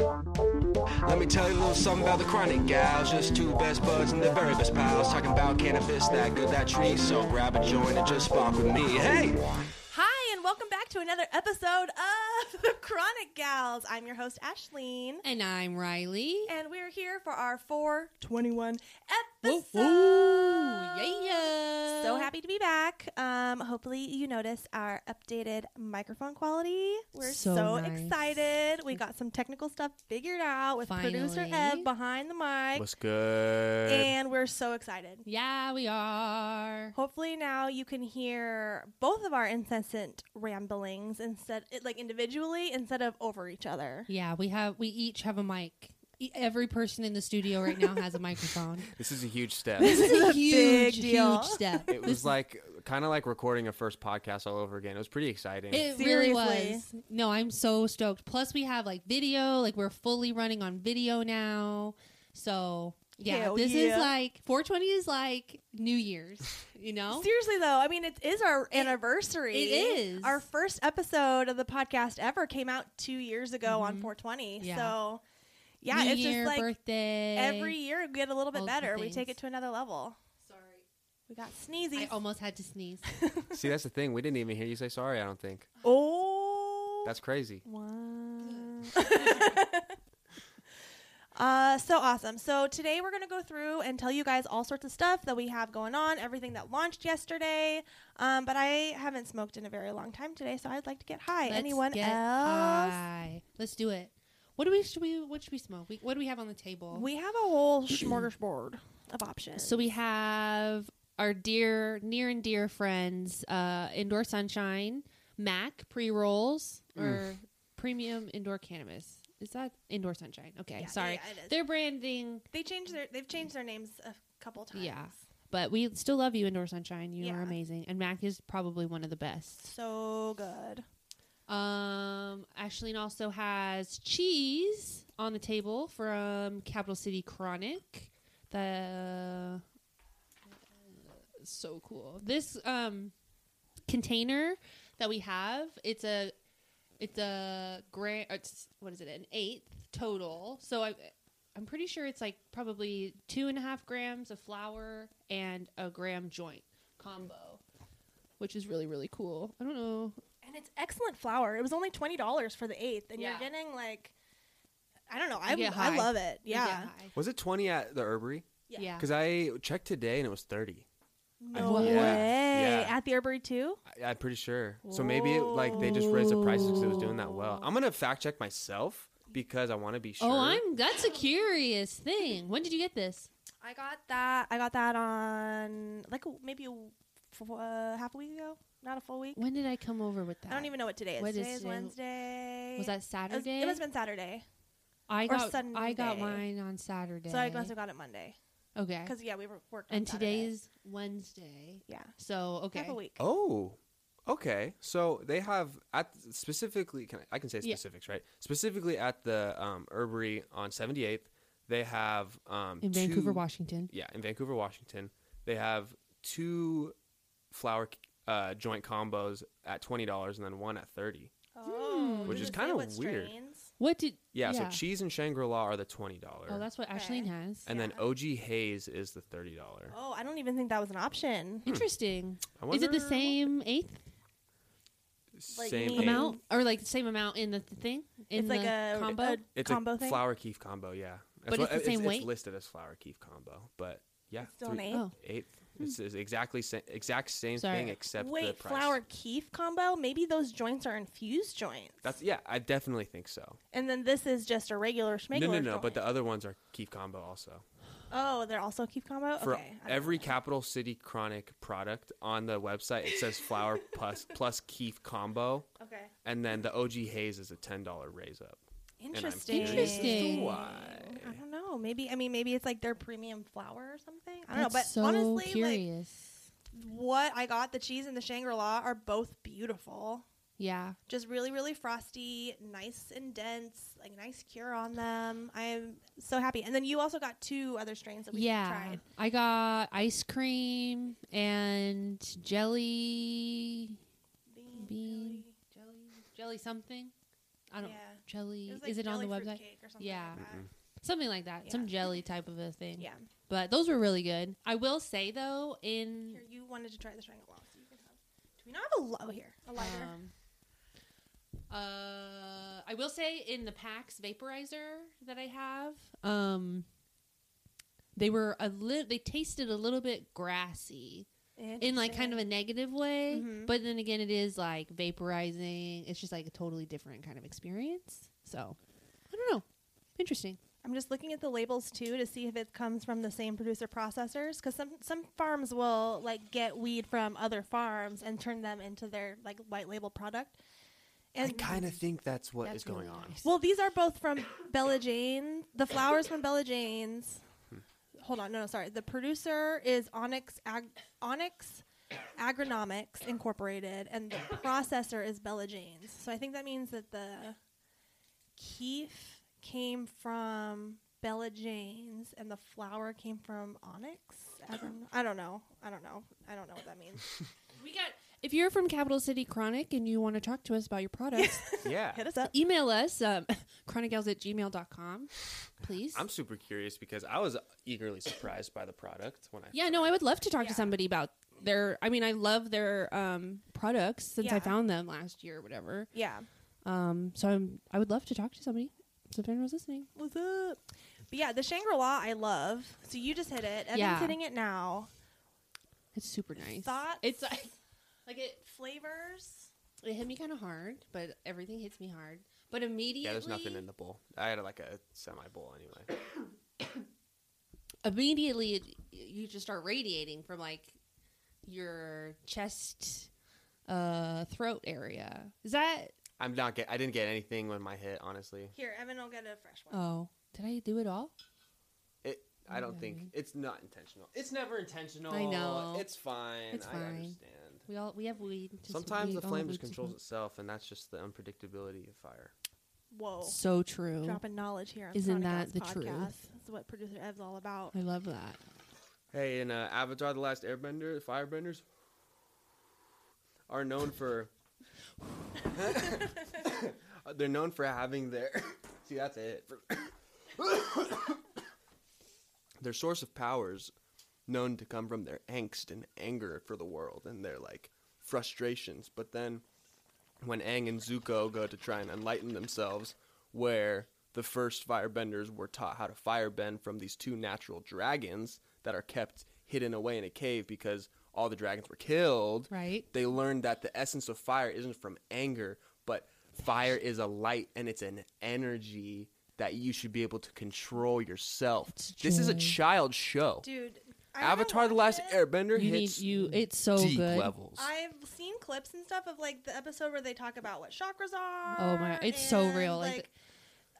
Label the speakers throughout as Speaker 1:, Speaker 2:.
Speaker 1: Let me tell you a little something about the chronic gals. Just two best buds and the very best pals. Talking about cannabis, that good, that tree. So grab a joint and just spark with me. Hey!
Speaker 2: Hi, and welcome back to another episode of The Chronic Gals. I'm your host, Ashleen,
Speaker 3: And I'm Riley.
Speaker 2: and we're here for our 421
Speaker 3: Woo,
Speaker 2: episode.
Speaker 3: woo. Yeah, yeah.
Speaker 2: So happy to be back. Um, hopefully, you noticed our updated microphone quality. We're so,
Speaker 3: So nice.
Speaker 2: excited. We got some technical stuff figured out with producer
Speaker 3: Finally.
Speaker 2: Ev behind the mic,
Speaker 4: What's good?
Speaker 2: and we're so excited.
Speaker 3: Yeah, we are.
Speaker 2: Hopefully now you can hear both of our incessant ramblings instead, it- like individually instead of over each other.
Speaker 3: Yeah, we have. We each have a mic. E- Every person in the studio right now has a microphone.
Speaker 4: this is a huge step.
Speaker 3: This
Speaker 2: is
Speaker 3: is
Speaker 2: a
Speaker 3: a
Speaker 2: big
Speaker 3: huge,
Speaker 2: deal.
Speaker 3: huge step.
Speaker 4: it was like kind of like recording a first podcast all over again. It was pretty exciting.
Speaker 3: It
Speaker 2: Seriously.
Speaker 3: really was. No, I'm so stoked. Plus, we have like video. Like we're fully running on video now. So yeah,
Speaker 2: Hell
Speaker 3: this
Speaker 2: yeah.
Speaker 3: is like 420 is like New Year's. You know.
Speaker 2: Seriously though, I mean it is our anniversary.
Speaker 3: it is.
Speaker 2: Our first episode of the podcast ever came out 2 years ago on 420.
Speaker 3: Mm-hmm. Yeah.
Speaker 2: So yeah,
Speaker 3: New
Speaker 2: it's
Speaker 3: Year,
Speaker 2: just like
Speaker 3: birthday.
Speaker 2: every year we get a little bit
Speaker 3: all the
Speaker 2: better. We
Speaker 3: things.
Speaker 2: take it to another level.
Speaker 3: Sorry,
Speaker 2: We got
Speaker 3: I
Speaker 2: sneezy.
Speaker 3: almost had to sneeze.
Speaker 4: See, that's the thing. We didn't even hear you say sorry. I don't think
Speaker 2: Oh.
Speaker 4: that's crazy.
Speaker 2: Wow. uh, so awesome. So today we're going to go through and tell you guys all sorts of stuff that we have going on, everything that launched yesterday. Um, but I haven't smoked in a very long time today, so I'd like to get high.
Speaker 3: Let's
Speaker 2: Anyone
Speaker 3: get
Speaker 2: else?
Speaker 3: high. Let's do it. What do we should we what should we smoke? We, what do we have on the table?
Speaker 2: We have a whole smorgasbord of options.
Speaker 3: so we have our dear near and dear friends, uh, Indoor Sunshine, Mac pre rolls or premium indoor cannabis. Is that indoor sunshine? Okay,
Speaker 2: Yeah,
Speaker 3: sorry.
Speaker 2: yeah, it is.
Speaker 3: They're branding,
Speaker 2: they changed their they've changed their names a couple times.
Speaker 3: Yeah. but we still love you, Indoor Sunshine. You
Speaker 2: Yeah.
Speaker 3: are amazing, and Mac is probably one of the best.
Speaker 2: So good.
Speaker 3: Um, Ashleen also has cheese on the table from Capital City Chronic. The so cool. This um container that we have, it's a it's a grand. It's what is it? An eighth total. So I. I'm pretty sure it's like probably two and a half grams of flour and a gram joint combo, which is really, really cool. I don't know.
Speaker 2: And it's excellent flour. It was only twenty dollars for the eighth, and
Speaker 3: Yeah.
Speaker 2: you're getting like I don't know. I,
Speaker 3: get
Speaker 2: I
Speaker 3: high.
Speaker 2: love it.
Speaker 3: You
Speaker 2: Yeah.
Speaker 3: get high.
Speaker 4: Was it twenty at the herbery?
Speaker 2: Yeah.
Speaker 3: Yeah.
Speaker 4: Because I checked today and it was thirty.
Speaker 2: No
Speaker 3: Yeah.
Speaker 2: way.
Speaker 4: Yeah.
Speaker 2: At the Herbury too?
Speaker 4: I, I'm pretty sure. So maybe it, like they just raised the prices because it was doing that well. I'm gonna fact check myself because I want to be sure.
Speaker 3: Oh, I'm. That's a curious thing. When did you get this?
Speaker 2: I got that. I got that on like a- maybe a, f- uh, half a week ago. Not a full week.
Speaker 3: When did I come over with that?
Speaker 2: I don't even know what today is.
Speaker 3: What is
Speaker 2: today is
Speaker 3: today?
Speaker 2: Wednesday.
Speaker 3: Was that
Speaker 2: It was-
Speaker 3: Saturday?
Speaker 2: It must have been Saturday.
Speaker 3: I
Speaker 2: or
Speaker 3: got. I got
Speaker 2: Sunday.
Speaker 3: mine on Saturday.
Speaker 2: So I must have got it Monday.
Speaker 3: Okay.
Speaker 2: Because yeah, we were working.
Speaker 3: And
Speaker 2: on Saturday.
Speaker 3: today is Wednesday.
Speaker 2: yeah,
Speaker 3: So okay.
Speaker 2: half a week.
Speaker 4: Oh, okay. So they have at specifically. Can I, I can say
Speaker 3: Yeah.
Speaker 4: specifics, right? Specifically at the um, Herbery on 78th, they have um,
Speaker 3: In Vancouver,
Speaker 4: two-
Speaker 3: Washington.
Speaker 4: Yeah, in Vancouver, Washington, they have two flower uh, joint combos at twenty dollars, and then one at thirty.
Speaker 2: Oh,
Speaker 4: Which
Speaker 2: does
Speaker 4: is
Speaker 2: it say
Speaker 4: kinda
Speaker 2: what
Speaker 4: weird.
Speaker 2: strains?
Speaker 3: What did?
Speaker 4: Yeah, So cheese and Shangri La are the twenty dollar,
Speaker 3: Oh, that's what
Speaker 2: Okay.
Speaker 3: Ashleen has.
Speaker 4: and then
Speaker 2: yeah.
Speaker 4: OG Haze is the thirty dollar.
Speaker 2: Oh, I don't even think that was an option.
Speaker 3: Interesting. Is it the same eighth
Speaker 2: like
Speaker 4: same
Speaker 2: me-
Speaker 4: eight.
Speaker 3: amount or like the same amount in the th- thing? In
Speaker 2: it's like
Speaker 3: the
Speaker 2: a
Speaker 3: combo.
Speaker 2: a
Speaker 4: It's
Speaker 2: combo
Speaker 4: a
Speaker 2: thing.
Speaker 4: flower keef combo. Yeah, That's
Speaker 3: But
Speaker 4: what-
Speaker 3: it's the same weight?
Speaker 4: It's listed as flower keef combo, but yeah,
Speaker 2: It's still an eighth?
Speaker 3: Oh.
Speaker 4: eighth. It's, it's exactly sa- exact same
Speaker 3: Sorry.
Speaker 4: thing except the
Speaker 2: Wait,
Speaker 4: price.
Speaker 2: flower keef combo? Maybe those joints are infused joints.
Speaker 4: That's yeah, I definitely think so.
Speaker 2: and then this is just a regular schmegular.
Speaker 4: no, no, no.
Speaker 2: joint.
Speaker 4: But the other ones are keef combo also.
Speaker 2: oh, they're also keef combo.
Speaker 4: For
Speaker 2: okay, I don't
Speaker 4: every
Speaker 2: know.
Speaker 4: Capital City Chronic product on the website, it says flower plus plus keef combo,
Speaker 2: okay,
Speaker 4: and then the OG haze is a ten dollar raise up. And I'm
Speaker 2: interesting.
Speaker 4: curious as to
Speaker 3: Interesting.
Speaker 4: Why?
Speaker 2: I don't know. Maybe I mean maybe it's like their premium flower or something. I don't know. But
Speaker 3: That's so
Speaker 2: honestly, like
Speaker 3: curious.
Speaker 2: what I got, the cheese and the Shangri La are both beautiful.
Speaker 3: yeah.
Speaker 2: Just really, really frosty, nice and dense, like nice cure on them. I'm so happy. And then you also got two other strains that we tried.
Speaker 3: I got ice cream and jelly,
Speaker 2: Bean,
Speaker 3: Bean.
Speaker 2: jelly.
Speaker 3: jelly, jelly something. I don't
Speaker 2: Yeah.
Speaker 3: jelly.
Speaker 2: was like
Speaker 3: is it on the
Speaker 2: jelly fruit
Speaker 3: website?
Speaker 2: Cake or something
Speaker 3: Yeah.
Speaker 2: Like that.
Speaker 3: Something like that. Some
Speaker 2: Yeah.
Speaker 3: jelly type of a thing.
Speaker 2: Yeah.
Speaker 3: But those were really good. I will say though, in
Speaker 2: Here, you wanted to try the triangle loaf. You can have. Do we not have a low here? A lighter.
Speaker 3: um, uh, I will say in the PAX vaporizer that I have, um, they were a little. They tasted a little bit grassy in like kind of a negative way,
Speaker 2: Mhm.
Speaker 3: but then again, it is like vaporizing. It's just like a totally different kind of experience. So I don't know. Interesting.
Speaker 2: I'm just looking at the labels too to see if it comes from the same producer processors because some some farms will like get weed from other farms and turn them into their like white label product.
Speaker 4: I kind of think that's what is
Speaker 3: That's
Speaker 4: going
Speaker 3: really
Speaker 4: on.
Speaker 3: nice.
Speaker 2: Well, these are both from Bella Jane. The flowers from Bella Jane's. Hold on, no, no, sorry. The producer is Onyx Ag- Onyx Agronomics Incorporated, and the processor is Bella Jane's. So I think that means that the keef came from Bella Jane's, and the flower came from Onyx. I don't, I don't know. I don't know. I don't know what that means.
Speaker 3: We got. If you're from Capital City Chronic and you want to talk to us about your products,
Speaker 4: Yeah.
Speaker 2: Hit us up.
Speaker 3: email us um, chronicgals at gmail.com, please.
Speaker 4: I'm super curious because I was eagerly surprised by the product when I
Speaker 3: yeah, no, I would love to talk
Speaker 2: Yeah.
Speaker 3: to somebody about their. I mean, I love their um, products since
Speaker 2: Yeah.
Speaker 3: I found them last year or whatever.
Speaker 2: Yeah.
Speaker 3: Um, so I'm, I would love to talk to somebody. So if anyone's listening,
Speaker 2: What's up? But yeah, the Shangri La I love. So you just hit it. Evan's
Speaker 3: Yeah.
Speaker 2: hitting it now.
Speaker 3: it's super nice.
Speaker 2: Thoughts?
Speaker 3: It's like, like it,
Speaker 2: Flavors.
Speaker 3: it hit me kind of hard, but everything hits me hard. But immediately,
Speaker 4: Yeah, there's nothing in the bowl. I had like a semi bowl anyway.
Speaker 3: immediately it, you just start radiating from like your chest uh throat area is that
Speaker 4: I'm not get I didn't get anything when my hit, honestly.
Speaker 2: Here, Evan will get a fresh one.
Speaker 3: oh did i do it all
Speaker 4: It I don't think
Speaker 3: Okay.
Speaker 4: it's not intentional. It's never intentional.
Speaker 3: I know.
Speaker 4: It's fine.
Speaker 3: It's
Speaker 4: I
Speaker 3: fine.
Speaker 4: understand.
Speaker 3: we all we have weed just
Speaker 4: Sometimes
Speaker 3: weed,
Speaker 4: the
Speaker 3: all
Speaker 4: flame
Speaker 3: weed
Speaker 4: just
Speaker 3: to
Speaker 4: controls
Speaker 3: smoke.
Speaker 4: itself and that's just the unpredictability of fire.
Speaker 2: Whoa.
Speaker 3: so true
Speaker 2: Dropping knowledge here. On
Speaker 3: Isn't
Speaker 2: Chronic
Speaker 3: that
Speaker 2: Arts
Speaker 3: the
Speaker 2: podcast.
Speaker 3: truth?
Speaker 2: That's what producer Ev's all about.
Speaker 3: i love that
Speaker 4: Hey, in uh, Avatar: The Last Airbender, firebenders are known for. they're known for having their. See, that's it. their source of powers, known to come from their angst and anger for the world and their like frustrations. But then, when Aang and Zuko go to try and enlighten themselves, where the first firebenders were taught how to firebend from these two natural dragons that are kept hidden away in a cave because all the dragons were killed.
Speaker 3: right
Speaker 4: They learned that the essence of fire isn't from anger, but fire is a light and it's an energy that you should be able to control yourself.
Speaker 3: It's
Speaker 4: This is a
Speaker 3: joy.
Speaker 4: child show.
Speaker 2: Dude. I wanna
Speaker 4: Avatar: The
Speaker 2: watch
Speaker 4: Last
Speaker 2: it.
Speaker 4: Airbender
Speaker 3: you need
Speaker 4: hits
Speaker 3: you it's so
Speaker 4: deep
Speaker 3: good
Speaker 4: levels.
Speaker 2: I've seen clips and stuff of like the episode where they talk about what chakras are.
Speaker 3: Oh my- it's so
Speaker 2: and,
Speaker 3: real, like
Speaker 2: Like,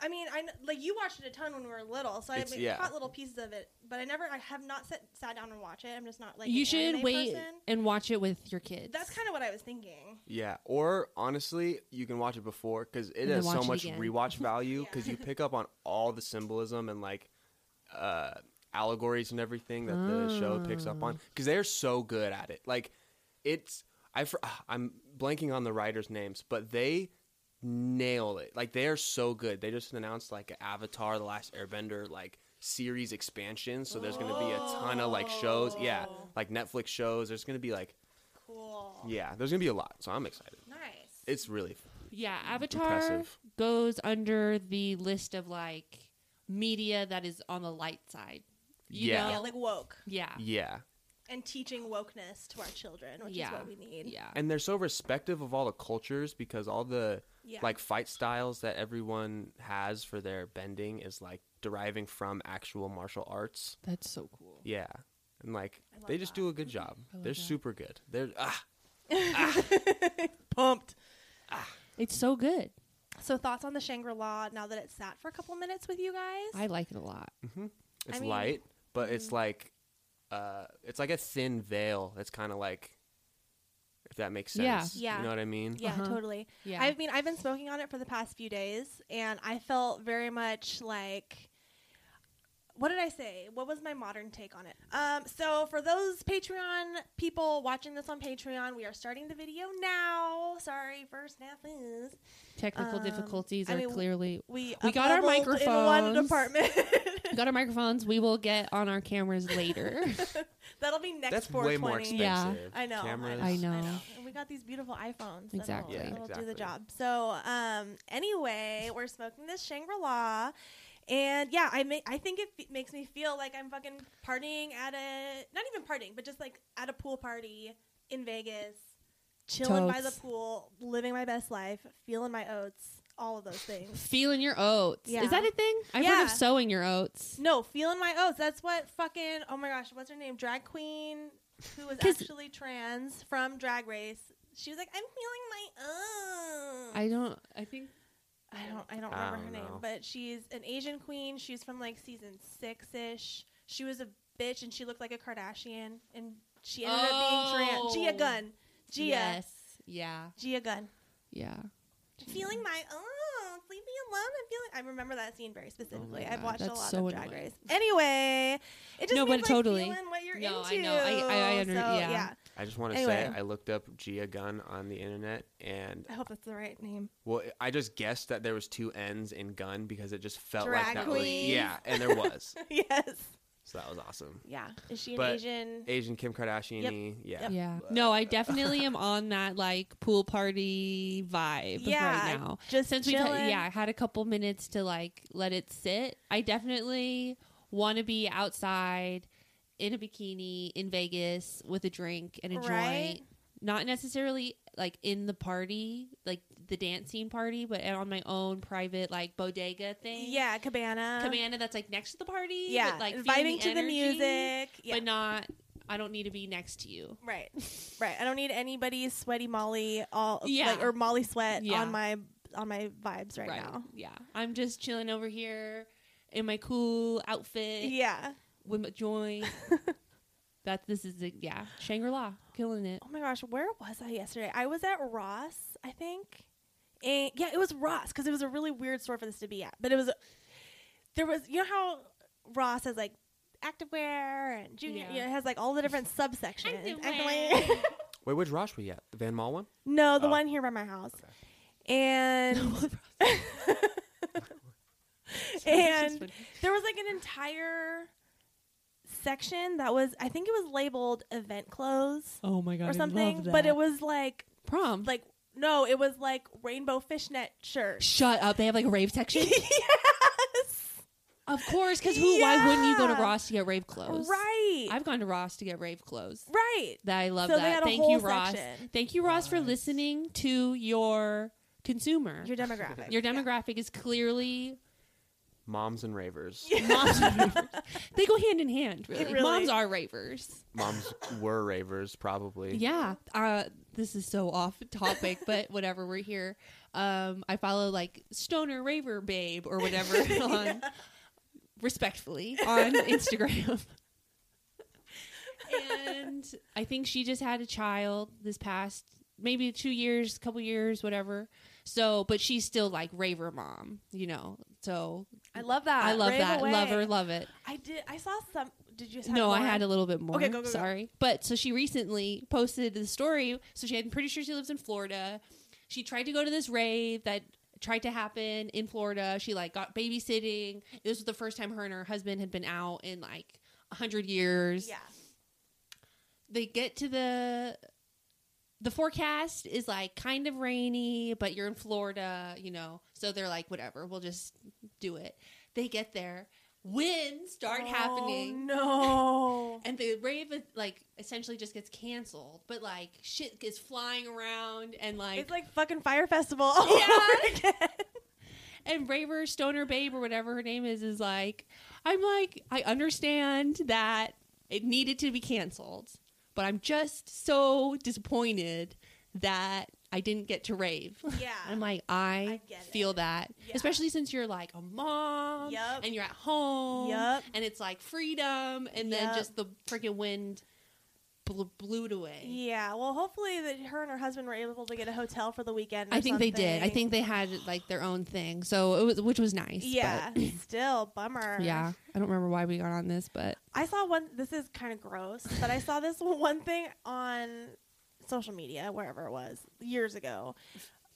Speaker 2: I mean, I kn- like you watched it a ton when we were little, so I
Speaker 4: It's-
Speaker 2: mean,
Speaker 4: yeah.
Speaker 2: caught little pieces of it, but I never, I have not sat, sat down and watched it. I'm just not like
Speaker 3: you
Speaker 2: an
Speaker 3: should
Speaker 2: anime
Speaker 3: wait
Speaker 2: person.
Speaker 3: and watch it with your kids
Speaker 2: That's kind of what I was thinking.
Speaker 4: Yeah, or honestly, you can watch it before because it
Speaker 3: And then
Speaker 4: has so
Speaker 3: watch it
Speaker 4: much
Speaker 3: again.
Speaker 4: rewatch value because
Speaker 2: Yeah.
Speaker 4: you pick up on all the symbolism and like uh, allegories and everything that the show picks up
Speaker 3: Ah.
Speaker 4: on because they're so good at it. Like, it's I fr- I'm blanking on the writers' names, but they nail it. Like they are so good. They just announced like Avatar: The Last Airbender like series expansion, so there's gonna be a ton of like shows. Yeah,
Speaker 2: Oh.
Speaker 4: like Netflix shows. There's gonna be like
Speaker 2: Cool.
Speaker 4: yeah, there's gonna be a lot. So I'm excited.
Speaker 2: Nice.
Speaker 4: It's really
Speaker 3: Yeah, Avatar
Speaker 4: Impressive.
Speaker 3: goes under the list of like media that is on the light side. You
Speaker 4: Yeah.
Speaker 3: know?
Speaker 2: yeah, like woke
Speaker 3: yeah,
Speaker 4: yeah,
Speaker 2: and teaching wokeness to our children, which
Speaker 3: Yeah.
Speaker 2: is what we need.
Speaker 3: yeah.
Speaker 4: and they're so respective of all the cultures because all the
Speaker 2: Yeah.
Speaker 4: like fight styles that everyone has for their bending is like deriving from actual martial arts.
Speaker 3: That's so cool.
Speaker 4: Yeah, and like
Speaker 2: I love
Speaker 4: they just
Speaker 2: that.
Speaker 4: do a good job.
Speaker 3: I love
Speaker 4: They're
Speaker 3: that.
Speaker 4: super good. They're ah,
Speaker 2: pumped.
Speaker 3: It's so good.
Speaker 2: So thoughts on the Shangri La now that it sat for a couple minutes with you guys?
Speaker 3: I like it a lot.
Speaker 4: mm-hmm. it's
Speaker 2: mean- mm-hmm.
Speaker 4: light, but it's like uh, it's like a thin veil. That's kind of like if that makes
Speaker 3: Yeah.
Speaker 4: sense.
Speaker 2: Yeah.
Speaker 4: you know what I mean.
Speaker 2: yeah,
Speaker 3: Uh-huh.
Speaker 2: totally.
Speaker 3: Yeah.
Speaker 2: I mean, I've been smoking on it for the past few days, and I felt very much like what did I say? What was my modern take on it? Um, so for those Patreon people watching this on Patreon, we are starting the video now. Sorry for snafus.
Speaker 3: Technical
Speaker 2: Um,
Speaker 3: difficulties
Speaker 2: I
Speaker 3: are
Speaker 2: mean,
Speaker 3: clearly.
Speaker 2: We
Speaker 3: We got our
Speaker 2: up-leveled in one
Speaker 3: microphones.
Speaker 2: department.
Speaker 3: Got our microphones. We will get on our cameras later.
Speaker 2: That'll be next.
Speaker 5: That's
Speaker 2: 420.
Speaker 5: way more expensive.
Speaker 3: Yeah.
Speaker 2: I know.
Speaker 5: Cameras.
Speaker 3: I
Speaker 2: I
Speaker 3: know.
Speaker 2: know. And we got these beautiful iPhones. that'll-
Speaker 3: Exactly.
Speaker 2: That'll,
Speaker 3: Yeah,
Speaker 2: do the
Speaker 5: exactly.
Speaker 2: job. So, um, anyway, we're smoking this Shangri La. And yeah, I make, I think it fe- makes me feel like I'm fucking partying at a not even partying, but just like at a pool party in Vegas, chilling by the
Speaker 3: Totes.
Speaker 2: pool, living my best life, feeling my oats, all of those things.
Speaker 3: Feeling your oats.
Speaker 2: Yeah.
Speaker 3: Is that a thing? I've heard
Speaker 2: Yeah. Mm.
Speaker 3: of sowing your oats.
Speaker 2: No, feeling my oats. That's what fucking oh my gosh, what's her name? Drag queen who was
Speaker 3: 'Cause-
Speaker 2: actually trans from Drag Race. She was like, I'm feeling my
Speaker 3: I
Speaker 2: oats.
Speaker 3: don't. I think.
Speaker 2: I don't I don't
Speaker 5: I
Speaker 2: remember
Speaker 5: don't
Speaker 2: her name,
Speaker 5: know.
Speaker 2: but she's an Asian queen. She's from like season six ish. She was a bitch and she looked like a Kardashian and she ended up being trans. Gia
Speaker 3: Oh.
Speaker 2: Gunn. Gia
Speaker 3: Yes. Yeah.
Speaker 2: Gia Gunn.
Speaker 3: Yeah.
Speaker 2: Feeling my oats. Leave me alone. I'm feeling. I remember that scene very specifically.
Speaker 5: God,
Speaker 2: I've watched a
Speaker 3: Oh that's
Speaker 2: lot
Speaker 3: so
Speaker 2: of Drag
Speaker 3: annoying.
Speaker 2: Race. Anyway, it just
Speaker 3: No,
Speaker 2: means,
Speaker 3: but
Speaker 2: like,
Speaker 3: totally.
Speaker 2: feeling what you're
Speaker 3: No,
Speaker 2: into.
Speaker 3: I know. I- I- I under-
Speaker 2: So,
Speaker 3: yeah.
Speaker 5: I just want to
Speaker 2: Anyway.
Speaker 5: say I looked up Gia Gun on the internet and
Speaker 2: I hope that's the right name.
Speaker 5: well I just guessed that there was two N's in gun because it just felt
Speaker 2: Drag
Speaker 5: like that was
Speaker 2: queen.
Speaker 5: yeah and there was
Speaker 2: yes.
Speaker 5: so that was awesome.
Speaker 2: Yeah. Is she an
Speaker 5: But-
Speaker 2: Asian?
Speaker 5: Asian Kim Kardashian yeah.
Speaker 3: Yeah. No, I definitely am on that like pool party vibe
Speaker 2: Yeah,
Speaker 3: right now.
Speaker 2: just
Speaker 3: since we ta-
Speaker 2: chilling.
Speaker 3: yeah, I had a couple minutes to like let it sit. I definitely want to be outside in a bikini in Vegas with a drink and a
Speaker 2: Right?
Speaker 3: joint. Not necessarily like in the party, like the dancing party, but on my own private like bodega thing.
Speaker 2: Yeah. Cabana.
Speaker 3: Cabana that's like next to the party.
Speaker 2: Yeah.
Speaker 3: but, like feeling
Speaker 2: Vibing to the
Speaker 3: energy,
Speaker 2: music. Yeah.
Speaker 3: But not I don't need to be next to you.
Speaker 2: right. Right. I don't need anybody's sweaty Molly all
Speaker 3: Yeah.
Speaker 2: like, or Molly sweat
Speaker 3: Yeah.
Speaker 2: on my on my vibes right, now.
Speaker 3: Yeah. I'm just chilling over here in my cool outfit
Speaker 2: Yeah.
Speaker 3: with my joint. that this is the yeah, Shangri-La killing it.
Speaker 2: Oh my gosh, where was I yesterday? I was at Ross, I think. And yeah, it was Ross because it was a really weird store for this to be at. But it was there was you know how Ross has like activewear and junior
Speaker 3: Yeah.
Speaker 2: you know, it has like all the different subsections.
Speaker 3: Activewear.
Speaker 2: Activewear.
Speaker 5: Wait, which Rosh were you at? The Van Mall one?
Speaker 2: no, the
Speaker 5: Oh.
Speaker 2: one here by my house. And And- there was like an entire section that was I think it was labeled event clothes
Speaker 3: oh my god,
Speaker 2: or something, but it was like
Speaker 3: prom.
Speaker 2: like no, it was like rainbow fishnet shirt.
Speaker 3: Shut up. They have like a rave section? Of course, because who why wouldn't you go to
Speaker 2: Yeah.
Speaker 3: Ross to get rave clothes?
Speaker 2: Right.
Speaker 3: I've gone to Ross to get rave clothes.
Speaker 2: right.
Speaker 3: That I love
Speaker 2: So they had
Speaker 3: that.
Speaker 2: a
Speaker 3: Thank
Speaker 2: whole
Speaker 3: you, Ross.
Speaker 2: section.
Speaker 3: Thank you, Ross, for listening to your consumer.
Speaker 2: Your demographic.
Speaker 3: Your demographic is clearly
Speaker 5: Moms and ravers.
Speaker 3: moms. are ravers. they go hand in hand. Really.
Speaker 2: really-
Speaker 3: moms are ravers.
Speaker 5: Moms were ravers probably.
Speaker 3: Yeah. Uh, this is so off topic, but whatever. We're here. Um, I follow like stoner raver babe or whatever on respectfully on Instagram. and I think she just had a child this past maybe two years, couple years, whatever. So, but she's still like raver mom, you know. So
Speaker 2: I love that.
Speaker 3: I love
Speaker 2: Ah, Rave
Speaker 3: that.
Speaker 2: away.
Speaker 3: Love her. Love it.
Speaker 2: I did. I saw some. Did you? Have
Speaker 3: No, I
Speaker 2: more?
Speaker 3: had a little bit more.
Speaker 2: Okay, go, go, go.
Speaker 3: Sorry. But so she recently posted the story. So she, I'm pretty sure she lives in Florida. She tried to go to this rave that tried to happen in Florida. She like got babysitting. This was the first time her and her husband had been out in like a hundred years.
Speaker 2: Yeah.
Speaker 3: They get to the the forecast is like kind of rainy, but you're in Florida, you know. So they're like, whatever, we'll just do it. They get there. Winds start
Speaker 2: Oh,
Speaker 3: happening
Speaker 2: No.
Speaker 3: and the rave is, like essentially just gets canceled but like shit is flying around and like,
Speaker 2: it's like fucking fire festival. All
Speaker 3: Yeah.
Speaker 2: Over again.
Speaker 3: and raver stoner babe or whatever her name is is like i'm like i understand that it needed to be canceled but i'm just so disappointed that i didn't get to rave
Speaker 2: Yeah.
Speaker 3: i'm like i,
Speaker 2: I get
Speaker 3: feel
Speaker 2: it.
Speaker 3: that
Speaker 2: Yeah.
Speaker 3: especially since you're like a mom
Speaker 2: Yup.
Speaker 3: and you're at home
Speaker 2: Yup.
Speaker 3: and it's like freedom and then
Speaker 2: Yup.
Speaker 3: just the freaking wind bl- blew it away.
Speaker 2: Yeah. Well, hopefully that her and her husband were able to get a hotel for the weekend. Or
Speaker 3: I think they did. I
Speaker 2: something.
Speaker 3: think they had like their own thing, so it was which was nice.
Speaker 2: Yeah. still bummer.
Speaker 3: but- yeah. I don't remember why we got on this, but
Speaker 2: I saw one. This is kind of gross, but I saw this one thing on social media, wherever it was, years ago.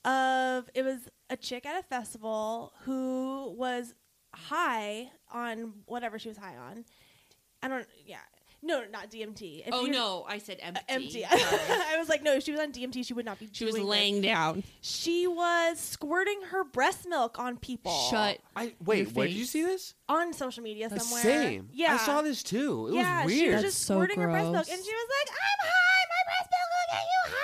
Speaker 2: Of it was a chick at a festival who was high on whatever she was high on. I don't. Yeah, no, not DMT. If
Speaker 6: oh
Speaker 2: you're-
Speaker 6: no, I said empty.
Speaker 2: empty.
Speaker 6: Sorry.
Speaker 2: I was like, no, if she was on DMT. She would not be.
Speaker 3: she was
Speaker 2: doing this.
Speaker 3: laying down.
Speaker 2: She was squirting her breast milk on people.
Speaker 3: Shut.
Speaker 4: I
Speaker 3: Your
Speaker 4: wait. Where did
Speaker 3: face.
Speaker 4: you see this?
Speaker 2: on social media
Speaker 4: The
Speaker 2: somewhere.
Speaker 4: same.
Speaker 2: Yeah,
Speaker 4: I saw this too. It
Speaker 2: yeah,
Speaker 4: was
Speaker 2: she
Speaker 4: weird.
Speaker 2: was
Speaker 3: That's
Speaker 2: just
Speaker 3: so
Speaker 2: squirting her breast milk,
Speaker 3: gross.
Speaker 2: and she was like, "I'm high. My breast milk will get you high."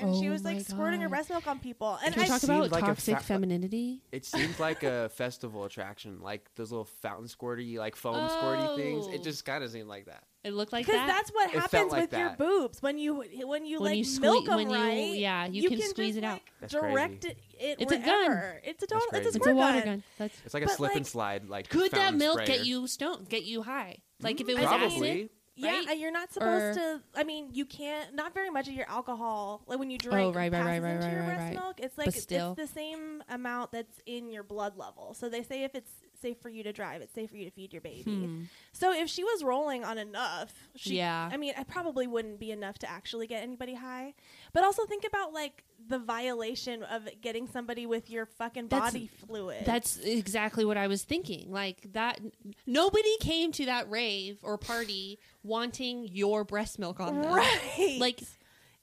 Speaker 2: And she
Speaker 3: Oh
Speaker 2: was like
Speaker 3: my
Speaker 2: squirting her
Speaker 3: God.
Speaker 2: breast milk on people. And
Speaker 3: Can
Speaker 2: I
Speaker 3: we talk
Speaker 4: Seemed
Speaker 3: about
Speaker 4: like a
Speaker 3: toxic
Speaker 4: fa-
Speaker 3: femininity?
Speaker 4: It seems like a festival attraction, like those little fountain squirty, like foam squirty things. It
Speaker 3: Oh.
Speaker 4: just kind of seemed like that.
Speaker 3: It looked like
Speaker 2: because
Speaker 3: that.
Speaker 2: that's what
Speaker 4: felt
Speaker 2: happens
Speaker 4: like
Speaker 2: with your
Speaker 4: that.
Speaker 2: boobs when you when you
Speaker 3: When
Speaker 2: like
Speaker 3: you
Speaker 2: milk
Speaker 3: squeeze-
Speaker 2: them
Speaker 3: when you-
Speaker 2: right.
Speaker 3: yeah, you can squeeze
Speaker 2: just,
Speaker 3: it out.
Speaker 2: like,
Speaker 4: That's crazy.
Speaker 2: direct it. it
Speaker 3: It's a gun.
Speaker 2: wherever. It's a total. It's a
Speaker 4: crazy.
Speaker 3: it's
Speaker 2: squirt
Speaker 3: a water gun. That's
Speaker 4: It's like a
Speaker 2: But,
Speaker 4: slip
Speaker 2: like,
Speaker 4: and slide. Like
Speaker 3: could that
Speaker 4: fountain
Speaker 3: milk
Speaker 4: sprayer.
Speaker 3: get you stoned, get you high? Like if it
Speaker 2: Mm,
Speaker 3: was
Speaker 4: Probably.
Speaker 3: acid.
Speaker 2: Yeah,
Speaker 3: right?
Speaker 2: and you're not supposed
Speaker 3: Or-
Speaker 2: to. I mean, you can't. Not very much of your alcohol, like when you drink,
Speaker 3: Oh, right, right,
Speaker 2: passes
Speaker 3: right, right,
Speaker 2: into your
Speaker 3: right,
Speaker 2: breast
Speaker 3: right.
Speaker 2: milk. It's like it's-
Speaker 3: still.
Speaker 2: it's the same amount that's in your blood level. So they say if it's safe for you to drive, it's safe for you to feed your baby.
Speaker 3: Hmm.
Speaker 2: So if she was rolling on enough, she,
Speaker 3: Yeah.
Speaker 2: I mean, it probably wouldn't be enough to actually get anybody high. But also think about like the violation of getting somebody with your fucking
Speaker 3: That's-
Speaker 2: body fluid.
Speaker 3: That's exactly what I was thinking. Like that, nobody came to that rave or party wanting your breast milk on them.
Speaker 2: right.
Speaker 3: Like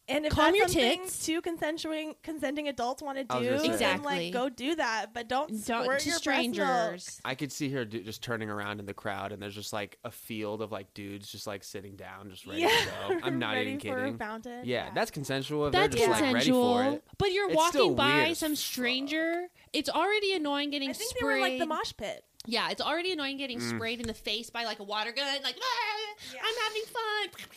Speaker 2: And if
Speaker 3: Calm
Speaker 2: that's
Speaker 3: your
Speaker 2: something
Speaker 3: tits.
Speaker 2: two consensuing consenting adults want to
Speaker 4: I was
Speaker 2: do,
Speaker 4: gonna say.
Speaker 2: then
Speaker 3: Exactly.
Speaker 2: like go do that, but don't,
Speaker 3: don't,
Speaker 2: squirt
Speaker 3: to
Speaker 2: your strangers.
Speaker 3: strangers.
Speaker 4: I could see her do, just turning around in the crowd, and there's just like a field of like dudes just like sitting down, just ready to go. I'm not
Speaker 2: ready
Speaker 4: even
Speaker 2: For a
Speaker 4: kidding.
Speaker 2: fountain.
Speaker 4: Yeah, that's consensual. If
Speaker 3: That's
Speaker 4: they're just
Speaker 3: consensual.
Speaker 4: like ready for it.
Speaker 3: But you're
Speaker 4: It's still
Speaker 3: walking
Speaker 4: weird
Speaker 3: by
Speaker 4: as
Speaker 3: some
Speaker 4: fuck.
Speaker 3: stranger. It's already annoying getting
Speaker 2: I think they
Speaker 3: sprayed.
Speaker 2: were like the mosh pit.
Speaker 3: yeah, it's already annoying getting
Speaker 4: Mm.
Speaker 3: sprayed in the face by like a water gun. Like "Ah,
Speaker 2: Yeah.
Speaker 3: I'm having fun.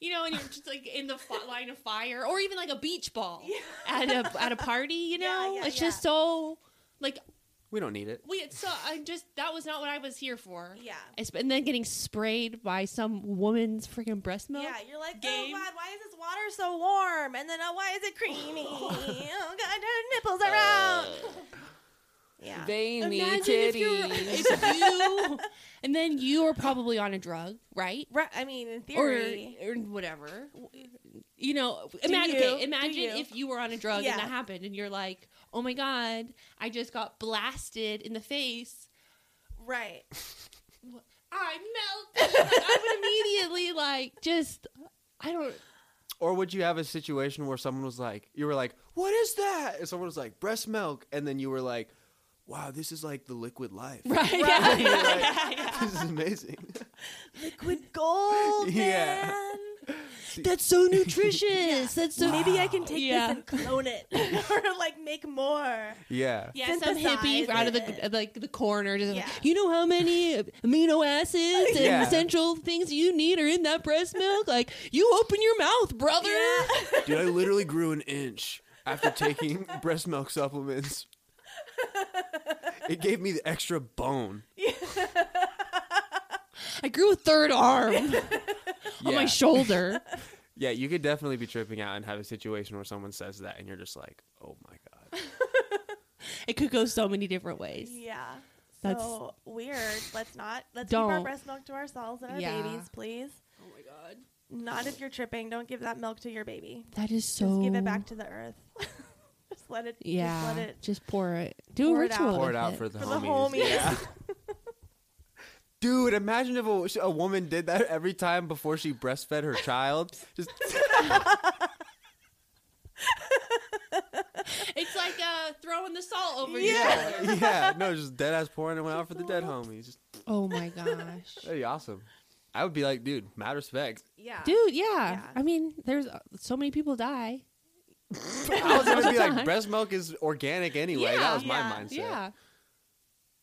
Speaker 3: You know, and you're just like in the fi- line of fire, or even like a beach ball
Speaker 2: Yeah.
Speaker 3: at a at a party. You
Speaker 2: Yeah,
Speaker 3: know,
Speaker 2: yeah,
Speaker 3: it's
Speaker 2: yeah.
Speaker 3: just so like
Speaker 4: We don't need it.
Speaker 3: we. It's so I just that was not what I was here for.
Speaker 2: Yeah.
Speaker 3: I sp- and then getting sprayed by some woman's freaking breast milk.
Speaker 2: Yeah, you're like, oh
Speaker 3: Game.
Speaker 2: god, why is this water so warm? And then oh, why is it creamy? oh god, her nipples are out.
Speaker 4: Uh.
Speaker 2: yeah.
Speaker 4: Veiny
Speaker 3: Imagine if you're- if you, and then you are probably on a drug, right?
Speaker 2: Right, I mean, in
Speaker 3: Or,
Speaker 2: theory,
Speaker 3: or whatever. You know, imagine,
Speaker 2: you?
Speaker 3: okay,
Speaker 2: Do
Speaker 3: imagine
Speaker 2: you?
Speaker 3: if you were on a drug
Speaker 2: Yeah.
Speaker 3: and that happened, and you're like, oh my God, I just got blasted in the face.
Speaker 2: right.
Speaker 3: I melted. Like, I would immediately, like, just, I don't,
Speaker 4: Or would you have a situation where someone was like, you were like, what is that? And someone was like, breast milk. And then you were like, wow, this is like the liquid life.
Speaker 3: right?
Speaker 4: And you're
Speaker 3: Yeah.
Speaker 4: like, this is amazing.
Speaker 2: Liquid gold,
Speaker 4: Yeah.
Speaker 2: man.
Speaker 3: That's so nutritious. That's so,
Speaker 2: Maybe I can take
Speaker 3: Yeah.
Speaker 2: this and clone it, or like make more.
Speaker 4: Yeah.
Speaker 3: Yeah, some hippie
Speaker 2: Synthesize
Speaker 3: out of the
Speaker 2: it.
Speaker 3: like the corner. Just like,
Speaker 2: Yeah.
Speaker 3: you know how many amino acids and
Speaker 4: Yeah.
Speaker 3: essential things you need are in that breast milk. Like you open your mouth, brother.
Speaker 2: uh,
Speaker 4: Dude, I literally grew an inch after taking breast milk supplements. It gave me the extra bone.
Speaker 3: I grew a third arm on my
Speaker 4: Yeah.
Speaker 3: shoulder.
Speaker 4: yeah, you could definitely be tripping out and have a situation where someone says that and you're just like, oh my God.
Speaker 3: It could go so many different ways.
Speaker 2: Yeah.
Speaker 3: That's-
Speaker 2: so weird. Let's not. Let's keep our
Speaker 3: Don't.
Speaker 2: breast milk to ourselves and our
Speaker 3: Yeah.
Speaker 2: babies, please.
Speaker 3: Oh my god,
Speaker 2: Not if you're tripping. Don't give that milk to your baby.
Speaker 3: that is so.
Speaker 2: Just give it back to the earth. just let it.
Speaker 3: yeah,
Speaker 2: Just let it.
Speaker 3: just pour it. Do
Speaker 2: Pour
Speaker 3: a
Speaker 2: it out.
Speaker 3: ritual.
Speaker 4: Pour
Speaker 3: with
Speaker 4: it out for the
Speaker 2: For the
Speaker 4: homies.
Speaker 2: homies.
Speaker 4: Yeah. Dude, imagine if a, a woman did that every time before she breastfed her child. Just
Speaker 3: It's like uh, throwing the salt over your
Speaker 2: Yeah.
Speaker 3: shoulder.
Speaker 4: yeah, no, just dead ass pouring it one out for the dead homies. Just,
Speaker 3: Oh my gosh.
Speaker 4: that'd be awesome. I would be like, dude, mad respect.
Speaker 2: Yeah.
Speaker 3: Dude, yeah.
Speaker 2: Yeah.
Speaker 3: I mean, there's uh, so many people die.
Speaker 4: I was gonna be like, breast milk is organic anyway.
Speaker 3: Yeah.
Speaker 4: that was my
Speaker 2: Yeah.
Speaker 4: mindset.
Speaker 3: Yeah.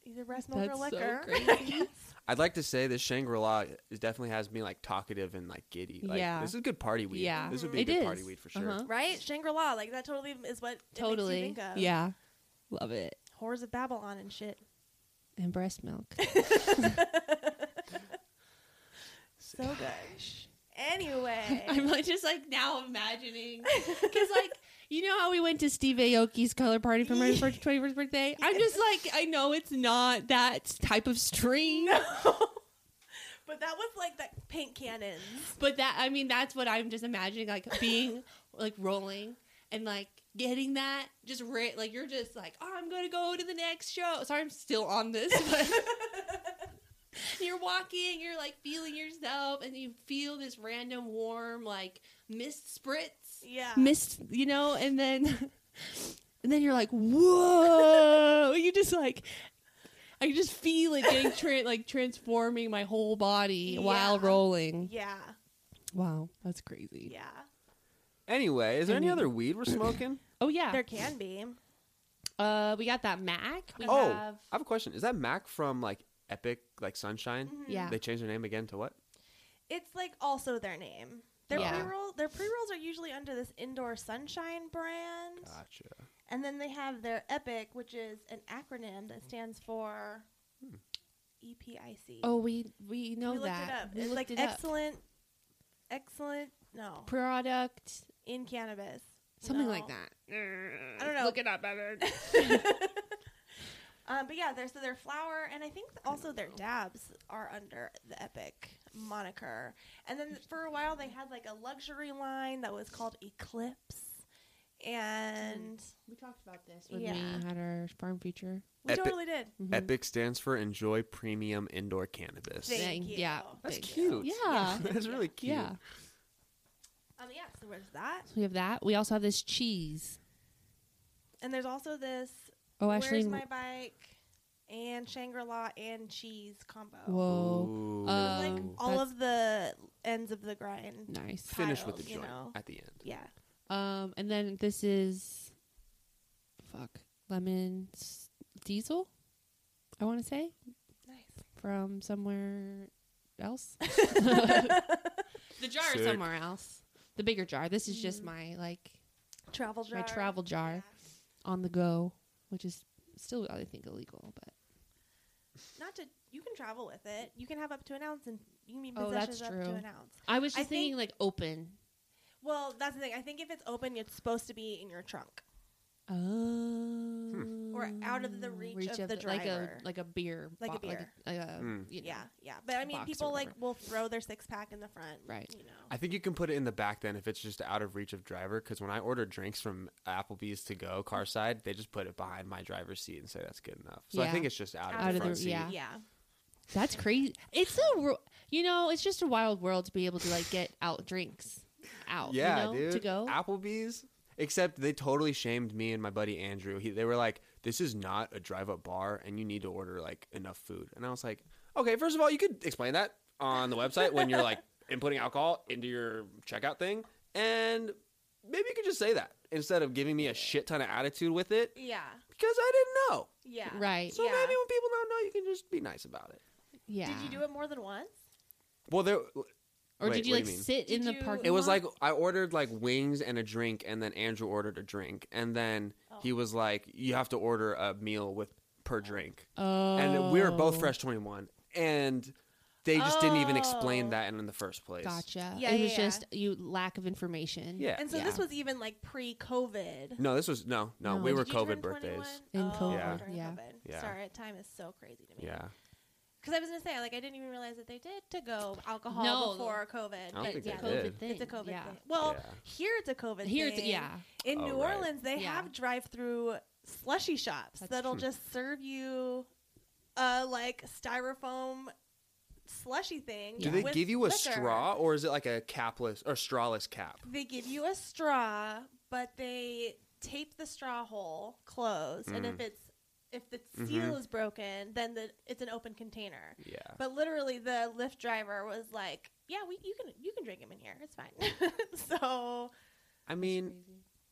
Speaker 2: Either breast milk or
Speaker 3: That's so
Speaker 2: liquor.
Speaker 3: crazy.
Speaker 4: I'd like to say this Shangri La is definitely has me like talkative and like giddy. Like,
Speaker 3: Yeah.
Speaker 4: this is good party weed.
Speaker 3: Yeah.
Speaker 4: this would be a
Speaker 3: It
Speaker 4: good party
Speaker 3: is.
Speaker 4: weed for sure.
Speaker 3: Uh-huh.
Speaker 2: right? Shangri La. Like that totally is what. it makes you
Speaker 3: totally.
Speaker 2: think of.
Speaker 3: Yeah. Love it.
Speaker 2: Whores of Babylon and shit.
Speaker 3: And breast milk.
Speaker 2: So good. Anyway,
Speaker 3: I'm like just like now imagining because like you know how we went to Steve Aoki's color party for my first 21st birthday. I'm just like I know it's not that type of stream,
Speaker 2: but that was like that paint cannons.
Speaker 3: but that I mean that's what I'm just imagining like being like rolling and like getting that just ri- like you're just like oh I'm gonna go to the next show. Sorry, I'm still on this, but. You're walking, you're like feeling yourself, and you feel this random warm, like mist spritz.
Speaker 2: Yeah.
Speaker 3: missed, you know, and then and then you're like, whoa! you just like, I just feel it getting tra- like transforming my whole body while
Speaker 2: Yeah.
Speaker 3: rolling.
Speaker 2: yeah.
Speaker 3: Wow, that's crazy.
Speaker 2: Yeah.
Speaker 4: Anyway, is there any
Speaker 3: Mm.
Speaker 4: other weed we're smoking?
Speaker 3: Oh yeah,
Speaker 2: There can be.
Speaker 3: uh, we got that Mac. We
Speaker 4: oh,
Speaker 3: have
Speaker 4: I have a question. Is that Mac from like Epic, like Sunshine?
Speaker 2: Mhm.
Speaker 3: yeah.
Speaker 4: They changed their name again to what?
Speaker 2: It's like also their name. Their
Speaker 3: Yeah.
Speaker 2: pre-roll, their pre-rolls are usually under this indoor sunshine brand.
Speaker 4: Gotcha.
Speaker 2: And then they have their EPIC, which is an acronym that stands for E EPIC.
Speaker 3: Oh, we we know
Speaker 2: we looked
Speaker 3: that.
Speaker 2: it up.
Speaker 3: We
Speaker 2: it's
Speaker 3: looked
Speaker 2: like
Speaker 3: it up.
Speaker 2: excellent, excellent. No,
Speaker 3: product,
Speaker 2: in cannabis,
Speaker 3: something
Speaker 2: No.
Speaker 3: like that.
Speaker 2: I don't know.
Speaker 3: Look it up, Evan.
Speaker 2: um, but yeah, there's so their flower, and I think th- also their dabs are under the Epic moniker. And then for a while, they had like a luxury line that was called Eclipse, and
Speaker 3: we talked about this
Speaker 2: when
Speaker 3: when
Speaker 2: we Yeah.
Speaker 3: we had our farm feature.
Speaker 2: we
Speaker 4: Epic.
Speaker 2: totally did.
Speaker 3: Mm-hmm.
Speaker 4: Epic stands for Enjoy Premium Indoor Cannabis.
Speaker 2: Thank
Speaker 3: Thank-
Speaker 2: you.
Speaker 3: yeah.
Speaker 4: That's
Speaker 3: Thank
Speaker 4: cute.
Speaker 3: you. Yeah.
Speaker 4: That's really cute.
Speaker 3: Yeah.
Speaker 2: Um, yeah, so there's that,
Speaker 3: So we have that. We also have this cheese.
Speaker 2: and there's also this.
Speaker 3: Oh,
Speaker 2: Where's
Speaker 3: actually,
Speaker 2: my bike? And Shangri La and cheese combo.
Speaker 3: whoa,
Speaker 4: Ooh.
Speaker 3: Uh,
Speaker 2: Like
Speaker 3: Oh,
Speaker 2: all of the ends of the grind.
Speaker 3: nice.
Speaker 4: Finish with the
Speaker 2: piles, you
Speaker 4: joint
Speaker 2: know.
Speaker 4: at the end.
Speaker 2: Yeah.
Speaker 3: Um, and then this is, fuck, lemon s- diesel. I want to say
Speaker 2: Nice.
Speaker 3: from somewhere else. the jar
Speaker 4: Sick.
Speaker 3: is somewhere else. The bigger jar. This is just
Speaker 2: Mhm.
Speaker 3: my like
Speaker 2: Travel jar.
Speaker 3: my travel jar
Speaker 2: Yeah.
Speaker 3: on the go, which is still I think illegal, but
Speaker 2: Not to you can travel with it. You can have up to an ounce and you can be
Speaker 3: Oh,
Speaker 2: possessions
Speaker 3: that's
Speaker 2: up to
Speaker 3: true.
Speaker 2: an ounce.
Speaker 3: I was
Speaker 2: I
Speaker 3: just thinking
Speaker 2: think-
Speaker 3: like open.
Speaker 2: Well, that's the thing. I think if it's open, it's supposed to be in your trunk.
Speaker 3: Oh. Hmm.
Speaker 2: Or out of the reach of the
Speaker 3: like a
Speaker 2: driver.
Speaker 3: like a beer,
Speaker 2: Like a
Speaker 3: bo-
Speaker 2: beer.
Speaker 3: like a, like a,
Speaker 4: Mm.
Speaker 3: you know.
Speaker 2: Yeah, yeah. But I mean
Speaker 3: box or
Speaker 2: people like
Speaker 3: whatever.
Speaker 2: will throw their six pack in the front.
Speaker 3: Right.
Speaker 2: You know.
Speaker 4: I think you can put it in the back then if it's just out of reach of driver. Because when I order drinks from Applebee's to go car side, they just put it behind my driver's seat and say that's good enough. So I
Speaker 3: Yeah.
Speaker 4: think it's just out,
Speaker 2: Out
Speaker 4: of
Speaker 2: of
Speaker 4: the
Speaker 2: the-
Speaker 4: front seat.
Speaker 3: yeah.
Speaker 2: yeah.
Speaker 3: That's crazy. It's a ro- you know, it's just a wild world to be able to like get out drinks out.
Speaker 4: Yeah,
Speaker 3: you know,
Speaker 4: dude.
Speaker 3: to go.
Speaker 4: Applebee's. Except they totally shamed me and my buddy Andrew. He, they were like, "This is not a drive-up bar, and you need to order like enough food." And I was like, "Okay, first of all, you could explain that on the website when you're like inputting alcohol into your checkout thing, and maybe you could just say that instead of giving me a shit ton of attitude with it
Speaker 2: Yeah.
Speaker 4: because I didn't know.
Speaker 2: Yeah.
Speaker 3: Right.
Speaker 4: So
Speaker 2: Yeah.
Speaker 4: maybe when people don't know, you can just be nice about it."
Speaker 3: Yeah.
Speaker 2: Did you do it more than once?
Speaker 4: Well, there
Speaker 3: Or
Speaker 4: Wait,
Speaker 3: did you
Speaker 4: what do
Speaker 3: like
Speaker 4: you mean?
Speaker 3: sit
Speaker 2: Did
Speaker 3: in
Speaker 2: you-
Speaker 3: the parking
Speaker 4: It was
Speaker 3: lot?
Speaker 4: like I ordered like wings and a drink, and then Andrew ordered a drink, and then
Speaker 2: Oh.
Speaker 4: he was like, "You have to order a meal with per drink,"
Speaker 3: oh.
Speaker 4: and we were both fresh twenty one, and they just didn't even explain
Speaker 2: Oh.
Speaker 4: that in the first place.
Speaker 3: Gotcha.
Speaker 2: Yeah,
Speaker 3: it was
Speaker 2: yeah,
Speaker 3: just you lack of information.
Speaker 4: Yeah.
Speaker 2: And so this
Speaker 3: Yeah.
Speaker 2: was even like pre COVID.
Speaker 4: No, this was no, no.
Speaker 3: No.
Speaker 4: We
Speaker 3: Did
Speaker 4: were
Speaker 2: Did you turn
Speaker 4: COVID birthdays.
Speaker 2: 21?
Speaker 3: In
Speaker 2: oh,
Speaker 3: COVID,
Speaker 2: during
Speaker 3: yeah.
Speaker 2: COVID.
Speaker 4: Yeah.
Speaker 2: Sorry, time is so crazy to me.
Speaker 4: Yeah,
Speaker 2: Because I was gonna say, like, I didn't even realize that they did to go alcohol
Speaker 3: No.
Speaker 2: before COVID.
Speaker 4: don't
Speaker 2: but
Speaker 4: think
Speaker 2: yeah,
Speaker 4: they did.
Speaker 2: It's
Speaker 3: COVID
Speaker 2: a
Speaker 3: thing,
Speaker 2: COVID
Speaker 3: yeah.
Speaker 2: thing. Well,
Speaker 4: Yeah.
Speaker 2: here it's a COVID
Speaker 3: Here
Speaker 2: thing.
Speaker 3: it's yeah.
Speaker 2: In
Speaker 4: Oh,
Speaker 2: New
Speaker 4: right.
Speaker 2: Orleans, they
Speaker 3: Yeah.
Speaker 2: have drive-through slushy shops
Speaker 3: That's
Speaker 2: that'll
Speaker 4: true.
Speaker 2: just serve you a like styrofoam slushy thing.
Speaker 4: Do they
Speaker 2: with
Speaker 4: give you a
Speaker 2: liquor.
Speaker 4: straw or is it like a capless or strawless cap?
Speaker 2: They give you a straw, but they tape the straw hole closed, and
Speaker 4: Mm. Mm-hmm.
Speaker 2: if it's if the seal is broken, then the, it's an open container.
Speaker 4: Yeah.
Speaker 2: But literally, the Lyft driver was like, "Yeah, we you can you can drink them in here. It's fine." so
Speaker 4: I mean,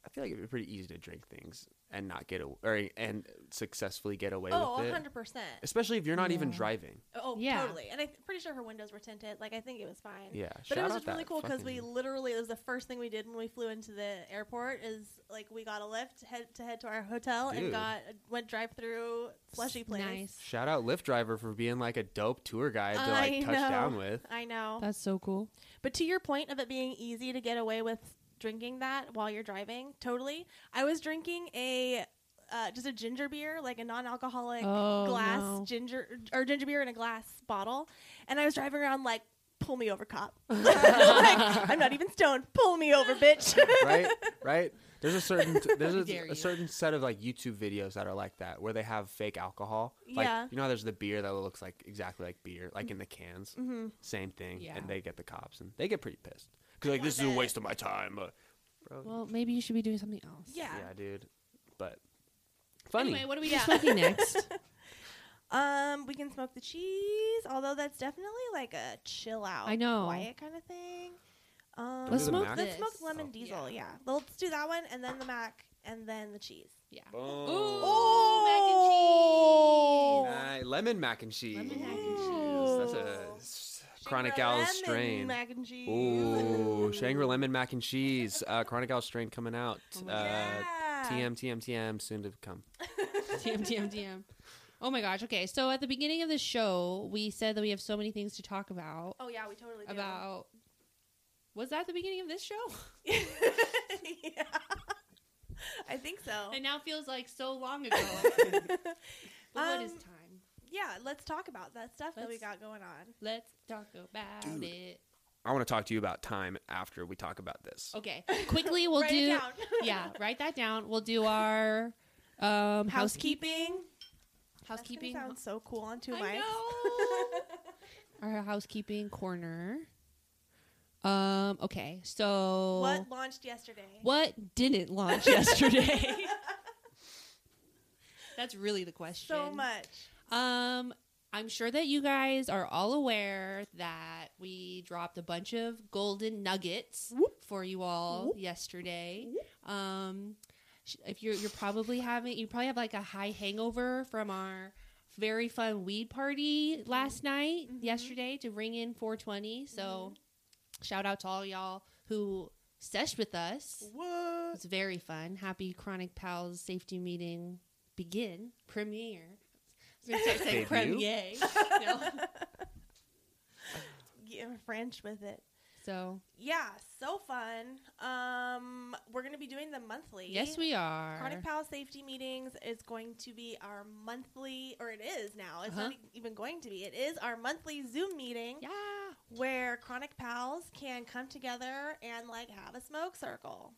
Speaker 4: I feel like it'd be pretty easy to drink things and not get away or and successfully get away
Speaker 2: Oh,
Speaker 4: with it.
Speaker 2: 100 percent.
Speaker 4: Especially if you're not even
Speaker 3: Yeah.
Speaker 4: driving.
Speaker 2: Oh,
Speaker 3: Yeah.
Speaker 2: totally. And I'm pretty sure her windows were tinted. Like I think it was fine.
Speaker 4: Yeah.
Speaker 2: But
Speaker 4: shout
Speaker 2: it was
Speaker 4: out
Speaker 2: just really
Speaker 4: that
Speaker 2: cool because we
Speaker 4: fucking-
Speaker 2: literally it was the first thing we did when we flew into the airport is like we got a lift head to head to our hotel
Speaker 4: Dude.
Speaker 2: and got went drive through slushy place.
Speaker 3: Nice.
Speaker 4: shout out Lyft driver for being like a dope tour guide to
Speaker 2: I
Speaker 4: like touch
Speaker 2: know.
Speaker 4: down with.
Speaker 2: I know.
Speaker 3: That's so cool.
Speaker 2: But to your point of it being easy to get away with drinking that while you're driving, totally. I was drinking a uh, just a ginger beer, like a non-alcoholic
Speaker 3: Oh,
Speaker 2: glass
Speaker 3: no.
Speaker 2: ginger or ginger beer in a glass bottle, and I was driving around like, "Pull me over, cop! Like, I'm not even stoned. Pull me over, bitch!"
Speaker 4: right? Right? There's a certain there's
Speaker 3: How
Speaker 4: a,
Speaker 3: dare
Speaker 4: a
Speaker 3: you.
Speaker 4: certain set of like YouTube videos that are like that where they have fake alcohol. Like
Speaker 2: Yeah.
Speaker 4: you know how there's the beer that looks like exactly like beer, like in the cans.
Speaker 2: Mhm.
Speaker 4: Same thing.
Speaker 3: Yeah.
Speaker 4: And they get the cops and they get pretty pissed. Cuz like this is a
Speaker 2: bet.
Speaker 4: waste of my time. Uh, bro.
Speaker 3: Well, maybe you should be doing something else.
Speaker 2: yeah.
Speaker 4: yeah, dude. But funny.
Speaker 3: Anyway, what are we
Speaker 2: Yeah.
Speaker 3: smoking next?
Speaker 2: Um, we can smoke the cheese, although that's definitely like a chill out,
Speaker 3: I know.
Speaker 2: quiet kind of thing. Um,
Speaker 4: Let's smoke
Speaker 2: Let's
Speaker 3: this.
Speaker 2: smoke lemon
Speaker 4: Oh.
Speaker 2: diesel. Yeah.
Speaker 3: Yeah.
Speaker 2: let's do that one, and then the mac, and then the cheese.
Speaker 3: Yeah.
Speaker 2: Oh,
Speaker 3: mac and cheese.
Speaker 4: Nah, lemon mac and cheese.
Speaker 3: Lemon mac and
Speaker 2: Ooh.
Speaker 4: That's a s- chronic
Speaker 2: Shangri-La
Speaker 4: owl
Speaker 2: lemon
Speaker 4: strain.
Speaker 2: Mac and cheese.
Speaker 4: Ooh, Shangri Lemon Mac and Cheese, uh, Chronic Owl Strain coming out.
Speaker 3: Oh
Speaker 4: uh,
Speaker 3: my
Speaker 2: Yeah.
Speaker 4: TM, TM, TM, soon to come.
Speaker 3: DM, DM, DM. Oh my gosh. Okay. So at the beginning of the show, we said that we have so many things to talk about.
Speaker 2: Oh yeah, we totally do.
Speaker 3: About. Was that the beginning of this show?
Speaker 2: yeah. I think so.
Speaker 3: It now feels like so long ago. but what is
Speaker 2: Um,
Speaker 3: time?
Speaker 2: Yeah, let's talk about that stuff that we
Speaker 3: Let's-
Speaker 2: got going on.
Speaker 3: Let's talk about
Speaker 4: Dude.
Speaker 3: it.
Speaker 4: I want to talk to you about time after we talk about this.
Speaker 2: Oh.
Speaker 3: Okay. Quickly, we'll
Speaker 2: Write it
Speaker 3: do.
Speaker 2: down.
Speaker 3: yeah. Write that down. We'll do our um, housekeep
Speaker 2: housekeeping.
Speaker 3: housekeeping.
Speaker 2: That's gonna sound so cool on two
Speaker 3: I
Speaker 2: mics.
Speaker 3: know. our housekeeping corner. Um. Okay. So
Speaker 2: What launched yesterday?
Speaker 3: What didn't launch yesterday? That's really the question.
Speaker 2: So much.
Speaker 3: Um, I'm sure that you guys are all aware that we dropped a bunch of golden nuggets for you all yesterday. Um, sh- if you're you're probably having you probably have like a high hangover from our very fun weed party last night
Speaker 2: Mhm.
Speaker 3: yesterday to ring in 420. So shout out to all y'all who seshed with us.
Speaker 2: What?
Speaker 3: It's very fun. Happy Chronic Pals safety meeting begin premiere. I was gonna start saying premiere. No.
Speaker 2: Get French with it.
Speaker 3: So
Speaker 2: Yeah, so fun. Um, we're gonna be doing them monthly.
Speaker 3: yes, we are.
Speaker 2: Chronic Pal Safety Meetings is going to be our monthly, or it is now. It's not even going to be. It is our monthly Zoom meeting
Speaker 3: Uh-huh. yeah.
Speaker 2: where Chronic Pals can come together and like have a smoke circle.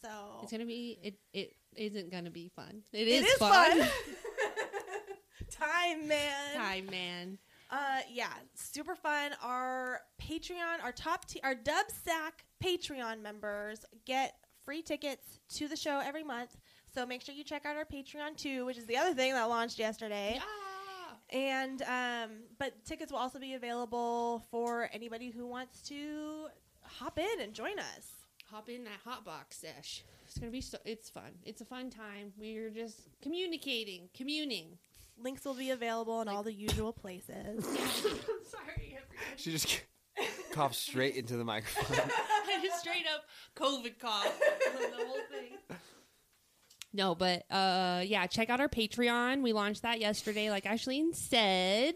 Speaker 2: So
Speaker 3: It's gonna be. It it isn't gonna be fun. It
Speaker 2: It
Speaker 3: is, fun.
Speaker 2: Time, man.
Speaker 3: Time, man.
Speaker 2: Uh, yeah, super fun. Our Patreon, our top, t- our Dub Sack Patreon members get free tickets to the show every month. So make sure you check out our Patreon too, which is the other thing that launched yesterday.
Speaker 3: Yeah.
Speaker 2: And um, but tickets will also be available for anybody who wants to hop in and join us.
Speaker 3: Hop in that hot box sesh. It's gonna be so. It's fun. It's a fun time. We're just communicating, communing.
Speaker 2: Links will be available in all the usual places.
Speaker 3: Sorry, everyone.
Speaker 4: She just coughs straight into the microphone.
Speaker 3: I just straight up COVID cough. the whole thing. No, but uh, yeah, check out our Patreon. We launched that yesterday, like Ashleen said.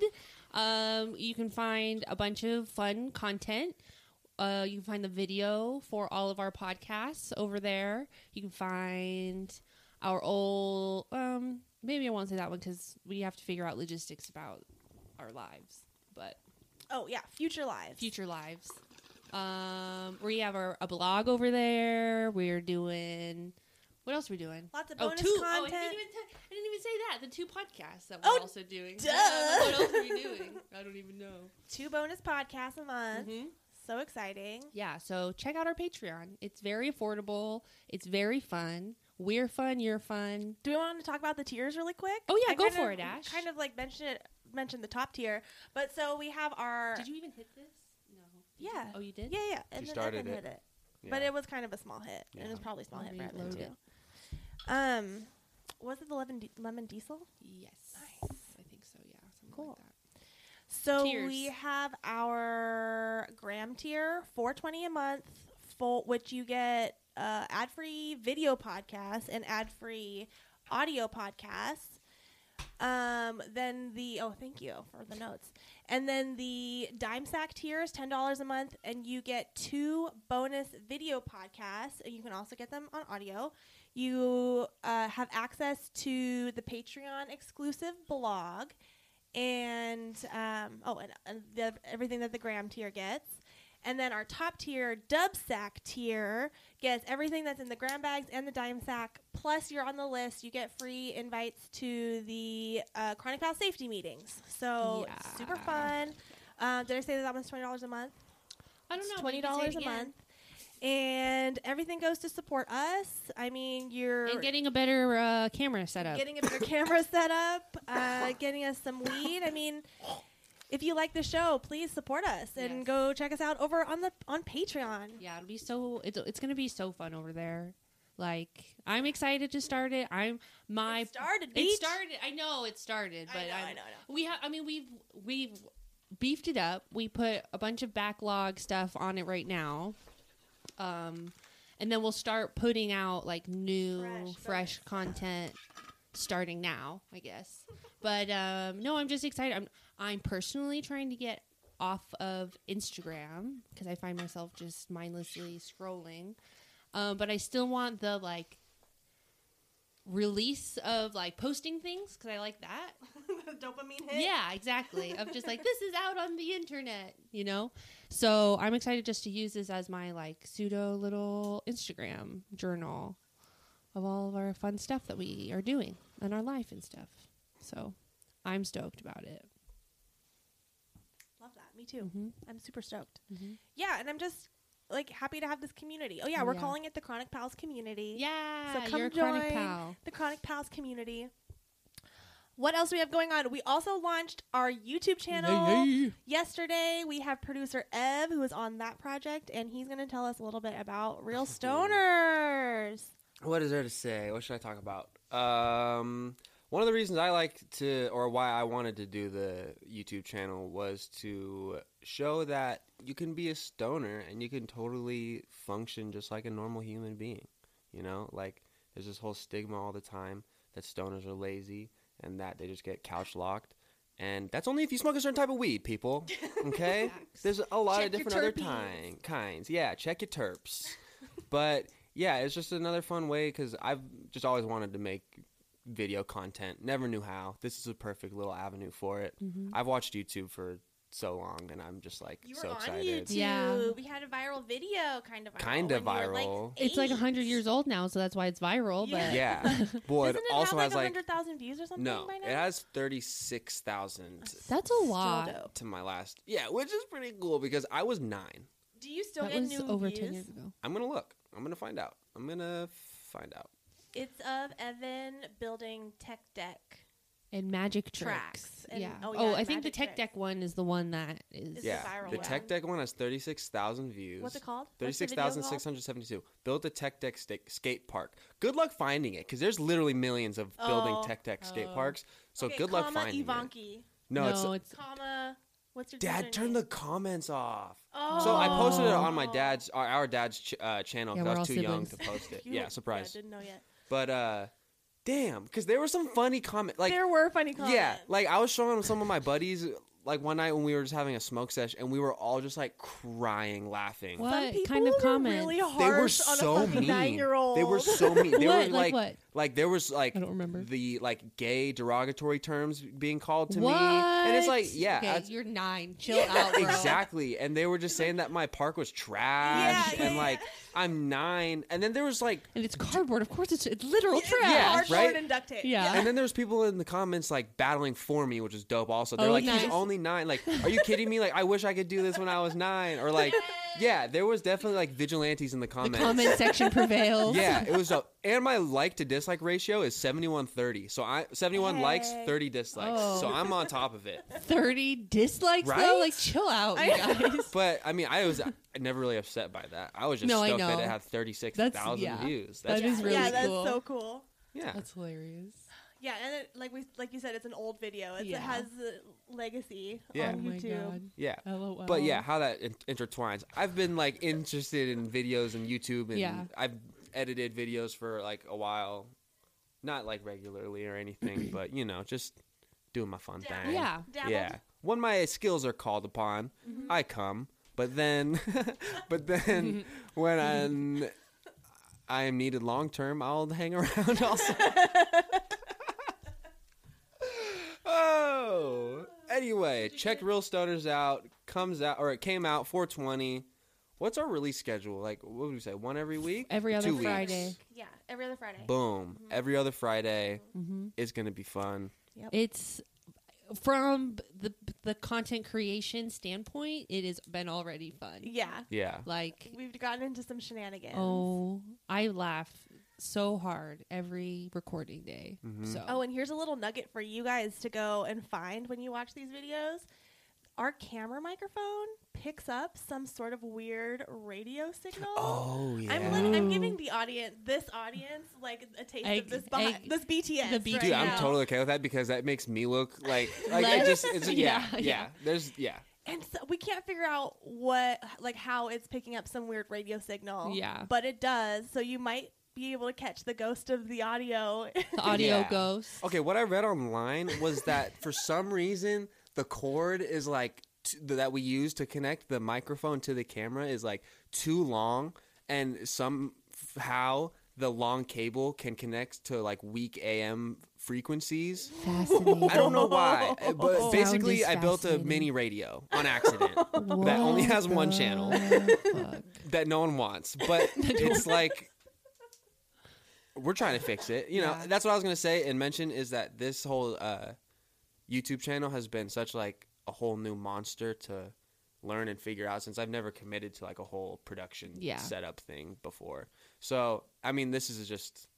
Speaker 3: Um, you can find a bunch of fun content. Uh, you can find the video for all of our podcasts over there. You can find our old. Um, maybe I won't say that one because we have to figure out logistics about our lives. But
Speaker 2: oh yeah, Future Live.
Speaker 3: future lives. Um, we have our a blog over there. We're doing what else are we doing?
Speaker 2: Lots of
Speaker 3: Oh,
Speaker 2: bonus
Speaker 3: two- Oh, I,
Speaker 2: content.
Speaker 3: didn't even t- I didn't even say that. The two podcasts that we're
Speaker 2: Oh,
Speaker 3: also doing.
Speaker 2: duh.
Speaker 3: Yeah, what else are we doing? I don't even know.
Speaker 2: Two bonus podcasts a month.
Speaker 3: Mhm.
Speaker 2: So exciting.
Speaker 3: Yeah, so check out our Patreon. It's very affordable. It's very fun. We're fun. You're fun.
Speaker 2: Do we want to talk about the tiers really quick?
Speaker 3: Oh, yeah,
Speaker 2: I
Speaker 3: go
Speaker 2: kind
Speaker 3: for
Speaker 2: of-
Speaker 3: it, Ash.
Speaker 2: Kind of like mention it, mention the top tier, but so we have our
Speaker 3: Did you even hit this? No. Did you-
Speaker 2: Yeah.
Speaker 3: Oh, you did.
Speaker 2: yeah yeah,
Speaker 4: She
Speaker 2: and then
Speaker 4: started
Speaker 2: Evan hit
Speaker 4: it.
Speaker 2: it. But
Speaker 4: Yeah.
Speaker 2: it was kind of a small hit, and it was
Speaker 4: Yeah.
Speaker 2: probably a small
Speaker 3: I'll
Speaker 2: hit for Evan
Speaker 3: reload
Speaker 2: too.
Speaker 3: it.
Speaker 2: Um, was it the lemon, di- lemon diesel?
Speaker 3: Yes. I think so, yeah. Something
Speaker 2: Cool.
Speaker 3: like that.
Speaker 2: So
Speaker 3: Tiers.
Speaker 2: we have our gram tier, four twenty a month, full which you get uh, ad free video podcasts and ad free audio podcasts. Um, then the oh, thank you for the notes. And then the dime sack tier is ten dollars a month, and you get two bonus video podcasts. and You can also get them on audio. You uh, have access to the Patreon exclusive blog, and um, oh, and, and the, everything that the gram tier gets. And then our top tier, dub sack tier, gets everything that's in the gram bags and the dime sack. Plus, you're on the list. You get free invites to the uh, Chronic Foul safety meetings. So,
Speaker 3: Yeah.
Speaker 2: super fun. Uh, did I say that that one's $20 a month?
Speaker 3: I don't know.
Speaker 2: It's
Speaker 3: but
Speaker 2: twenty
Speaker 3: you can say
Speaker 2: dollars
Speaker 3: it
Speaker 2: a
Speaker 3: again.
Speaker 2: month, and everything goes to support us. I mean, you're
Speaker 3: And getting a better uh, camera setup.
Speaker 2: getting a better camera set up, uh, getting us some weed. I mean, if you like the show, please support us and
Speaker 3: Yes.
Speaker 2: go check us out over on the on Patreon.
Speaker 3: yeah, it'll be so. It's, it's gonna be so fun over there. Like I'm excited to start it. I'm my
Speaker 2: It started,
Speaker 3: It
Speaker 2: bitch.
Speaker 3: started. I know it started, but
Speaker 2: I know,
Speaker 3: I'm-
Speaker 2: I know, I know.
Speaker 3: we have. I mean, we've we've beefed it up. We put a bunch of backlog stuff on it right now, um, and then we'll start putting out like new
Speaker 2: Fresh,
Speaker 3: fresh,
Speaker 2: fresh.
Speaker 3: content starting now, I guess. but um, no, I'm just excited. I'm I'm personally trying to get off of Instagram because I find myself just mindlessly scrolling. Um, but I still want the like release of like posting things because I like that.
Speaker 2: Dopamine hit.
Speaker 3: Yeah, exactly. of just like this is out on the internet, you know. So I'm excited just to use this as my like pseudo little Instagram journal of all of our fun stuff that we are doing and our life and stuff. So I'm stoked about it.
Speaker 2: love that. Me too.
Speaker 3: Mhm.
Speaker 2: I'm super stoked.
Speaker 3: Mhm.
Speaker 2: Yeah, and I'm just like happy to have this community. Oh yeah, we're
Speaker 3: Yeah.
Speaker 2: calling it the Chronic Pals community.
Speaker 3: Yeah,
Speaker 2: come
Speaker 3: you're a chronic
Speaker 2: join.
Speaker 3: pal.
Speaker 2: the Chronic Pals community. What else do we have going on? We also launched our YouTube channel yesterday. We have producer Ev who is on that project, and he's going to tell us a little bit about Real Stoners.
Speaker 4: What is there to say? What should I talk about? Um, one of the reasons I like to, or why I wanted to do the YouTube channel was to show that you can be a stoner and you can totally function just like a normal human being. You know, like there's this whole stigma all the time that stoners are lazy and that they just get couch locked. And that's only if you smoke a certain type of weed, people. Okay?
Speaker 3: Facts.
Speaker 4: There's a lot
Speaker 2: Check
Speaker 4: of
Speaker 2: your
Speaker 4: different other
Speaker 2: terpenes.
Speaker 4: time, kinds. Yeah, check your terps. but yeah, it's just another fun way because I've just always wanted to make video content. Never knew how. This is a perfect little avenue for it.
Speaker 3: Mhm.
Speaker 4: I've watched YouTube for so long, and I'm just like
Speaker 2: You were
Speaker 4: so
Speaker 2: on
Speaker 4: excited.
Speaker 2: YouTube.
Speaker 3: Yeah.
Speaker 2: We had a viral video, kind of viral.
Speaker 4: Kind of
Speaker 2: when you were, like,
Speaker 4: viral.
Speaker 3: It's like
Speaker 2: eight.
Speaker 3: 100 years old now, so that's why it's viral.
Speaker 2: Yeah.
Speaker 3: But
Speaker 4: Yeah, boy, it
Speaker 2: Doesn't it
Speaker 4: also
Speaker 2: have
Speaker 4: has
Speaker 2: like
Speaker 4: like
Speaker 2: 100,000 views or something
Speaker 4: no,
Speaker 2: by now?
Speaker 4: it has thirty six thousand
Speaker 3: that's a
Speaker 2: Still
Speaker 3: lot.
Speaker 2: dope.
Speaker 4: to my last. Yeah, which is pretty cool because I was nine.
Speaker 2: Do you still
Speaker 3: That
Speaker 2: get
Speaker 3: was
Speaker 2: new
Speaker 3: over
Speaker 2: views?
Speaker 3: 10 years ago.
Speaker 4: I'm gonna look. I'm gonna find out. I'm gonna find out.
Speaker 2: It's of Evan building tech deck.
Speaker 3: and magic tricks.
Speaker 2: Tracks. And-
Speaker 3: yeah.
Speaker 2: oh,
Speaker 3: Oh,
Speaker 2: yeah,
Speaker 3: I
Speaker 2: and
Speaker 3: think the
Speaker 2: magic
Speaker 3: tech
Speaker 2: tricks.
Speaker 3: deck one is the one that is.
Speaker 2: It's a
Speaker 4: yeah,
Speaker 2: viral
Speaker 4: the
Speaker 2: one.
Speaker 4: Tech Deck one has thirty six thousand views.
Speaker 2: What's it called? What's the
Speaker 4: Thirty-six
Speaker 2: video
Speaker 4: thousand
Speaker 2: called?
Speaker 4: six hundred seventy-two. Built a tech deck sta- skate park. Good luck finding it, because there's literally millions of building
Speaker 2: Oh.
Speaker 4: tech deck skate
Speaker 3: Oh.
Speaker 4: parks. So
Speaker 2: Okay,
Speaker 4: good luck
Speaker 2: comma
Speaker 4: finding it.
Speaker 2: Ivanki.
Speaker 4: No, it's,
Speaker 3: it's,
Speaker 2: Comma. What's your
Speaker 4: Dad,
Speaker 2: turn
Speaker 4: turn the comments off.
Speaker 2: Oh.
Speaker 4: So I posted it on my
Speaker 2: Oh.
Speaker 4: dad's, our, our dad's ch- uh, channel.
Speaker 3: Yeah,
Speaker 4: 'cause I
Speaker 3: we're
Speaker 4: was too
Speaker 3: all
Speaker 4: young to
Speaker 3: siblings.
Speaker 4: post it.
Speaker 2: You-
Speaker 4: yeah, surprise.
Speaker 2: I didn't know yet.
Speaker 4: but uh, damn, because there were some funny comments. Like
Speaker 2: there were funny comments.
Speaker 4: Yeah, like I was showing some of my buddies like one night when we were just having a smoke sesh and we were all just like crying laughing.
Speaker 3: What?
Speaker 2: Some
Speaker 3: kind
Speaker 2: people
Speaker 3: of
Speaker 2: were
Speaker 3: comments?
Speaker 2: Really
Speaker 3: They
Speaker 2: harsh
Speaker 4: They were
Speaker 2: on
Speaker 4: so
Speaker 2: a fucking
Speaker 4: mean.
Speaker 2: Nine-year-old.
Speaker 4: They were so mean. They
Speaker 3: What? Like
Speaker 4: were like,
Speaker 3: what?
Speaker 4: like, there was like
Speaker 3: I don't remember.
Speaker 4: the like gay derogatory terms being called to me, and it's like
Speaker 3: What?
Speaker 4: yeah,
Speaker 3: Okay,
Speaker 4: that's-
Speaker 3: you're nine. Chill out, bro.
Speaker 4: exactly. And they were just saying that my park was trash,
Speaker 2: Yeah, yeah,
Speaker 4: and
Speaker 2: yeah.
Speaker 4: like I'm nine, and then there was like
Speaker 3: And it's cardboard. Of course, it's, it's literal
Speaker 2: It's
Speaker 3: trash.
Speaker 4: Yeah,
Speaker 2: hardboard
Speaker 4: right?
Speaker 2: and duct tape.
Speaker 3: Yeah.
Speaker 4: And then there's people in the comments like battling for me, which is dope. Also, they're
Speaker 3: Oh,
Speaker 4: like,
Speaker 3: nice.
Speaker 4: "He's only nine. Like, are you kidding me? Like, I wish I could do this when I was nine. Or like, Yeah, there was definitely like vigilantes in the
Speaker 3: The
Speaker 4: comments.
Speaker 3: comment section prevails.
Speaker 4: Yeah, it was a and my like to dislike ratio is 71-30. So I 71 likes,
Speaker 2: Hey.
Speaker 4: 30 dislikes.
Speaker 3: Oh.
Speaker 4: So I'm on top of it.
Speaker 3: 30 dislikes
Speaker 4: Right?
Speaker 3: though. Like chill out, you guys.
Speaker 4: But I mean, I was uh, never really upset by that. I was just
Speaker 3: No, I
Speaker 4: stoked that
Speaker 3: know.
Speaker 4: it had 36,000
Speaker 3: yeah.
Speaker 4: views.
Speaker 3: That
Speaker 4: That's
Speaker 3: is really
Speaker 2: yeah, that's
Speaker 3: cool.
Speaker 2: so cool.
Speaker 4: yeah.
Speaker 3: That's hilarious.
Speaker 2: Yeah, and it, like we like you said, it's an old video. It's,
Speaker 3: Yeah.
Speaker 2: It has a legacy
Speaker 4: Yeah.
Speaker 2: on
Speaker 3: Oh my
Speaker 2: YouTube.
Speaker 3: god.
Speaker 4: yeah.
Speaker 3: LOL.
Speaker 4: But yeah, how that in- intertwines. I've been like interested in videos and YouTube, and
Speaker 3: Yeah.
Speaker 4: I've edited videos for like a while, not like regularly or anything, but you know, just doing my fun
Speaker 2: Dabbled.
Speaker 4: thing.
Speaker 3: Yeah.
Speaker 2: Dabbled. Mm-hmm.
Speaker 4: yeah. When my skills are called upon, I come. But then, but then, when I'm, I am needed long term, I'll hang around also. oh. Anyway, check Real Stoners out. Comes out or it came out 420. What's our release schedule? Like what would we say? One every week?
Speaker 3: Every other
Speaker 4: Two weeks.
Speaker 3: Friday.
Speaker 2: Yeah, every other Friday.
Speaker 4: Boom. Every other Friday
Speaker 2: Mm-hmm.
Speaker 3: hmm
Speaker 4: is gonna be fun.
Speaker 3: It's from the the content creation standpoint, it has been already fun.
Speaker 2: yeah,
Speaker 4: Yeah.
Speaker 3: Like
Speaker 2: we've gotten into some shenanigans.
Speaker 3: oh, I laugh so hard every recording day.
Speaker 4: Mhm.
Speaker 3: So
Speaker 2: Oh, and here's a little nugget for you guys to go and find when you watch these videos. Our camera microphone picks up some sort of weird radio signal.
Speaker 4: Oh yeah.
Speaker 2: I'm, lit- I'm
Speaker 3: Ooh.
Speaker 2: giving the audience, this audience, like a taste
Speaker 3: Egg-
Speaker 2: of this, behi-
Speaker 3: egg-
Speaker 2: this BTS.
Speaker 3: the
Speaker 2: right
Speaker 3: BTS.
Speaker 4: Dude,
Speaker 2: now.
Speaker 4: I'm totally okay with that because that makes me look like like it
Speaker 3: Less-
Speaker 4: just it's, yeah,
Speaker 3: yeah,
Speaker 4: yeah
Speaker 3: yeah.
Speaker 4: There's yeah.
Speaker 2: And so we can't figure out what, like, how it's picking up some weird radio signal.
Speaker 3: Yeah.
Speaker 2: But it does. So you might be able to catch the ghost of the audio.
Speaker 3: the audio
Speaker 4: Yeah. Oh.
Speaker 3: ghost.
Speaker 4: Okay, what I read online was that for some reason the cord is like t- that we use to connect the microphone to the camera is like too long, and somehow the long cable can connect to like weak AM frequencies.
Speaker 3: Fascinating.
Speaker 4: I don't know why, uh, but
Speaker 3: Sound
Speaker 4: basically
Speaker 3: is
Speaker 4: I built a
Speaker 3: fascinating.
Speaker 4: mini radio on accident that only
Speaker 3: What
Speaker 4: has one
Speaker 3: the
Speaker 4: channel.
Speaker 3: fuck?
Speaker 4: that no one wants, but it's like we're trying to fix it. You know,
Speaker 3: Yeah.
Speaker 4: that's what I was gonna say and mention is that this whole uh, YouTube channel has been such like a whole new monster to learn and figure out since I've never committed to like a whole production
Speaker 3: Yeah.
Speaker 4: setup thing before. So I mean, this is just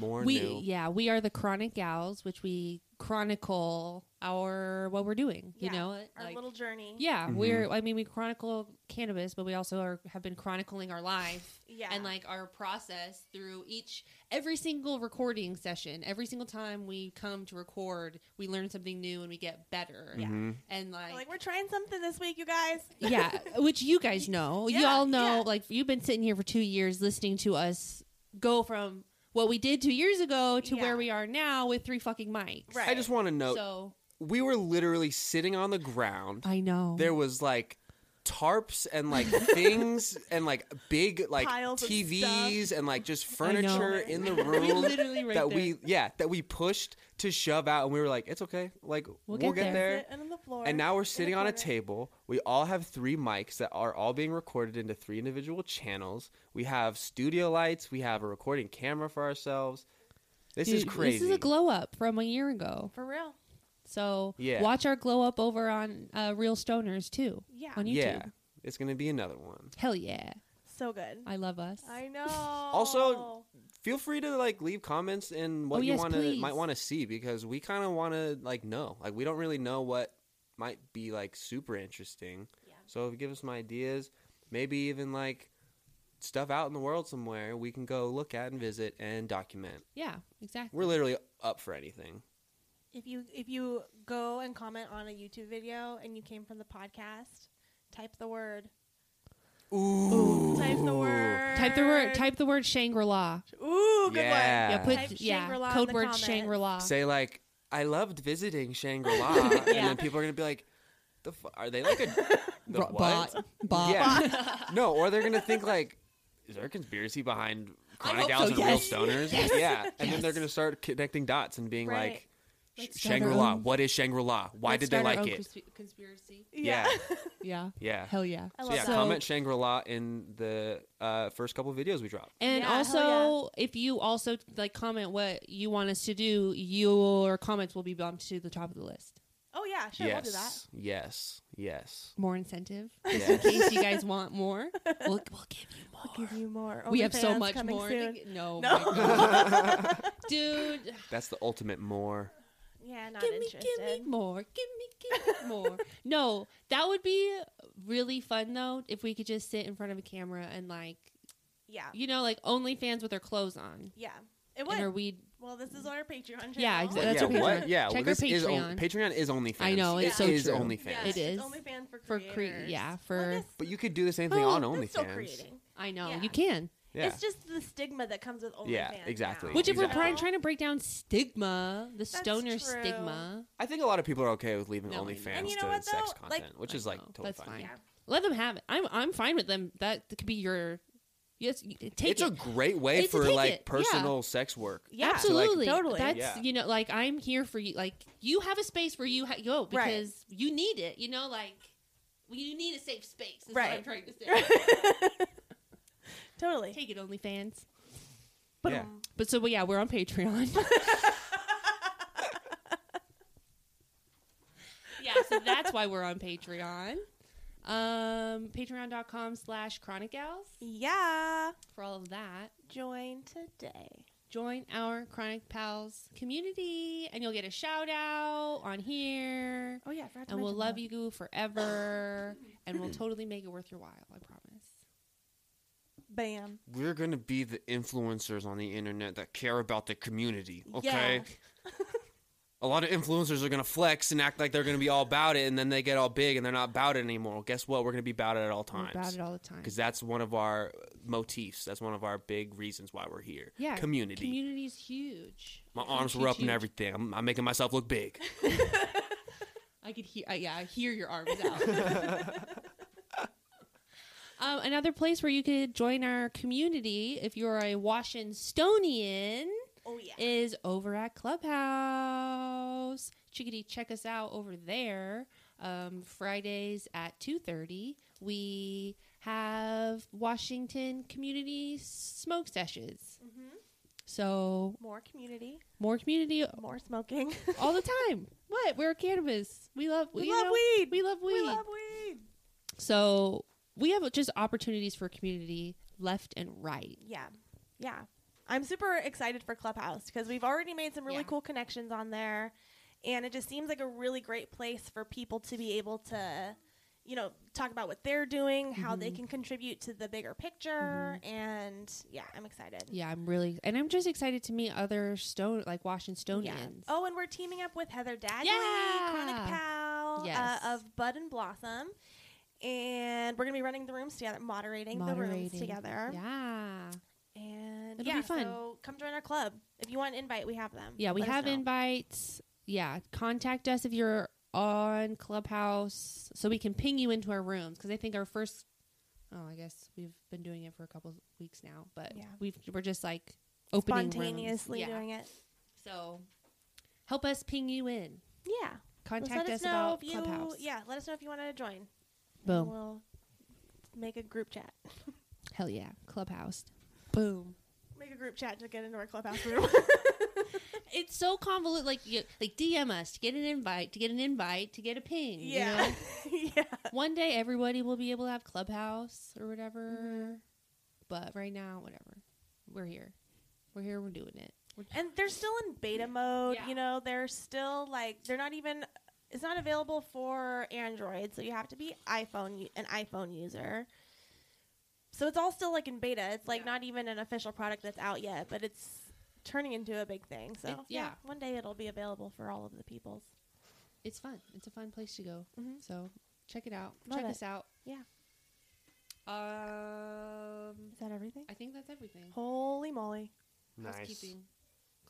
Speaker 4: more
Speaker 3: we
Speaker 4: new.
Speaker 3: yeah we are the chronic gals which we chronicle our what we're doing
Speaker 2: Yeah,
Speaker 3: you know
Speaker 2: Our
Speaker 3: like-
Speaker 2: little journey.
Speaker 3: yeah
Speaker 4: Mhm.
Speaker 3: we're i mean we chronicle cannabis but we also are, have been chronicling our life
Speaker 2: Yeah.
Speaker 3: and like our process through each every single recording session every single time we come to record we learn something new and we get better
Speaker 4: Mhm.
Speaker 3: and like,
Speaker 2: Like, we're trying something this week, you guys.
Speaker 3: yeah which you guys know you
Speaker 2: Yeah,
Speaker 3: all know
Speaker 2: yeah.
Speaker 3: like you've been sitting here for two years listening to us go from what we did two years ago to
Speaker 2: Yeah.
Speaker 3: where we are now with three fucking mics
Speaker 2: Right.
Speaker 4: I just want to note
Speaker 3: so
Speaker 4: we were literally sitting on the ground.
Speaker 3: i know
Speaker 4: there was like tarps and like things and like big like
Speaker 2: Piles of
Speaker 4: TVs and like just
Speaker 3: I know.
Speaker 4: furniture in the
Speaker 3: we
Speaker 4: room
Speaker 3: literally right
Speaker 4: that
Speaker 3: there.
Speaker 4: we yeah that we pushed to shove out and we were like it's okay like we'll, get, there.
Speaker 2: And on the floor.
Speaker 4: And now we're
Speaker 2: in the
Speaker 4: sitting on a
Speaker 2: corner.
Speaker 4: table. We all have three mics that are all being recorded into three individual channels. We have studio lights. We have a recording camera for ourselves. This is
Speaker 3: Dude,
Speaker 4: crazy.
Speaker 3: this is a glow up from a year ago
Speaker 2: For real.
Speaker 3: so
Speaker 4: Yeah.
Speaker 3: watch our glow up over on uh, real stoners too
Speaker 2: Yeah.
Speaker 3: on youtube
Speaker 4: yeah, it's gonna be another one.
Speaker 3: hell yeah
Speaker 2: So good.
Speaker 3: i love us
Speaker 2: I know.
Speaker 4: Also, feel free to like leave comments and what
Speaker 3: Oh,
Speaker 4: you
Speaker 3: yes,
Speaker 4: want to
Speaker 3: please.
Speaker 4: might want to see because we kind of want to like know like we don't really know what might be like super interesting
Speaker 2: Yeah.
Speaker 4: so give us some ideas maybe even like stuff out in the world somewhere we can go look at and visit and document
Speaker 3: yeah exactly
Speaker 4: we're literally up for anything
Speaker 2: if you if you go and comment on a YouTube video and you came from the podcast, type the word.
Speaker 4: ooh,
Speaker 2: Type the word.
Speaker 3: type the word type the word shangri-la
Speaker 2: Ooh, good
Speaker 4: Yeah.
Speaker 3: yeah
Speaker 2: one.
Speaker 3: put
Speaker 2: Type Shangri-La
Speaker 3: yeah
Speaker 2: in
Speaker 3: code
Speaker 2: the
Speaker 3: word
Speaker 2: comments.
Speaker 3: shangri-la
Speaker 4: say like i loved visiting shangri-la and then people are gonna be like the fu- are they like a the
Speaker 3: Ro-
Speaker 4: what?
Speaker 3: bot bot
Speaker 4: Yeah. no, or they're gonna think like, is there a conspiracy behind
Speaker 3: hope
Speaker 4: chronic gals
Speaker 3: so,
Speaker 4: and
Speaker 3: yes.
Speaker 4: real stoners? Yeah, and then they're
Speaker 3: Yes.
Speaker 4: gonna start connecting dots and being
Speaker 2: Right.
Speaker 4: like,
Speaker 3: Let's start our
Speaker 4: Shangri La.
Speaker 3: own-
Speaker 4: What is Shangri La? Why
Speaker 3: Let's
Speaker 4: did they
Speaker 3: start our
Speaker 4: like
Speaker 3: own
Speaker 4: it?
Speaker 3: consp- conspiracy
Speaker 4: Yeah,
Speaker 3: yeah
Speaker 4: yeah.
Speaker 3: hell yeah
Speaker 2: I
Speaker 4: So
Speaker 2: love
Speaker 4: yeah,
Speaker 2: that.
Speaker 4: comment Shangri La in the uh, first couple videos we dropped.
Speaker 3: And
Speaker 2: Yeah,
Speaker 3: also,
Speaker 2: hell
Speaker 3: if you also like comment what you want us to do, your comments will be bumped to the top of the list.
Speaker 2: Oh yeah, yeah, sure,
Speaker 4: yes,
Speaker 2: we'll do that.
Speaker 4: yes, yes.
Speaker 3: More incentive. Just in
Speaker 4: yes.
Speaker 3: case you guys want more, we'll, we'll give you more.
Speaker 2: Give you more.
Speaker 3: we have so
Speaker 2: OnlyFans
Speaker 3: much
Speaker 2: coming
Speaker 3: more. To
Speaker 2: soon.
Speaker 3: get. No,
Speaker 2: No.
Speaker 3: my God. dude.
Speaker 4: That's the ultimate more.
Speaker 2: Yeah, not
Speaker 3: give me,
Speaker 2: interested.
Speaker 3: give me more. Give me, give me more. No, that would be really fun though if we could just sit in front of a camera and like,
Speaker 2: Yeah,
Speaker 3: you know, like OnlyFans with our clothes on.
Speaker 2: yeah. Uh, It
Speaker 3: And
Speaker 2: would.
Speaker 3: our weed.
Speaker 2: well, this is our Patreon channel.
Speaker 3: Yeah, exa- that's
Speaker 4: yeah,
Speaker 3: our
Speaker 4: what?
Speaker 3: Patreon.
Speaker 4: Yeah, well,
Speaker 3: Check our
Speaker 4: this is on-
Speaker 3: Patreon.
Speaker 4: Patreon is OnlyFans.
Speaker 3: I know,
Speaker 2: it's
Speaker 4: It
Speaker 2: so
Speaker 4: is
Speaker 3: true.
Speaker 4: OnlyFans.
Speaker 2: Yeah,
Speaker 3: It is.
Speaker 2: It's OnlyFans for
Speaker 3: For
Speaker 2: creators.
Speaker 3: cre- yeah,
Speaker 2: Well,
Speaker 3: for-
Speaker 2: this-
Speaker 4: But you could do the same thing
Speaker 2: oh,
Speaker 4: on
Speaker 2: that's still
Speaker 4: OnlyFans.
Speaker 2: creating.
Speaker 3: I know
Speaker 2: Yeah.
Speaker 3: you can.
Speaker 4: Yeah.
Speaker 2: It's just the stigma that comes with OnlyFans.
Speaker 4: Yeah, exactly.
Speaker 2: now.
Speaker 3: Which, if we're
Speaker 4: Exactly.
Speaker 3: trying, trying to break down stigma, the stoner
Speaker 2: true.
Speaker 3: stigma,
Speaker 4: I think a lot of people are okay with leaving
Speaker 3: No, I know.
Speaker 4: OnlyFans
Speaker 2: And you know
Speaker 4: to
Speaker 2: what,
Speaker 4: sex
Speaker 2: though? Like-
Speaker 4: content, which is like
Speaker 3: no,
Speaker 4: totally
Speaker 3: that's
Speaker 4: fine.
Speaker 3: fine.
Speaker 2: Yeah.
Speaker 3: let them have it. I'm I'm fine with them. That could be your. Yes, you- take
Speaker 4: it's
Speaker 3: it.
Speaker 4: a great way
Speaker 3: It's a
Speaker 4: for
Speaker 3: take
Speaker 4: like
Speaker 3: it, yeah.
Speaker 4: personal sex work.
Speaker 2: Yeah,
Speaker 3: Absolutely,
Speaker 2: totally.
Speaker 3: That's
Speaker 4: Yeah.
Speaker 3: you know, like I'm here for you. Like you have a space where you ha- go
Speaker 2: Right.
Speaker 3: because you need it. You know, like you need a safe space. Is what
Speaker 2: Right.
Speaker 3: I'm trying to say.
Speaker 2: totally.
Speaker 3: Take it, OnlyFans.
Speaker 4: Yeah.
Speaker 2: Boom.
Speaker 3: But so, but yeah, we're on Patreon. yeah, so that's why we're on Patreon. Um, Patreon.com slash Chronic Gals
Speaker 2: Yeah.
Speaker 3: for all of that.
Speaker 2: Join today.
Speaker 3: Join our Chronic Pals community, and you'll get a shout out on here.
Speaker 2: Oh yeah, I forgot to
Speaker 3: And we'll
Speaker 2: mention
Speaker 3: love
Speaker 2: that.
Speaker 3: you forever, and we'll totally make it worth your while. I promise.
Speaker 2: Bam.
Speaker 4: We're gonna be the influencers on the internet that care about the community. Okay. A lot of influencers are gonna flex and act like they're gonna be all about it, and then they get all big and they're not about it anymore. Guess what? We're gonna be about it at all
Speaker 3: We're
Speaker 4: times.
Speaker 3: about it all the time.
Speaker 4: because that's one of our motifs. That's one of our big reasons why we're here.
Speaker 3: Yeah,
Speaker 4: community.
Speaker 3: Community's huge.
Speaker 4: My
Speaker 3: Huge,
Speaker 4: arms were
Speaker 3: huge,
Speaker 4: up and
Speaker 3: huge.
Speaker 4: everything. I'm, I'm making myself look big.
Speaker 3: I could hear. I, yeah, I hear your arms out. um, another place where you could join our community if you're a Washingtonian
Speaker 2: Oh yeah.
Speaker 3: is over at Clubhouse. Chickadee, check us out over there. Um, Fridays at two thirty, we have Washington community smoke sessions. So
Speaker 2: Mm-hmm. More community.
Speaker 3: more community
Speaker 2: More smoking.
Speaker 3: all the time. What? We're cannabis. We love.
Speaker 2: We
Speaker 3: you
Speaker 2: love
Speaker 3: know,
Speaker 2: weed.
Speaker 3: We love weed.
Speaker 2: We love weed.
Speaker 3: So we have just opportunities for community left and right.
Speaker 2: Yeah. Yeah. I'm super excited for Clubhouse because we've already made some really
Speaker 3: Yeah.
Speaker 2: cool connections on there. And it just seems like a really great place for people to be able to, you know, talk about what they're doing, how
Speaker 3: Mm-hmm.
Speaker 2: they can contribute to the bigger picture. And yeah, I'm excited.
Speaker 3: Yeah, I'm really, and I'm just excited to meet other stone like Washingtonians.
Speaker 2: Yeah.
Speaker 3: Stonians.
Speaker 2: Oh, and we're teaming up with Heather Dagley, Chronic
Speaker 3: Yeah.
Speaker 2: Pal
Speaker 3: Yes.
Speaker 2: uh, of Bud and Blossom. And we're going to be running the rooms together, moderating, the rooms together.
Speaker 3: Yeah,
Speaker 2: And
Speaker 3: It'll
Speaker 2: yeah,
Speaker 3: be fun.
Speaker 2: so come join our club. If you want an invite, we have them.
Speaker 3: yeah. We
Speaker 2: Let us
Speaker 3: have
Speaker 2: know.
Speaker 3: invites. Yeah, contact us if you're on Clubhouse, so we can ping you into our rooms because I think our first. Oh, I guess we've been doing it for a couple weeks now, but
Speaker 2: Yeah.
Speaker 3: we've we're just like opening
Speaker 2: spontaneously
Speaker 3: rooms. Yeah.
Speaker 2: doing it.
Speaker 3: So help us ping you in.
Speaker 2: Yeah. Just
Speaker 3: Contact
Speaker 2: let
Speaker 3: us,
Speaker 2: us, know
Speaker 3: about
Speaker 2: if you
Speaker 3: Clubhouse.
Speaker 2: yeah, let us know if you want to join. And
Speaker 3: Boom.
Speaker 2: We'll make a group chat.
Speaker 3: Hell yeah. Clubhouse. Boom.
Speaker 2: Make a group chat to get into our clubhouse room.
Speaker 3: It's so convoluted. Like, you, like DM us to get an invite, to get an invite, to get a ping. you
Speaker 2: yeah.
Speaker 3: know?
Speaker 2: yeah.
Speaker 3: One day everybody will be able to have Clubhouse or whatever.
Speaker 2: Mm-hmm.
Speaker 3: But right now, whatever. We're here. We're here. We're doing it. We're,
Speaker 2: And they're still in beta mode,
Speaker 3: Yeah.
Speaker 2: you know, they're still like they're not even it's not available for Android, so you have to be iPhone u- an iPhone user. So it's all still like in beta. It's like
Speaker 3: Yeah.
Speaker 2: not even an official product that's out yet, but it's turning into a big thing. So
Speaker 3: It's- yeah.
Speaker 2: one day it'll be available for all of the peoples.
Speaker 3: it's fun. It's a fun place to go.
Speaker 2: Mhm.
Speaker 3: So check it out.
Speaker 2: Love
Speaker 3: check
Speaker 2: it.
Speaker 3: us out.
Speaker 2: Yeah.
Speaker 3: Um,
Speaker 2: Is that everything?
Speaker 3: I think that's everything.
Speaker 2: Holy moly.
Speaker 3: Housekeeping.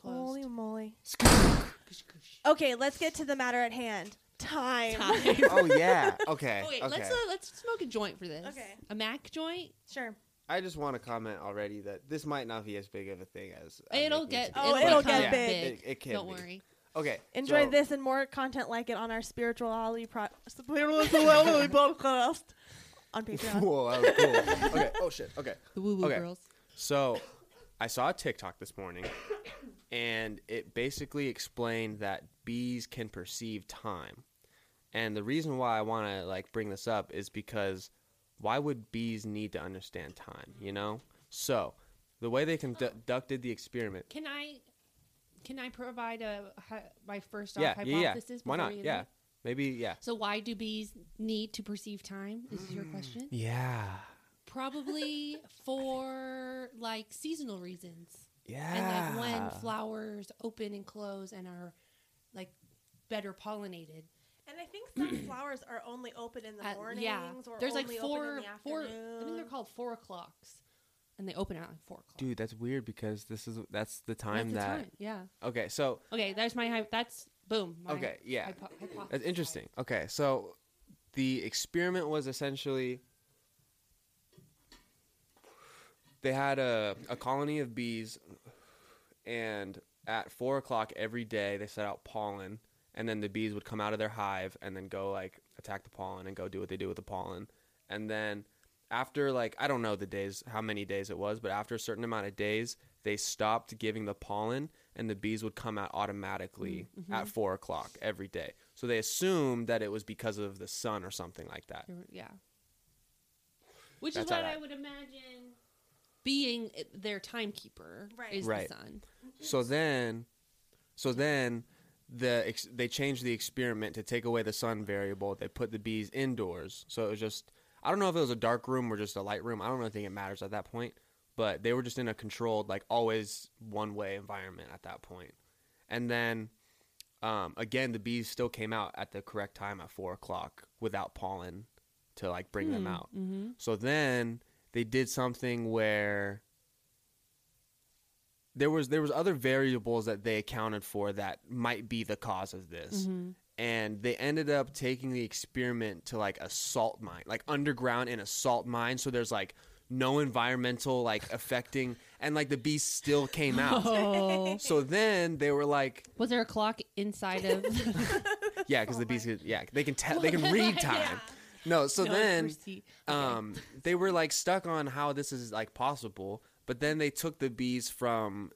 Speaker 2: Holy
Speaker 3: Closed.
Speaker 2: moly.
Speaker 3: Kush, kush.
Speaker 2: Okay, let's get to the matter at hand. Time.
Speaker 3: Time.
Speaker 4: oh yeah. Okay.
Speaker 3: Oh, wait, let's uh, let's smoke a joint for this.
Speaker 2: Okay.
Speaker 3: A Mac joint.
Speaker 2: Sure.
Speaker 4: I just want to comment already that this might not be as big of a thing as I'm
Speaker 3: It'll
Speaker 4: making it
Speaker 3: get.
Speaker 4: seem.
Speaker 2: Oh,
Speaker 4: it'll get
Speaker 3: become
Speaker 2: big.
Speaker 4: It, it can.
Speaker 3: Don't
Speaker 4: be.
Speaker 3: worry.
Speaker 4: Okay.
Speaker 2: Enjoy
Speaker 4: so-
Speaker 2: this and more content like it on our spirituality pro- spirituality podcast on Patreon.
Speaker 4: Whoa, that was cool. okay. Oh shit. Okay.
Speaker 3: The woo woo
Speaker 4: Okay.
Speaker 3: girls.
Speaker 4: So, I saw a TikTok this morning, and it basically explained that bees can perceive time. And the reason why I want to like bring this up is because why would bees need to understand time, you know? So, the way they conducted the experiment.
Speaker 3: Can I? Can I provide a hy- my first off
Speaker 4: Yeah, yeah, yeah.
Speaker 3: hypothesis?
Speaker 4: Why
Speaker 3: before
Speaker 4: not?
Speaker 3: you
Speaker 4: Yeah.
Speaker 3: leave?
Speaker 4: Maybe yeah.
Speaker 3: So why do bees need to perceive time? This is your question.
Speaker 4: Mm. Yeah.
Speaker 3: Probably for like seasonal reasons.
Speaker 4: Yeah.
Speaker 3: and like when flowers open and close and are like better pollinated.
Speaker 2: And I think some flowers are only open in the
Speaker 3: At-
Speaker 2: mornings
Speaker 3: Uh, yeah,
Speaker 2: or
Speaker 3: there's like
Speaker 2: only
Speaker 3: four,
Speaker 2: open in the
Speaker 3: four.
Speaker 2: afternoon.
Speaker 3: I think they're called four o'clocks, and they open at like four o'clock.
Speaker 4: Dude, that's weird because this is that's the
Speaker 3: That's
Speaker 4: time
Speaker 3: the
Speaker 4: that
Speaker 3: time, Yeah.
Speaker 4: Okay, so
Speaker 3: Okay, that's my. hy- That's boom. my
Speaker 4: Okay, yeah.
Speaker 3: hypo- hypothesis.
Speaker 4: That's interesting. Okay, so the experiment was essentially they had a, a colony of bees, and at four o'clock every day they set out pollen, and then the bees would come out of their hive and then go like attack the pollen and go do what they do with the pollen, and then after like I don't know the days how many days it was, but after a certain amount of days they stopped giving the pollen and the bees would come out automatically at four o'clock every day. So they assumed that it was because of the sun or something like that.
Speaker 3: There were- Yeah. Which
Speaker 4: That's
Speaker 3: is what
Speaker 4: all right.
Speaker 3: I would imagine being i- their timekeeper
Speaker 2: Right.
Speaker 3: is
Speaker 4: Right.
Speaker 3: the sun.
Speaker 4: So then, so then the ex- they changed the experiment to take away the sun variable. They put the bees indoors. So it was just I don't know if it was a dark room or just a light room. I don't really think it matters at that point. But they were just in a controlled, like always one way environment at that point. And then um, again, the bees still came out at the correct time at four o'clock without pollen to like bring them out.
Speaker 3: Mm-hmm.
Speaker 4: So then they did something where there was there was other variables that they accounted for that might be the cause of this.
Speaker 3: Mm-hmm.
Speaker 4: And they ended up taking the experiment to like a salt mine, like underground in a salt mine. So there's like no environmental like affecting, and like the bees still came out.
Speaker 3: Oh,
Speaker 4: so then they were like,
Speaker 3: was there a clock inside of?
Speaker 4: yeah, because
Speaker 3: Oh
Speaker 4: the bees, could, yeah, they can tell, they can read time. No, so
Speaker 3: No, it's
Speaker 4: then
Speaker 3: perce-
Speaker 4: um they were like stuck on how this is like possible but then they took the bees from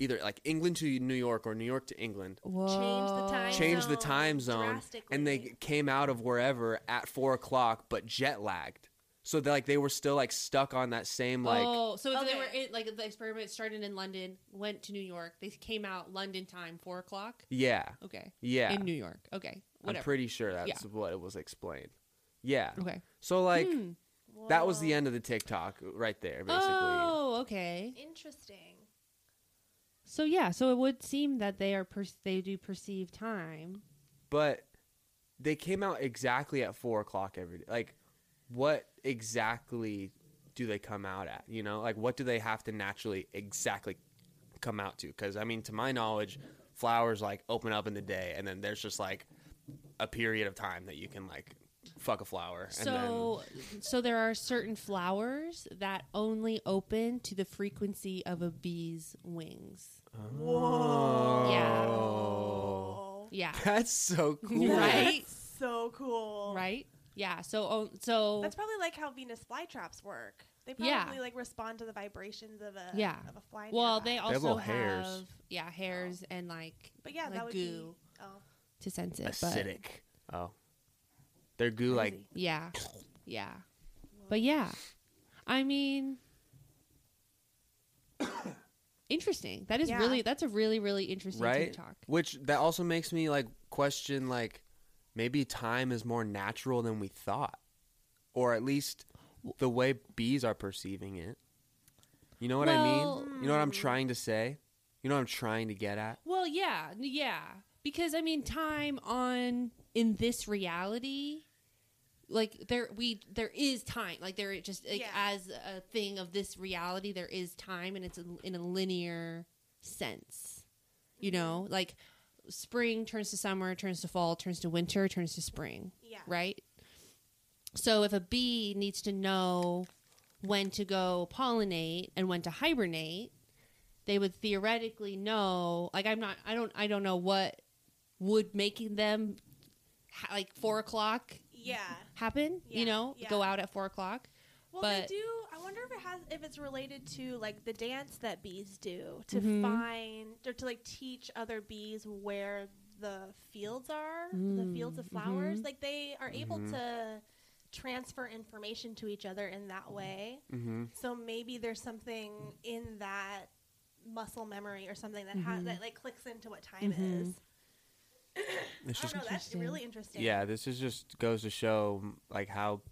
Speaker 4: either like england to new york or new york to england
Speaker 2: Change the
Speaker 3: Whoa.
Speaker 2: time.
Speaker 4: changed the
Speaker 2: zone
Speaker 4: time zone and they
Speaker 2: drastically.
Speaker 4: came out of wherever at four o'clock but jet lagged so they like they were still like stuck on that same like
Speaker 3: oh, so if they were
Speaker 2: Okay.
Speaker 3: in, like the experiment started in London, went to New York. They came out London time, four o'clock.
Speaker 4: yeah
Speaker 3: Okay,
Speaker 4: yeah
Speaker 3: in New York. Okay, whatever.
Speaker 4: i'm pretty sure that's
Speaker 3: Yeah.
Speaker 4: what it was explained yeah
Speaker 3: okay,
Speaker 4: so like
Speaker 3: Hmm.
Speaker 4: that was the
Speaker 2: Whoa.
Speaker 4: end of the tiktok right there basically
Speaker 3: Oh, okay.
Speaker 2: Interesting.
Speaker 3: So yeah, so it would seem that they are per- they do perceive time.
Speaker 4: but they came out exactly at four o'clock every day. Like, what exactly do they come out at? You know, like what do they have to naturally exactly come out to? Because I mean, to my knowledge, flowers like open up in the day, and then there's just like a period of time that you can like fuck a flower. And
Speaker 3: So so there are certain flowers that only open to the frequency of a bee's wings.
Speaker 2: Whoa. Oh.
Speaker 3: Yeah. Yeah.
Speaker 4: then that's so cool.
Speaker 3: Right?
Speaker 2: That's so cool.
Speaker 3: Right? Yeah. So oh, so
Speaker 2: Oh. That's probably like how Venus flytraps work. They probably
Speaker 3: Yeah.
Speaker 2: like respond to the vibrations of a
Speaker 3: Yeah.
Speaker 2: of a fly.
Speaker 3: well,
Speaker 2: nearby.
Speaker 3: they
Speaker 4: have
Speaker 3: also
Speaker 4: little
Speaker 3: have,
Speaker 4: hairs.
Speaker 3: yeah, hairs and like
Speaker 2: But yeah,
Speaker 3: like
Speaker 2: that would
Speaker 3: goo
Speaker 2: be. Oh.
Speaker 3: to sense it.
Speaker 4: Acidic. Oh, their goo like
Speaker 2: Crazy.
Speaker 3: But yeah. Yeah. But yeah. I mean interesting. That is
Speaker 2: Yeah.
Speaker 3: really that's a really really interesting
Speaker 4: right
Speaker 3: TikTok.
Speaker 4: which that also makes me like question like maybe time is more natural than we thought or at least the way bees are perceiving it you know what i
Speaker 3: Well-
Speaker 4: mean you know what
Speaker 2: mm.
Speaker 4: i'm trying to say you know what i'm trying to get at
Speaker 3: Well, yeah, n- yeah. Because I mean, time on in this reality, like there we there is time. Like there it just like,
Speaker 2: Yeah.
Speaker 3: as a thing of this reality, there is time, and it's a, in a linear sense. You know, like spring turns to summer, turns to fall, turns to winter, turns to spring.
Speaker 2: Yeah.
Speaker 3: Right. So if a bee needs to know when to go pollinate and when to hibernate, they would theoretically know. Like I'm not. I don't. I don't know what would making them ha- like four o'clock
Speaker 2: Yeah.
Speaker 3: happen.
Speaker 2: Yeah,
Speaker 3: you know,
Speaker 2: yeah.
Speaker 3: go out at four o'clock.
Speaker 2: Well, they
Speaker 3: But-
Speaker 2: do. I wonder if it has if it's related to like the dance that bees do to
Speaker 3: Mhm.
Speaker 2: find or to like teach other bees where the fields are,
Speaker 3: Mm,
Speaker 2: the fields of
Speaker 3: mm-hmm.
Speaker 2: flowers. Like they are able
Speaker 4: Mm-hmm.
Speaker 2: to transfer information to each other in that way.
Speaker 4: Mm-hmm.
Speaker 2: So maybe there's something in that muscle memory or something that
Speaker 3: Mm-hmm.
Speaker 2: ha- that like clicks into what time it is.
Speaker 4: It's
Speaker 2: I don't know. That's
Speaker 3: Interesting.
Speaker 2: really interesting.
Speaker 4: yeah, this is just goes to show m- like how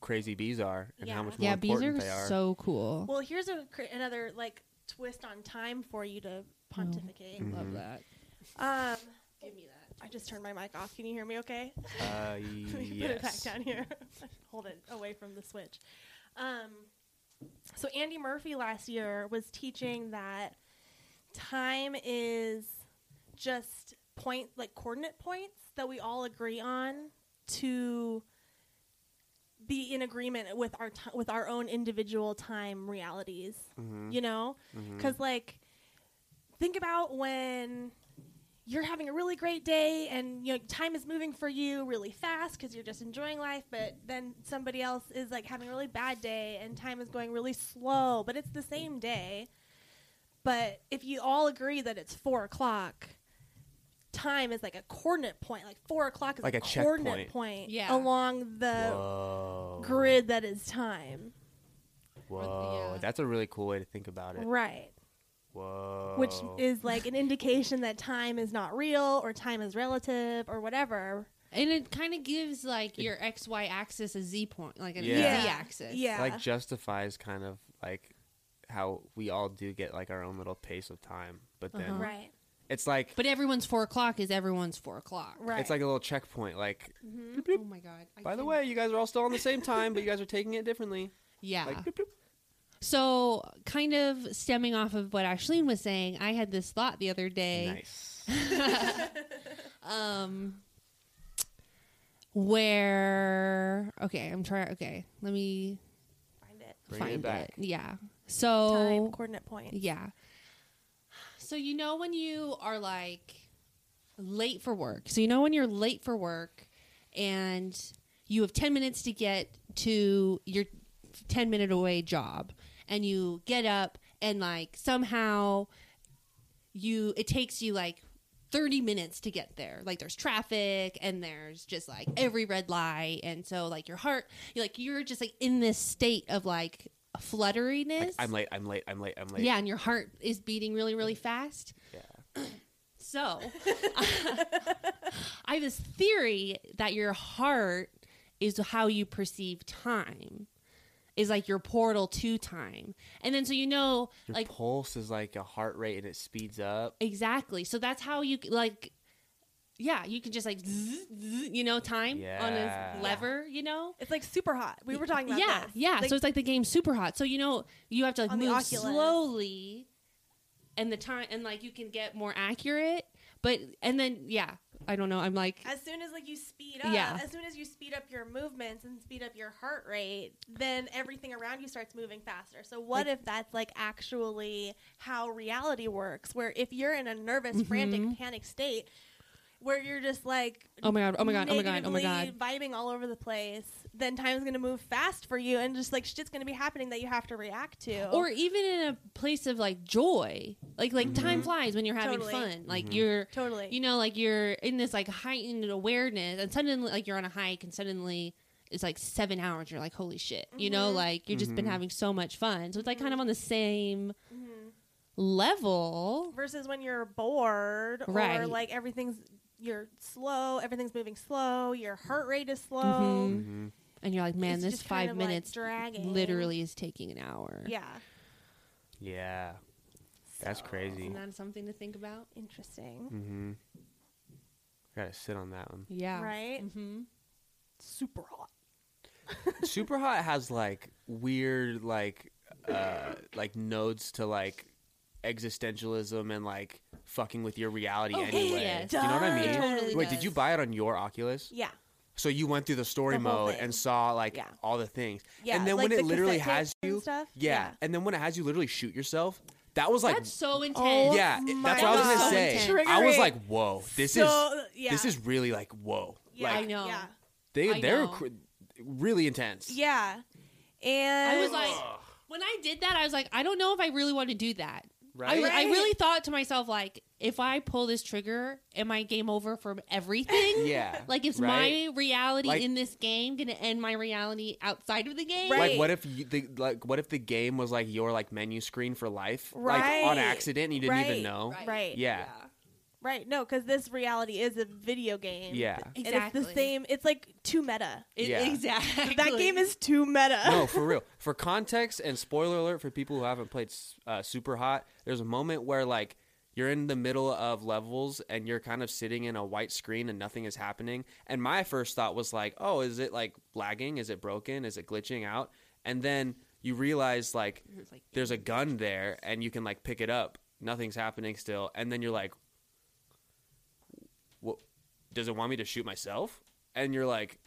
Speaker 4: crazy bees are and
Speaker 2: Yeah.
Speaker 4: how much more
Speaker 3: yeah, bees
Speaker 4: important
Speaker 3: are
Speaker 4: they are.
Speaker 3: so cool.
Speaker 2: Well, here's a, cr- another like twist on time for you to pontificate.
Speaker 4: Mm-hmm.
Speaker 3: Love that.
Speaker 2: Um, give me that. I just turned my mic off. Can you hear me? Okay.
Speaker 4: uh,
Speaker 2: Let me
Speaker 4: yes.
Speaker 2: put it back down here. Hold it away from the switch. Um, so Andy Murphy last year was teaching that time is just point like coordinate points that we all agree on to be in agreement with our ti with our own individual time realities.
Speaker 4: Mm-hmm.
Speaker 2: You know, because like think about when you're having a really great day and you know time is moving for you really fast because you're just enjoying life but then somebody else is like having a really bad day and time is going really slow but it's the same day but if you all agree that it's four o'clock time is like a coordinate point like four o'clock is
Speaker 4: Like
Speaker 2: a,
Speaker 4: a
Speaker 2: coordinate
Speaker 4: checkpoint.
Speaker 2: point
Speaker 3: Yeah.
Speaker 2: along the
Speaker 4: Whoa.
Speaker 2: grid that is time
Speaker 4: Whoa.
Speaker 3: yeah.
Speaker 4: That's a really cool way to think about it.
Speaker 2: right
Speaker 4: Whoa.
Speaker 2: which is like an indication that time is not real or time is relative or whatever
Speaker 3: And it kind of gives like your X Y axis a Z point, like an
Speaker 4: Yeah.
Speaker 2: Yeah.
Speaker 3: Z axis.
Speaker 2: yeah
Speaker 4: like justifies kind of like how we all do get like our own little pace of time, but then
Speaker 3: Uh-huh.
Speaker 2: right
Speaker 4: it's like
Speaker 3: But everyone's four o'clock is everyone's four o'clock.
Speaker 2: Right.
Speaker 4: it's like a little checkpoint. Like,
Speaker 3: Oh my god. I
Speaker 4: by the
Speaker 3: can't-
Speaker 4: way, you guys are all still on the same time, but you guys are taking it differently.
Speaker 3: Yeah.
Speaker 4: Like, bloop, bloop.
Speaker 3: So, kind of stemming off of what Ashleen was saying, I had this thought the other day
Speaker 4: nice.
Speaker 3: um, where, okay, I'm trying, okay, let me
Speaker 2: find it.
Speaker 4: Bring
Speaker 3: find
Speaker 4: it back.
Speaker 3: Yeah.
Speaker 2: Time
Speaker 3: So,
Speaker 2: coordinate point.
Speaker 3: yeah. So, you know, when you are like late for work, so you know, when you're late for work and you have 10 minutes to get to your 10 minute away job and you get up and like somehow you it takes you like 30 minutes to get there like there's traffic and there's just like every red light and so like your heart you're like you're just like in this state of like flutteriness
Speaker 4: Like, I'm late. I'm late. I'm late. I'm late.
Speaker 3: yeah, and your heart is beating really, really fast.
Speaker 4: Yeah.
Speaker 3: So, I have this theory that your heart is how you perceive time, is like your portal to time. And then, so you know,
Speaker 4: Your
Speaker 3: like,
Speaker 4: pulse is like a heart rate, and it speeds up.
Speaker 3: exactly. So that's how you, c- like, yeah, you can just like, zzz, zzz, you know, time on
Speaker 4: Yeah.
Speaker 3: a lever, you know?
Speaker 2: It's like super hot. We were talking about
Speaker 3: yeah,
Speaker 2: this.
Speaker 3: yeah.
Speaker 2: Like,
Speaker 3: so it's like the game super hot. So you know you have to like
Speaker 2: On the
Speaker 3: move
Speaker 2: Oculus.
Speaker 3: slowly, and the time and like you can get more accurate. But and then yeah, I don't know. I'm like
Speaker 2: as soon as like you speed up,
Speaker 3: Yeah.
Speaker 2: as soon as you speed up your movements and speed up your heart rate, then everything around you starts moving faster. So what if that's like actually how reality works? Where if you're in a nervous,
Speaker 3: Mm-hmm.
Speaker 2: frantic, panic state, where you're just like,
Speaker 3: oh my god, oh my god, oh my god, oh my god.
Speaker 2: negatively vibing all over the place, then time's gonna move fast for you, and just like shit's gonna be happening that you have to react to.
Speaker 3: Or even in a place of like joy, like like time flies when you're having
Speaker 2: Totally.
Speaker 3: fun. Like you're
Speaker 2: totally,
Speaker 3: you know like you're in this like heightened awareness and suddenly like you're on a hike and suddenly it's like seven hours and you're like holy shit you know
Speaker 2: Mm-hmm.
Speaker 3: like you've just been having so much fun so it's like kind of on the same level
Speaker 2: Mm-hmm. versus when you're bored
Speaker 3: Right.
Speaker 2: or like everything's you're slow, everything's moving slow, your heart rate is slow.
Speaker 3: Mhm.
Speaker 4: Mm-hmm.
Speaker 3: and you're like man
Speaker 2: It's
Speaker 3: this
Speaker 2: just kind
Speaker 3: five
Speaker 2: of, like,
Speaker 3: minutes
Speaker 2: dragging.
Speaker 3: literally is taking an hour
Speaker 2: Yeah.
Speaker 4: Yeah. That's
Speaker 2: So,
Speaker 4: crazy.
Speaker 3: isn't that something to think about
Speaker 2: Interesting.
Speaker 4: Mm-hmm. Gotta sit on that one.
Speaker 3: yeah
Speaker 2: Right?
Speaker 3: hmm
Speaker 2: Super hot.
Speaker 4: Super Hot has like weird like uh like nodes to like existentialism and like fucking with your reality
Speaker 3: Oh,
Speaker 4: anyway.
Speaker 3: yes.
Speaker 4: You know what I
Speaker 2: It
Speaker 4: mean?
Speaker 3: totally
Speaker 4: Wait, did you
Speaker 3: does.
Speaker 4: buy it on your Oculus?
Speaker 2: Yeah.
Speaker 4: So you went through the story
Speaker 2: The whole
Speaker 4: mode
Speaker 2: thing.
Speaker 4: and saw like
Speaker 2: Yeah.
Speaker 4: all the things.
Speaker 2: Yeah.
Speaker 4: and then
Speaker 2: like
Speaker 4: when it
Speaker 2: the
Speaker 4: literally
Speaker 2: cassette
Speaker 4: has
Speaker 2: tapes and
Speaker 4: you
Speaker 2: stuff.
Speaker 4: yeah. and then when it has you literally shoot yourself, that was like
Speaker 3: that's so intense
Speaker 2: Oh,
Speaker 4: yeah, it-
Speaker 2: my
Speaker 4: that's what I was
Speaker 3: God.
Speaker 4: gonna
Speaker 3: So
Speaker 4: say.
Speaker 3: intense.
Speaker 4: I was
Speaker 2: Triggering.
Speaker 4: like, "Whoa, this is
Speaker 2: So, yeah.
Speaker 4: this is really like whoa."
Speaker 2: Yeah.
Speaker 4: Like
Speaker 3: I know.
Speaker 2: Yeah.
Speaker 4: they
Speaker 3: I
Speaker 4: they're
Speaker 3: know.
Speaker 4: cr- really intense.
Speaker 2: Yeah. And
Speaker 3: I was like, when I did that, I was like, I don't know if I really want to do that. I,
Speaker 4: right?
Speaker 3: I
Speaker 2: Right.
Speaker 3: really thought to myself, like, if I pull this trigger, am I game over from everything?
Speaker 4: yeah.
Speaker 3: Like, is
Speaker 4: right?
Speaker 3: my reality
Speaker 4: Like-
Speaker 3: in this game gonna end my reality outside of the game?
Speaker 2: Right.
Speaker 4: Like what if you, the like what if the game was like your like menu screen for life, like
Speaker 2: Right.
Speaker 4: on accident and you didn't
Speaker 2: Right.
Speaker 4: even know?
Speaker 2: Right. Right.
Speaker 4: Yeah.
Speaker 2: Right. No, because this reality is a video game.
Speaker 4: Yeah.
Speaker 2: And it's the same. It's like too meta.
Speaker 3: It-
Speaker 4: Yeah.
Speaker 3: E, Exactly.
Speaker 2: That game is too meta.
Speaker 4: No, for real. For context and spoiler alert for people who haven't played uh, Super Hot, there's a moment where like you're in the middle of levels and you're kind of sitting in a white screen and nothing is happening. And my first thought was like, oh, is it like lagging? Is it broken? Is it glitching out? And then you realize like
Speaker 3: It's like-
Speaker 4: there's a gun there and you can like pick it up. Nothing's happening still. And then you're like, what? Does it want me to shoot myself? And you're like,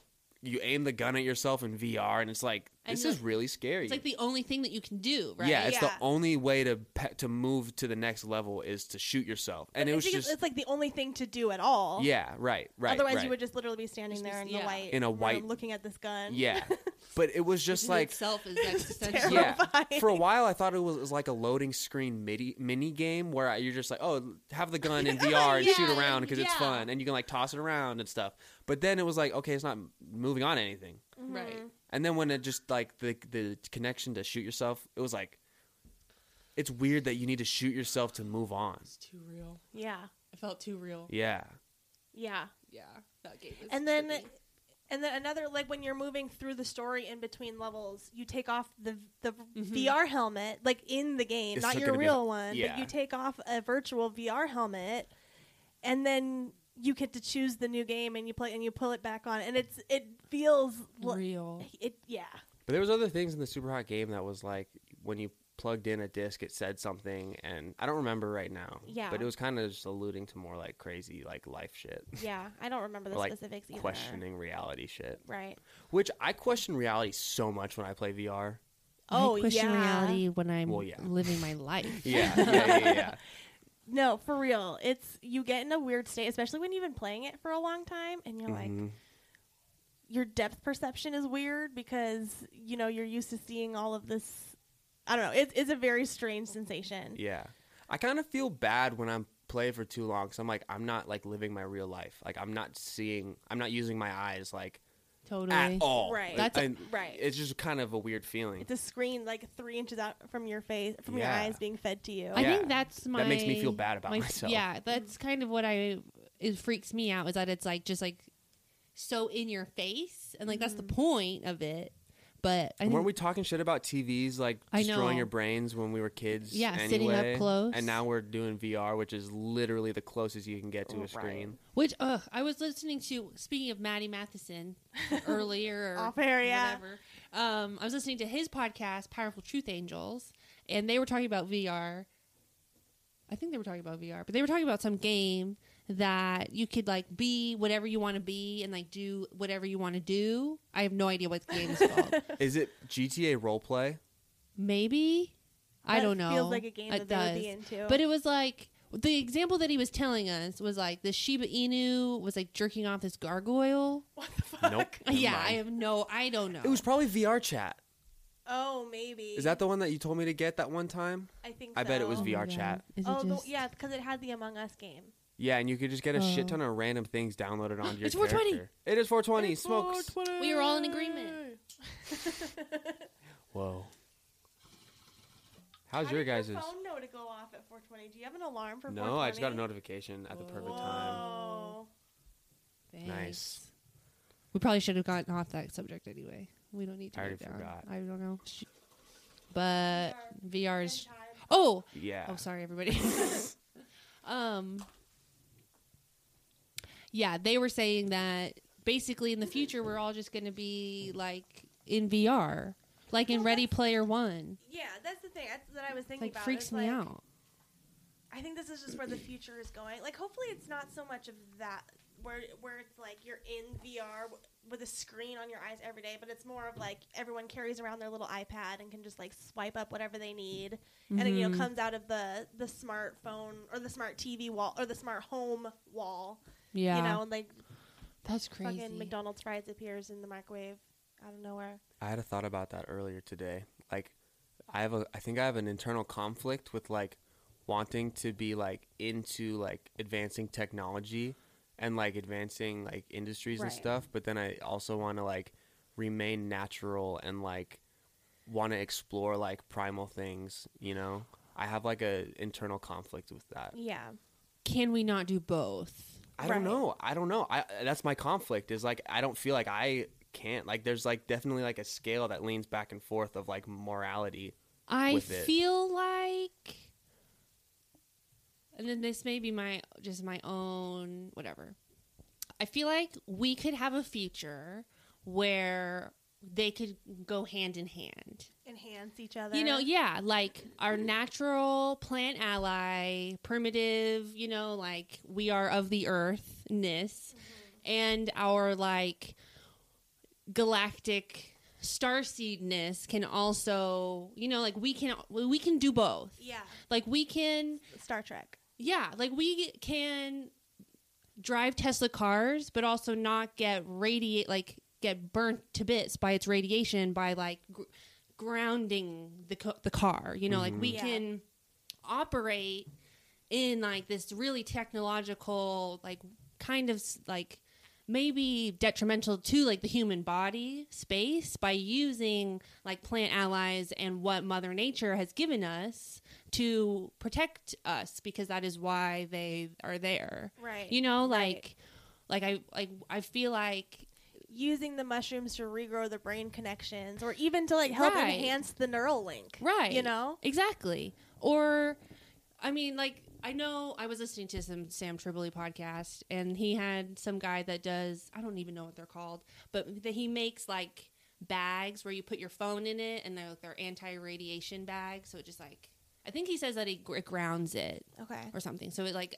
Speaker 4: you aim the gun at yourself in VR, and it's like
Speaker 3: And
Speaker 4: this
Speaker 3: the-
Speaker 4: is really scary.
Speaker 3: It's like the only thing that you can do, right?
Speaker 4: Yeah, it's
Speaker 2: Yeah.
Speaker 4: the only way to pe- to move to the next level is to shoot yourself, and
Speaker 2: I
Speaker 4: it was
Speaker 2: think it's-
Speaker 4: just
Speaker 2: it's like the only thing to do at all.
Speaker 4: yeah, right, right.
Speaker 2: Otherwise,
Speaker 4: right.
Speaker 2: you would just literally be standing
Speaker 3: Just
Speaker 2: there in
Speaker 3: yeah.
Speaker 2: the white,
Speaker 4: In a
Speaker 2: room
Speaker 4: white-
Speaker 2: looking at this gun.
Speaker 4: yeah, but it was just
Speaker 3: Which
Speaker 4: like
Speaker 3: itself is
Speaker 2: It's
Speaker 3: existential.
Speaker 4: yeah.
Speaker 2: terrifying.
Speaker 4: For a while, I thought it was, it was like a loading screen midi, mini game where I, you're just like, oh, have the gun in VR and shoot
Speaker 3: Yeah,
Speaker 4: around because it's
Speaker 3: yeah.
Speaker 4: fun, and you can like toss it around and stuff. But then it was like, okay, it's not moving on anything.
Speaker 3: Right.
Speaker 2: Mm-hmm.
Speaker 4: And then when it just like the the connection to shoot yourself, it was like it's weird that you need to shoot yourself to move on.
Speaker 3: It's too real.
Speaker 2: Yeah.
Speaker 3: I felt too real.
Speaker 4: Yeah.
Speaker 2: Yeah.
Speaker 3: Yeah. That game is
Speaker 2: and then
Speaker 3: trippy.
Speaker 2: and then another like when you're moving through the story in between levels you take off the the vr helmet like in the game
Speaker 4: Mm-hmm. It's
Speaker 2: not
Speaker 4: not
Speaker 2: your
Speaker 4: gonna be-
Speaker 2: real one
Speaker 4: yeah.
Speaker 2: but you take off a virtual vr helmet and then you get to choose the new game and you play and you pull it back on and it's it feels li-
Speaker 3: real.
Speaker 2: it yeah
Speaker 4: But there was other things in the Super Hot game that was like when you plugged in a disc, it said something, and I don't remember right now.
Speaker 2: Yeah.
Speaker 4: But it was kind of just alluding to more like crazy like life shit,
Speaker 2: yeah i don't remember the
Speaker 4: Or, like
Speaker 2: specifics either
Speaker 4: questioning reality shit.
Speaker 2: right
Speaker 4: Which I question reality so much when I play VR.
Speaker 2: oh
Speaker 3: I question
Speaker 2: yeah
Speaker 3: reality when I'm
Speaker 4: Well, yeah.
Speaker 3: living my life.
Speaker 4: Yeah, yeah, yeah, yeah.
Speaker 2: no for real it's you get in a weird state especially when you've been playing it for a long time and you're like
Speaker 4: Mhm.
Speaker 2: your depth perception is weird because you know you're used to seeing all of this i don't know it, it's a very strange sensation
Speaker 4: Yeah. I kind of feel bad when I'm play for too long cuz I'm like I'm not like living my real life. Like I'm not seeing I'm not using my eyes like
Speaker 3: Totally.
Speaker 4: at all.
Speaker 2: Right.
Speaker 4: Like,
Speaker 3: That's a-
Speaker 4: and
Speaker 2: right.
Speaker 4: It's just kind of a weird feeling.
Speaker 2: it's a screen like three inches out from your face from your
Speaker 4: Yeah.
Speaker 2: eyes being fed to you
Speaker 3: I
Speaker 4: Yeah.
Speaker 3: think that's my.
Speaker 4: That makes me feel bad about
Speaker 3: my-
Speaker 4: myself.
Speaker 3: Yeah, that's kind of what I. It freaks me out is that it's like just like so in your face, and like that's
Speaker 2: Mm-hmm.
Speaker 3: the point of it. But I
Speaker 4: And
Speaker 3: think
Speaker 4: weren't we talking shit about TVs like
Speaker 3: I
Speaker 4: destroying
Speaker 3: know.
Speaker 4: your brains when we were kids?
Speaker 3: Yeah,
Speaker 4: anyway,
Speaker 3: sitting up close.
Speaker 4: And now we're doing VR, which is literally the closest you can get to a
Speaker 2: Right.
Speaker 4: screen.
Speaker 3: Which ugh, I was listening to. Speaking of Maddie Matheson earlier, or
Speaker 2: Off air, yeah.
Speaker 3: whatever. Um, I was listening to his podcast, Powerful Truth Angels, and they were talking about VR. I think they were talking about VR, but they were talking about some game that you could like be whatever you want to be and like do whatever you want to do. I have no idea what the game is called.
Speaker 4: Is it GTA roleplay?
Speaker 3: Maybe I
Speaker 2: That
Speaker 3: don't know.
Speaker 2: feels like a game that they would be into.
Speaker 3: But it was like the example that he was telling us was like the Shiba Inu was like jerking off this gargoyle.
Speaker 2: what the fuck
Speaker 4: Nope. Never
Speaker 3: yeah, I
Speaker 4: mind.
Speaker 3: have no. I don't know.
Speaker 4: It was probably VR chat.
Speaker 2: oh maybe
Speaker 4: Is that the one that you told me to get that one time?
Speaker 2: i think
Speaker 4: I bet it
Speaker 2: so.
Speaker 4: was
Speaker 3: Oh my
Speaker 4: VR
Speaker 3: God.
Speaker 4: chat.
Speaker 3: Is it
Speaker 2: oh the-
Speaker 3: just-
Speaker 2: yeah because it had the among us game
Speaker 4: Yeah, and you could just get a shit
Speaker 3: Oh.
Speaker 4: ton of random things downloaded onto your
Speaker 3: It's 420.
Speaker 4: character. It is 420. Smokes.
Speaker 3: We were all in agreement.
Speaker 4: Whoa. How's
Speaker 2: How
Speaker 4: your
Speaker 2: did
Speaker 4: guys'?
Speaker 2: phone know to go off at 420 do you have an alarm for
Speaker 4: No, I just got
Speaker 2: 420?
Speaker 4: a notification at the perfect time.
Speaker 2: Whoa.
Speaker 3: Thanks.
Speaker 4: Nice.
Speaker 3: We probably should have gotten off that subject anyway. We don't need to.
Speaker 4: I
Speaker 3: go
Speaker 4: already
Speaker 3: down.
Speaker 4: forgot.
Speaker 3: I don't know. Sh- But VR is.
Speaker 2: Time.
Speaker 3: Oh,
Speaker 4: Yeah.
Speaker 3: Oh, sorry, everybody. um, yeah, they were saying that basically in the future we're all just going to be like in VR, like in
Speaker 2: Well,
Speaker 3: Ready Player One.
Speaker 2: yeah that's the thing that's that i was thinking
Speaker 3: Like
Speaker 2: about
Speaker 3: freaks
Speaker 2: It's
Speaker 3: me
Speaker 2: like,
Speaker 3: out.
Speaker 2: I think this is just where the future is going. Like, hopefully, it's not so much of that where where it's like you're in VR w- with a screen on your eyes every day, but it's more of like everyone carries around their little iPad and can just like swipe up whatever they need, and it, you know
Speaker 3: Mm-hmm.
Speaker 2: comes out of the the smartphone or the smart TV wall or the smart home wall.
Speaker 3: Yeah,
Speaker 2: You know, and like
Speaker 3: that's crazy.
Speaker 2: fucking McDonald's fries appears in the microwave out of nowhere.
Speaker 4: I had a thought about that earlier today. Like, I have a, I think I have an internal conflict with like, wanting to be like into like advancing technology and like advancing like industries and
Speaker 2: Right.
Speaker 4: stuff, but then I also want to like remain natural and like want to explore like primal things, you know? I have like a internal conflict with that.
Speaker 2: Yeah.
Speaker 3: Can we not do both?
Speaker 4: I
Speaker 2: Right.
Speaker 4: don't know. I don't know. I that's my conflict is like I don't feel like I can't like there's like definitely like a scale that leans back and forth of like morality.
Speaker 3: I
Speaker 4: With it.
Speaker 3: feel like, and then this may be my just my own whatever. I feel like we could have a future where they could go hand in hand.
Speaker 2: Enhance each other.
Speaker 3: You know, yeah, like our natural plant ally, primitive, you know, like we are of the earthness, and our like galactic starseedness can also, you know, like we can we can do both.
Speaker 2: Yeah.
Speaker 3: Like we can
Speaker 2: Star Trek.
Speaker 3: yeah, like we can drive Tesla cars, but also not get radiate like get burnt to bits by its radiation by like gr- grounding the co- the car. You know, like we
Speaker 2: Mhm. Yeah.
Speaker 3: can operate in like this really technological like kind of s- like maybe detrimental to like the human body space by using like plant allies and what mother nature has given us to protect us because that is why they are there
Speaker 2: Right.
Speaker 3: you know
Speaker 2: Right.
Speaker 3: like like i like i feel like
Speaker 2: using the mushrooms to regrow the brain connections or even to like help
Speaker 3: Right.
Speaker 2: enhance the neural link.
Speaker 3: Right.
Speaker 2: You know?
Speaker 3: Exactly. Or, I mean, like, I know I was listening to some Sam Triboli podcast, and he had some guy that does, I don't even know what they're called, but that he makes like bags where you put your phone in it, and they're, they're anti radiation bags. So it just like, I think he says that it, gr- it grounds it
Speaker 2: Okay.
Speaker 3: or something. So it like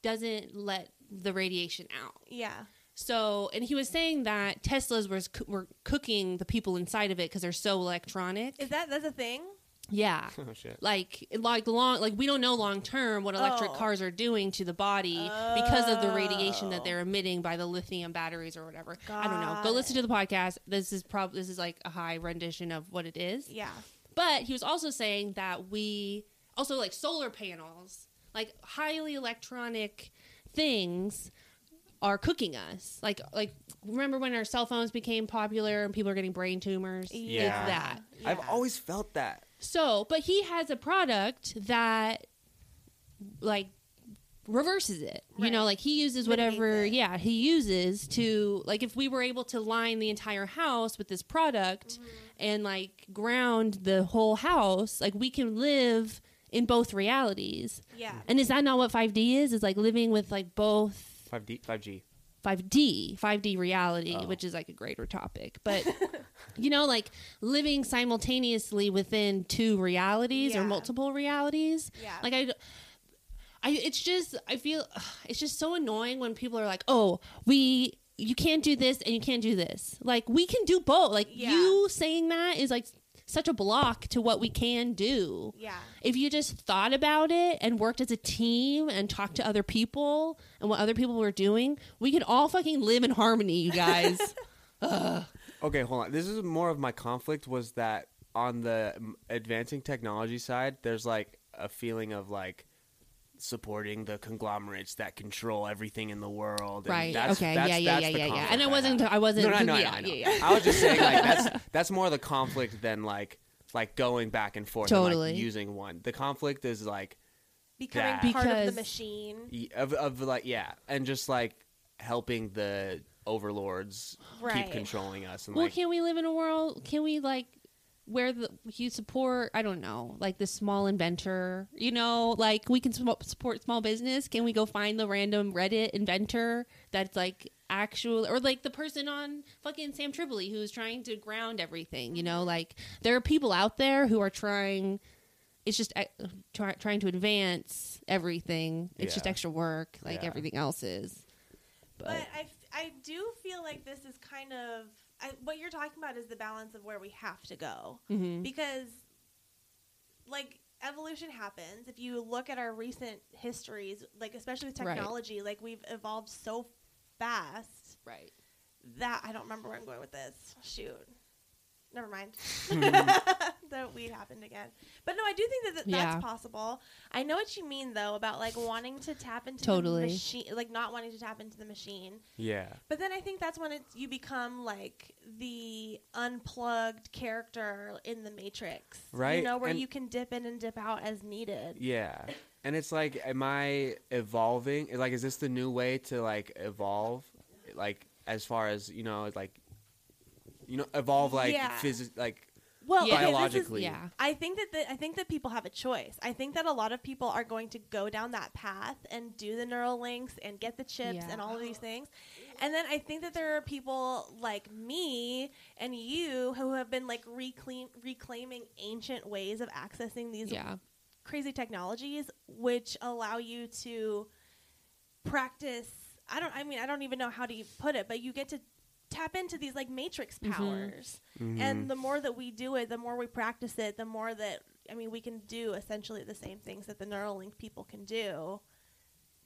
Speaker 3: doesn't let the radiation out.
Speaker 2: Yeah.
Speaker 3: So, and he was saying that Teslas was coo- were cooking the people inside of it because they're so electronic.
Speaker 2: Is that that's a thing?
Speaker 3: yeah
Speaker 4: Oh shit.
Speaker 3: like like long like we don't know long term what electric
Speaker 2: Oh.
Speaker 3: cars are doing to the body because of the radiation
Speaker 2: Oh.
Speaker 3: that they're emitting by the lithium batteries or whatever. I don't know.
Speaker 2: Got
Speaker 3: Go listen
Speaker 2: it.
Speaker 3: to the podcast. This is probably this is like a high rendition of what it is.
Speaker 2: Yeah.
Speaker 3: But he was also saying that we also like solar panels, like highly electronic things are cooking us. Like like remember when our cell phones became popular and people are getting brain tumors?
Speaker 2: Yeah.
Speaker 3: It's that.
Speaker 4: I've
Speaker 2: Yeah.
Speaker 4: always felt that.
Speaker 3: So, but he has a product that like reverses it. You know,
Speaker 2: Right.
Speaker 3: like he uses
Speaker 2: Mitigates
Speaker 3: whatever
Speaker 2: it.
Speaker 3: yeah, he uses to like if we were able to line the entire house with this product
Speaker 2: Mm-hmm.
Speaker 3: and like ground the whole house, like we can live in both realities.
Speaker 2: Yeah.
Speaker 3: And is that not what 5D is? Is like living with like both
Speaker 4: Five D five G.
Speaker 3: 5D, 5D reality,
Speaker 4: Oh.
Speaker 3: which is like a greater topic. But you know, like living simultaneously within two realities or
Speaker 2: Yeah.
Speaker 3: multiple realities.
Speaker 2: Yeah.
Speaker 3: Like I d- I it's just I feel it's just so annoying when people are like, "Oh, we you can't do this and you can't do this." Like we can do both. Like
Speaker 2: Yeah.
Speaker 3: you saying that is like such a block to what we can do
Speaker 2: Yeah.
Speaker 3: if you just thought about it and worked as a team and talked to other people and what other people were doing, we could all fucking live in harmony, you guys.
Speaker 4: Okay, hold on. This is more of my conflict was that on the mm, advancing technology side, there's like a feeling of like supporting the conglomerates that control everything in the world. and
Speaker 3: right?
Speaker 4: That's,
Speaker 3: okay.
Speaker 4: that's-
Speaker 3: yeah. Yeah.
Speaker 4: that's
Speaker 3: yeah.
Speaker 4: the
Speaker 3: Yeah. Yeah.
Speaker 4: conflict
Speaker 3: And I
Speaker 4: have.
Speaker 3: wasn't. I wasn't.
Speaker 4: No, no, no,
Speaker 3: yeah,
Speaker 4: I know.
Speaker 3: yeah. Yeah.
Speaker 4: I was just saying like that's that's more the conflict than like like going back and forth and, like,
Speaker 3: Totally.
Speaker 4: using one. The conflict is like
Speaker 2: Becoming
Speaker 4: That-
Speaker 2: part of the
Speaker 3: Because-
Speaker 2: machine.
Speaker 4: y- of of like yeah, and just like helping the overlords
Speaker 2: Right.
Speaker 4: keep controlling us and
Speaker 3: Well,
Speaker 4: like
Speaker 3: can we live in a world? Can we like? Where the you support, I don't know, like the small inventor, you know, like we can sm- support small business. Can we go find the random Reddit inventor that's like actual, or like the person on fucking Sam Tripoli who's trying to ground everything, you
Speaker 4: Mm-hmm.
Speaker 3: know, like there are people out there who are trying. It's just uh, try, trying to advance everything. It's just
Speaker 4: Yeah.
Speaker 3: extra work, like
Speaker 4: Yeah.
Speaker 3: everything else is.
Speaker 2: But I, f- I do feel like this is kind of I, what you're talking about is the balance of where we have to go
Speaker 3: Mhm.
Speaker 2: because like evolution happens if you look at our recent histories like especially with
Speaker 3: Right.
Speaker 2: technology like we've evolved so fast
Speaker 3: right.
Speaker 2: that I don't remember where I'm going with this shoot never mind that weed happened again. But no, I do think that th-
Speaker 3: Yeah.
Speaker 2: that's possible. I know what you mean though about like wanting to tap into
Speaker 3: Totally.
Speaker 2: the machine, like not wanting to tap into the machine.
Speaker 4: Yeah.
Speaker 2: But then I think that's when it's, you become like the unplugged character in the Matrix,
Speaker 4: Right,
Speaker 2: You know where
Speaker 4: and-
Speaker 2: you can dip in and dip out as needed.
Speaker 4: Yeah. And it's like, am I evolving? Like, is this the new way to like evolve? Like, as far as you know, like, you know, evolve like
Speaker 2: Yeah.
Speaker 4: phys- like
Speaker 2: Well,
Speaker 3: Yeah.
Speaker 2: okay, this is-
Speaker 4: biologically.
Speaker 3: Yeah.
Speaker 2: I think that the, I think that people have a choice. I think that a lot of people are going to go down that path and do the neural links and get the chips
Speaker 3: Yeah.
Speaker 2: and all of these things. And then I think that there are people like me and you who have been like reclaim, reclaiming ancient ways of accessing these
Speaker 3: Yeah.
Speaker 2: crazy technologies which allow you to practice I don't I mean I don't even know how to put it, but you get to tap into these like matrix
Speaker 3: Mhm.
Speaker 2: powers.
Speaker 4: Mm-hmm.
Speaker 2: And the more that we do it, the more we practice it, the more that I mean we can do essentially the same things that the Neuralink people can do,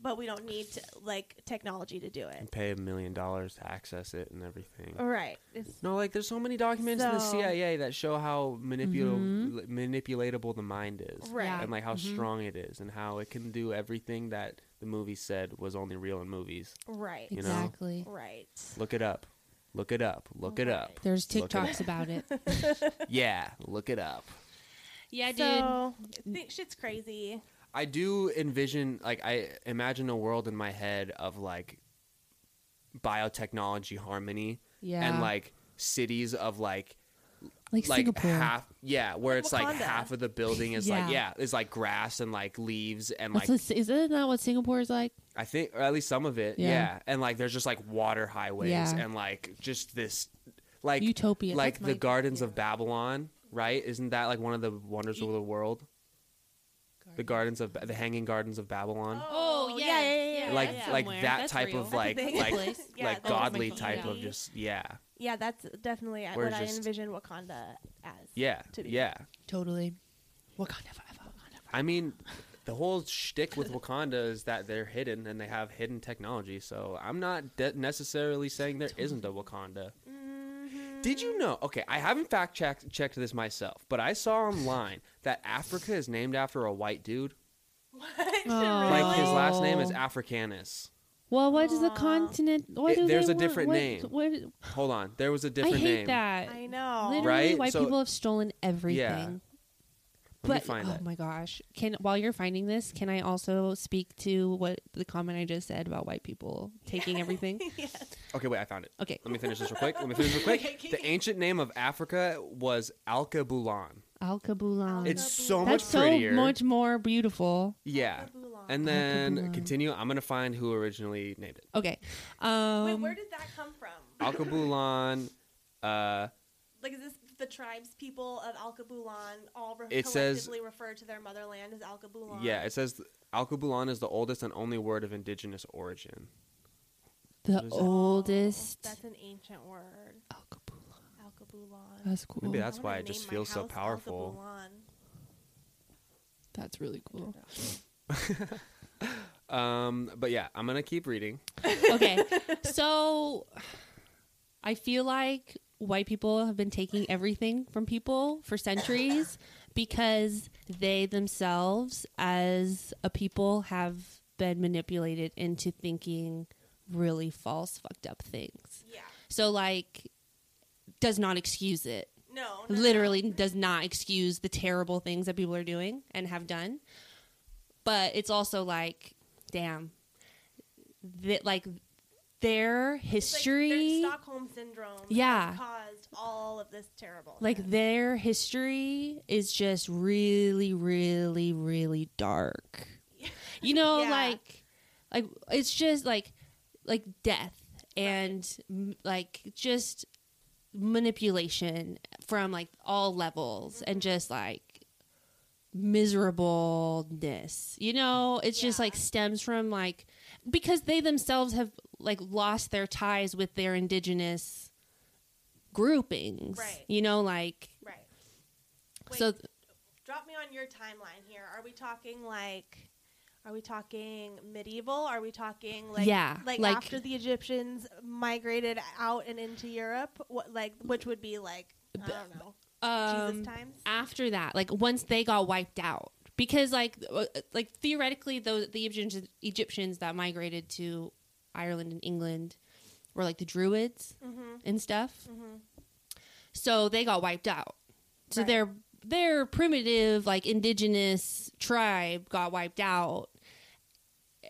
Speaker 2: but we don't need to, like technology to do
Speaker 4: and
Speaker 2: it.
Speaker 4: pay a million dollars to access it and everything.
Speaker 2: Right. It's
Speaker 4: No, like there's so many documents in the
Speaker 2: So- Mm-hmm.
Speaker 4: CIA that show how manipul-
Speaker 3: Mhm.
Speaker 4: li- manipulatable the mind is,
Speaker 2: right. Mm-hmm.
Speaker 3: Yeah.
Speaker 4: and like how
Speaker 3: Mhm.
Speaker 4: strong it is, and how it can do everything that the movie said was only real in movies.
Speaker 2: Right.
Speaker 4: You know?
Speaker 3: exactly.
Speaker 2: Right.
Speaker 4: Look it up, look it up, look it up.
Speaker 3: There's
Speaker 4: Look it up.
Speaker 3: TikToks about it.
Speaker 4: Yeah, look it up.
Speaker 3: Yeah,
Speaker 2: so th- shit's crazy.
Speaker 4: I do envision, like, I imagine a world in my head of like biotechnology harmony
Speaker 3: Yeah.
Speaker 4: and like cities of like
Speaker 3: like,
Speaker 4: like
Speaker 3: Singapore.
Speaker 4: half yeah where it's like
Speaker 2: Wakanda.
Speaker 4: half of the building is like yeah
Speaker 3: Yeah.
Speaker 4: is like grass and like leaves and like
Speaker 3: That's the- isn't that what Singapore is like?
Speaker 4: I think, or at least some of it. Yeah.
Speaker 3: Yeah.
Speaker 4: And like, there's just like water highways
Speaker 3: Yeah.
Speaker 4: and like just this, like
Speaker 3: Utopia.
Speaker 4: like
Speaker 3: That's
Speaker 4: the
Speaker 3: my-
Speaker 4: Gardens
Speaker 3: yeah.
Speaker 4: of Babylon, right? Isn't that like one of the wonders of
Speaker 3: Ye-
Speaker 4: the world? The Gardens of Ba- the Hanging Gardens of Babylon,
Speaker 3: Oh,
Speaker 2: yeah,
Speaker 3: yes,
Speaker 2: yeah, yeah,
Speaker 3: yeah,
Speaker 2: yeah.
Speaker 4: like
Speaker 3: that's
Speaker 4: like
Speaker 3: somewhere.
Speaker 4: that
Speaker 3: That's
Speaker 4: type
Speaker 3: real.
Speaker 4: of
Speaker 3: That's a
Speaker 4: like
Speaker 2: thing.
Speaker 4: like
Speaker 2: Place. Yeah,
Speaker 4: like
Speaker 2: that was my
Speaker 4: godly
Speaker 3: phone.
Speaker 4: type of
Speaker 2: Yeah.
Speaker 4: just yeah
Speaker 2: Yeah, that's definitely
Speaker 4: We're
Speaker 2: what I
Speaker 4: just-
Speaker 2: envision Wakanda as.
Speaker 4: yeah
Speaker 2: To be.
Speaker 4: yeah.
Speaker 3: Totally. Wakanda forever. Wakanda forever.
Speaker 4: I mean, the whole shtick with Wakanda is that they're hidden and they have hidden technology. So I'm not de- necessarily saying there isn't a Wakanda.
Speaker 2: Mm-hmm.
Speaker 4: Did you know? Okay, I haven't fact checked checked this myself, but I saw online that Africa is named after a white dude. Like his
Speaker 3: Really?
Speaker 4: last name is
Speaker 3: Oh.
Speaker 4: Africanus.
Speaker 3: Well, what is the
Speaker 2: Aw.
Speaker 3: continent? Why
Speaker 4: It-
Speaker 3: do
Speaker 4: there's
Speaker 3: they
Speaker 4: a
Speaker 3: want-
Speaker 4: different
Speaker 3: what-
Speaker 4: name.
Speaker 3: What,
Speaker 4: Hold on, there was a different
Speaker 3: I hate
Speaker 4: name.
Speaker 3: that.
Speaker 2: I know.
Speaker 3: Literally,
Speaker 4: Right?
Speaker 3: white
Speaker 4: So-
Speaker 3: people have stolen everything.
Speaker 4: Let
Speaker 3: but
Speaker 4: me find
Speaker 3: oh
Speaker 4: it.
Speaker 3: my gosh, can while you're finding this, can I also speak to what the comment I just said about white people taking everything?
Speaker 2: yes.
Speaker 4: Okay, wait, I found it.
Speaker 3: Okay,
Speaker 4: Let me finish this real quick. Let me finish real quick.
Speaker 2: Okay.
Speaker 4: The ancient name of Africa was Alcabulan.
Speaker 3: Al Kabulan.
Speaker 4: It's so
Speaker 3: That's
Speaker 4: much
Speaker 3: so
Speaker 4: prettier.
Speaker 3: much more beautiful.
Speaker 4: Yeah.
Speaker 2: Alcabulan.
Speaker 4: And then
Speaker 3: Alcabulan.
Speaker 4: continue. I'm gonna find who originally named it.
Speaker 3: Okay, um,
Speaker 2: Wait, where did that come from?
Speaker 4: Alcabulan. Uh,
Speaker 2: Like, is this the tribes people of Alcabulan all re-
Speaker 4: It says-
Speaker 2: collectively refer to their motherland as Alcabulan?
Speaker 4: yeah, it says Alcabulan is the oldest and only word of indigenous origin.
Speaker 3: the
Speaker 4: What is it?
Speaker 3: oldest.
Speaker 2: Oh, That's an ancient word.
Speaker 3: Al Kabulan.
Speaker 2: Alcabulan.
Speaker 3: That's cool.
Speaker 4: Maybe
Speaker 2: I
Speaker 4: that's
Speaker 2: wanna
Speaker 4: why it
Speaker 2: name
Speaker 4: just
Speaker 2: my
Speaker 4: feels so
Speaker 2: house
Speaker 4: powerful.
Speaker 2: Alcabulan.
Speaker 3: That's really cool.
Speaker 4: Um, but yeah, I'm gonna keep reading.
Speaker 3: okay. So I feel like white people have been taking everything from people for centuries because they themselves as a people have been manipulated into thinking really false fucked up things.
Speaker 2: Yeah.
Speaker 3: So like does not excuse it
Speaker 2: No. no, no.
Speaker 3: literally does not excuse the terrible things that people are doing and have done. But it's also like, damn, that like their
Speaker 2: It's like
Speaker 3: history,
Speaker 2: there's Stockholm syndrome. that
Speaker 3: Yeah.
Speaker 2: Caused all of this terrible.
Speaker 3: like,
Speaker 2: shit.
Speaker 3: their history is just really, really, really dark. You know,
Speaker 2: Yeah.
Speaker 3: like, like it's just like, like death and m like just manipulation from like all levels and
Speaker 2: Mm-hmm.
Speaker 3: just like miserableness. You know, it's just
Speaker 2: Yeah.
Speaker 3: like stems from like because they themselves have like lost their ties with their indigenous groupings.
Speaker 2: Right.
Speaker 3: You know, like
Speaker 2: Right. Wait,
Speaker 3: so
Speaker 2: drop me on your timeline here. Are we talking like are we talking medieval? Are we talking like
Speaker 3: Yeah,
Speaker 2: like,
Speaker 3: like-
Speaker 2: after the Egyptians migrated out and into Europe? What like which would be like I don't know.
Speaker 3: um,
Speaker 2: Jesus times.
Speaker 3: after that like once they got wiped out because like uh, like theoretically those the egyptians egyptians that migrated to ireland and england were like the druids
Speaker 2: Mm-hmm,
Speaker 3: and stuff so they got wiped out so
Speaker 2: Right.
Speaker 3: their their primitive like indigenous tribe got wiped out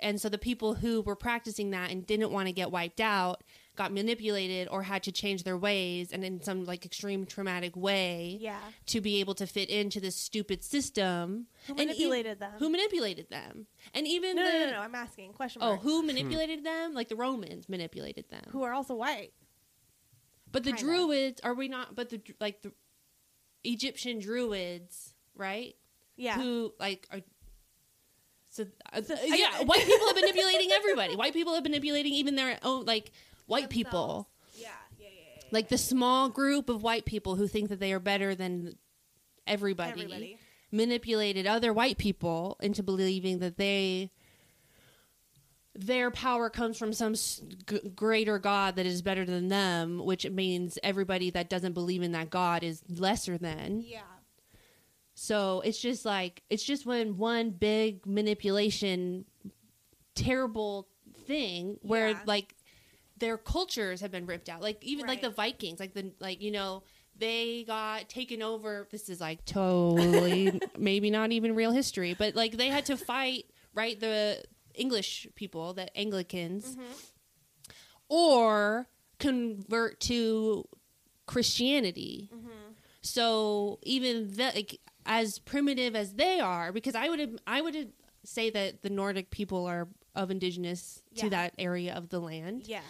Speaker 3: and so the people who were practicing that and didn't want to get wiped out got manipulated or had to change their ways and in some like extreme traumatic way
Speaker 2: Yeah.
Speaker 3: to be able to fit into this stupid system.
Speaker 2: Who
Speaker 3: e-
Speaker 2: manipulated them?
Speaker 3: who manipulated them? And even
Speaker 2: No,
Speaker 3: the
Speaker 2: no, no, no. I'm asking question
Speaker 3: oh,
Speaker 2: mark.
Speaker 3: who manipulated them? Like the Romans manipulated them.
Speaker 2: who are also white?
Speaker 3: but the
Speaker 2: kinda.
Speaker 3: Druids are we not? But the dr- like the Egyptian Druids, right?
Speaker 2: Yeah.
Speaker 3: Who like are. So, uh,
Speaker 2: So- I-
Speaker 3: yeah,
Speaker 2: I-
Speaker 3: white people have been manipulating everybody. White people have been manipulating even their own like white people,
Speaker 2: Themselves. Yeah, yeah, yeah. yeah.
Speaker 3: like the small group of white people who think that they are better than
Speaker 2: Everybody.
Speaker 3: manipulated other white people into believing that they their power comes from some s- g- greater god that is better than them which means everybody that doesn't believe in that god is lesser than
Speaker 2: Yeah.
Speaker 3: so it's just like it's just when one big manipulation terrible thing where
Speaker 2: Yeah.
Speaker 3: like their cultures have been ripped out. Like even like
Speaker 2: Right.
Speaker 3: the Vikings, like the like you know they got taken over. This is like totally maybe not even real history, but like they had to fight right the English people, the Anglicans,
Speaker 2: Mm-hmm.
Speaker 3: or convert to Christianity.
Speaker 2: Mm-hmm.
Speaker 3: So even the, like as primitive as they are, because I would I would say that the Nordic people are of indigenous
Speaker 2: Yeah.
Speaker 3: to that area of the land.
Speaker 2: Yeah.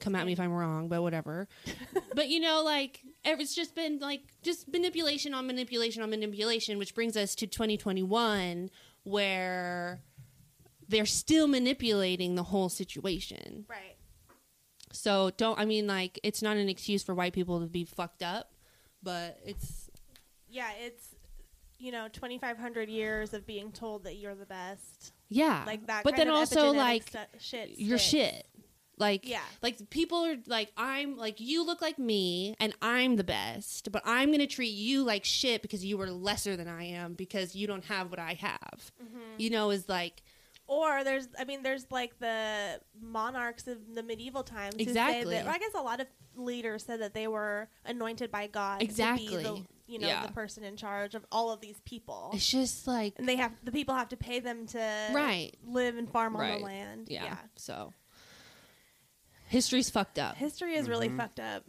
Speaker 3: Come at me if I'm wrong, but whatever. but you know, like ev- it's just been like just manipulation on manipulation on manipulation, which brings us to 2021, where they're still manipulating the whole situation.
Speaker 2: Right.
Speaker 3: So don't I mean like it's not an excuse for white people to be fucked up, but it's
Speaker 2: Yeah, it's you know, 2500 years of being told that you're the best.
Speaker 3: yeah.
Speaker 2: Like that
Speaker 3: Ah. But
Speaker 2: kind
Speaker 3: then
Speaker 2: of
Speaker 3: also
Speaker 2: epigenetic
Speaker 3: like
Speaker 2: stu- shit.
Speaker 3: your
Speaker 2: sticks.
Speaker 3: shit. Like
Speaker 2: Yeah.
Speaker 3: like people are like I'm like you look like me and I'm the best, but I'm going to treat you like shit because you are lesser than I am because you don't have what I have.
Speaker 2: Mm-hmm.
Speaker 3: You know is like
Speaker 2: Or there's, I mean, there's like the monarchs of the medieval times. who say
Speaker 3: Exactly.
Speaker 2: that- well, I guess a lot of leaders said that they were anointed by God. To be the,
Speaker 3: Exactly.
Speaker 2: you know,
Speaker 3: Yeah.
Speaker 2: the person in charge of all of these people.
Speaker 3: it's just like
Speaker 2: And they have, the people have to pay them to
Speaker 3: Right.
Speaker 2: live and farm on
Speaker 3: Right.
Speaker 2: the land.
Speaker 3: yeah. So history's fucked up.
Speaker 2: History is
Speaker 4: Mm-hmm.
Speaker 2: really fucked up.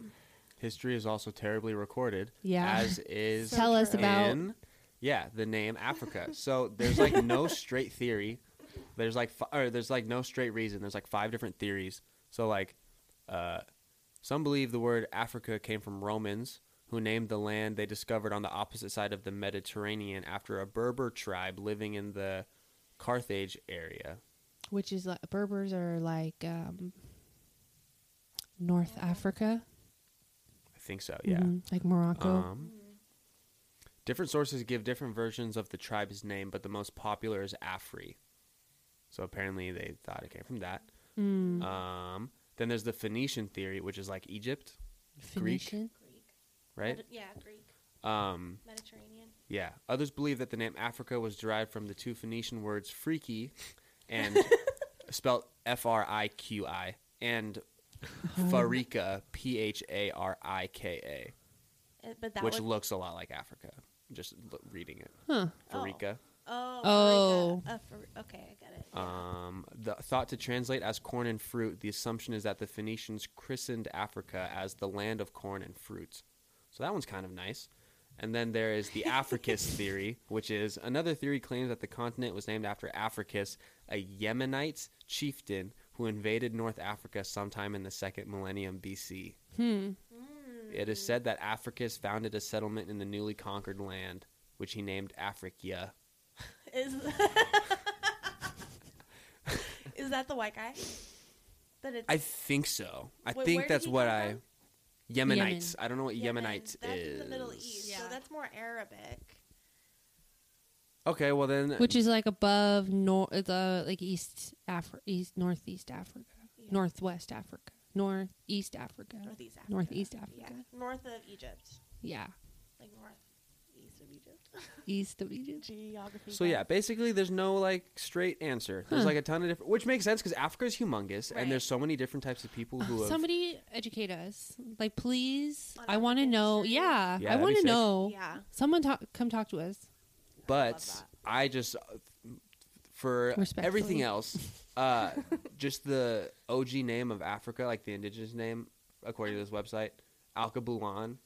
Speaker 4: History is also terribly recorded.
Speaker 3: Yeah.
Speaker 4: As is
Speaker 3: Tell us about
Speaker 4: in, yeah, the name Africa. So there's like no straight theory. There's like fi- or there's like no straight reason. There's like five different theories. So like, uh, some believe the word Africa came from Romans, who named the land they discovered on the opposite side of the Mediterranean after a Berber tribe living in the Carthage area.
Speaker 3: which is like Berbers are like um, North Africa,
Speaker 4: I think so. Yeah.
Speaker 3: Mhm, like Morocco.
Speaker 4: Um, different sources give different versions of the tribe's name, but the most popular is Afri. So apparently they thought it came from that.
Speaker 2: Mm-hmm.
Speaker 3: Mm,
Speaker 4: Um, then there's the Phoenician theory, which is like Egypt,
Speaker 3: Phoenician.
Speaker 2: Greek.
Speaker 4: right?
Speaker 2: Yeah, Greek.
Speaker 4: Um,
Speaker 2: Mediterranean.
Speaker 4: yeah. Others believe that the name Africa was derived from the two Phoenician words freaky and spelled F R I Q I and Farika, P H A R I K A.
Speaker 2: Uh, But that
Speaker 4: which
Speaker 2: would,
Speaker 4: looks a lot like Africa. Just l- reading it,
Speaker 3: Huh.
Speaker 2: Oh.
Speaker 4: Farika.
Speaker 2: oh,
Speaker 3: Oh.
Speaker 2: Africa. Uh, for- okay, I get it.
Speaker 4: Um, the thought to translate as corn and fruit. The assumption is that the Phoenicians christened Africa as the land of corn and fruit. So that one's kind of nice. And then there is the Africus theory, which is another theory claims that the continent was named after Africus, a Yemenite chieftain who invaded North Africa sometime in the second millennium BC.
Speaker 3: Hmm.
Speaker 2: Mm.
Speaker 4: It is said that Africus founded a settlement in the newly conquered land, which he named Africa.
Speaker 2: Is, is that the white guy? That it's
Speaker 4: I think so. I
Speaker 2: Wait, where
Speaker 4: think
Speaker 2: did
Speaker 4: that's
Speaker 2: he
Speaker 4: what
Speaker 2: come
Speaker 4: I.
Speaker 2: from?
Speaker 4: Yemenites. I don't know what
Speaker 2: Yemen.
Speaker 4: Yemenites
Speaker 2: that's
Speaker 4: is.
Speaker 2: in the Middle East, so
Speaker 3: Yeah.
Speaker 2: that's more Arabic.
Speaker 4: Okay, well then.
Speaker 3: Which is like above nor the like East Africa, East Northeast Africa,
Speaker 2: Yeah.
Speaker 3: Northwest Africa, Northeast Africa,
Speaker 2: Northeast Africa.
Speaker 3: Northeast
Speaker 2: Yeah.
Speaker 3: Africa.
Speaker 2: North of Egypt.
Speaker 3: Yeah.
Speaker 2: like northeast of Egypt.
Speaker 3: East of Egypt.
Speaker 2: Geography.
Speaker 4: So yeah, basically, there's no like straight answer. There's
Speaker 3: Huh.
Speaker 4: like a ton of different, which makes sense because Africa is humongous,
Speaker 2: Right.
Speaker 4: and there's so many different types of people who have.
Speaker 3: Somebody educate us. Like please.
Speaker 2: On
Speaker 3: I want to know.
Speaker 2: agriculture.
Speaker 3: Yeah.
Speaker 4: Yeah,
Speaker 3: I
Speaker 4: that'd be
Speaker 3: want to
Speaker 4: sick.
Speaker 3: know.
Speaker 2: Yeah.
Speaker 3: Someone talk come talk to us.
Speaker 4: but
Speaker 2: that.
Speaker 4: I just uh, for
Speaker 3: Respectfully.
Speaker 4: everything else, uh, just the OG name of Africa, like the indigenous name, according to this website, Alcabulan.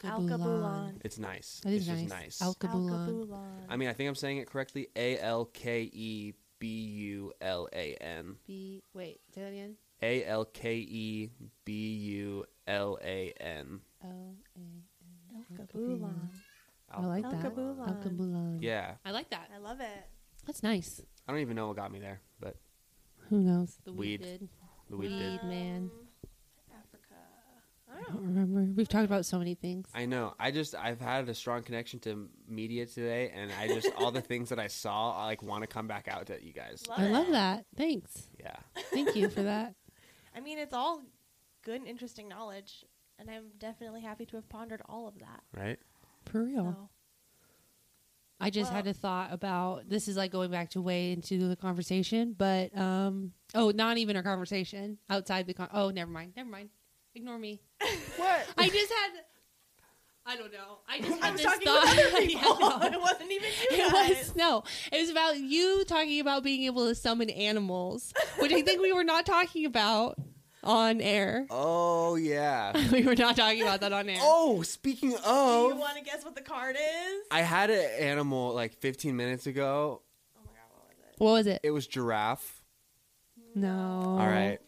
Speaker 2: Alcabulan.
Speaker 4: It's nice.
Speaker 3: That is
Speaker 4: it's
Speaker 3: nice.
Speaker 4: just nice.
Speaker 3: Alcabulan.
Speaker 4: I mean, I think I'm saying it correctly. A L K E B U L A N.
Speaker 3: B wait, say that again.
Speaker 4: A L K E B U L A N.
Speaker 3: L A
Speaker 2: Alcabulan.
Speaker 3: I like that.
Speaker 2: Alcabulan.
Speaker 3: Alcabulan.
Speaker 4: Yeah,
Speaker 3: I like that.
Speaker 2: I love it.
Speaker 3: That's nice.
Speaker 4: I don't even know what got me there, but
Speaker 3: Who knows? The
Speaker 4: Weed.
Speaker 3: did.
Speaker 4: the weed did.
Speaker 2: Mm.
Speaker 3: Weed. man.
Speaker 2: Um, Africa.
Speaker 3: I don't remember. We've talked about so many things.
Speaker 4: I know. I just I've had a strong connection to media today, and I just all the things that I saw, I like want to come back out to you guys.
Speaker 2: Love
Speaker 3: I love
Speaker 2: it.
Speaker 3: that. Thanks.
Speaker 4: Yeah,
Speaker 3: Thank you for that.
Speaker 2: I mean, it's all good and interesting knowledge, and I'm definitely happy to have pondered all of that.
Speaker 4: right.
Speaker 3: For real.
Speaker 2: So,
Speaker 3: I just had
Speaker 2: Well-
Speaker 3: a thought about this is like going back to way into the conversation, but um oh, not even a conversation outside the con- oh, never mind, never mind, ignore me.
Speaker 2: what?
Speaker 3: I just had I don't know. I just had
Speaker 2: I was
Speaker 3: this
Speaker 2: talking
Speaker 3: thought.
Speaker 2: to other
Speaker 3: Yeah,
Speaker 2: people.
Speaker 3: I know.
Speaker 2: it wasn't even you
Speaker 3: It
Speaker 2: guys.
Speaker 3: was no. It was about you talking about being able to summon animals, which I think we were not talking about on air.
Speaker 4: Oh yeah.
Speaker 3: we were not talking about that on air.
Speaker 4: oh, speaking
Speaker 2: Do you
Speaker 4: of,
Speaker 2: want to guess what the card is?
Speaker 4: I had an animal like 15 minutes ago.
Speaker 2: Oh my god, what was it?
Speaker 3: What was it?
Speaker 4: It was giraffe.
Speaker 3: no.
Speaker 4: All right.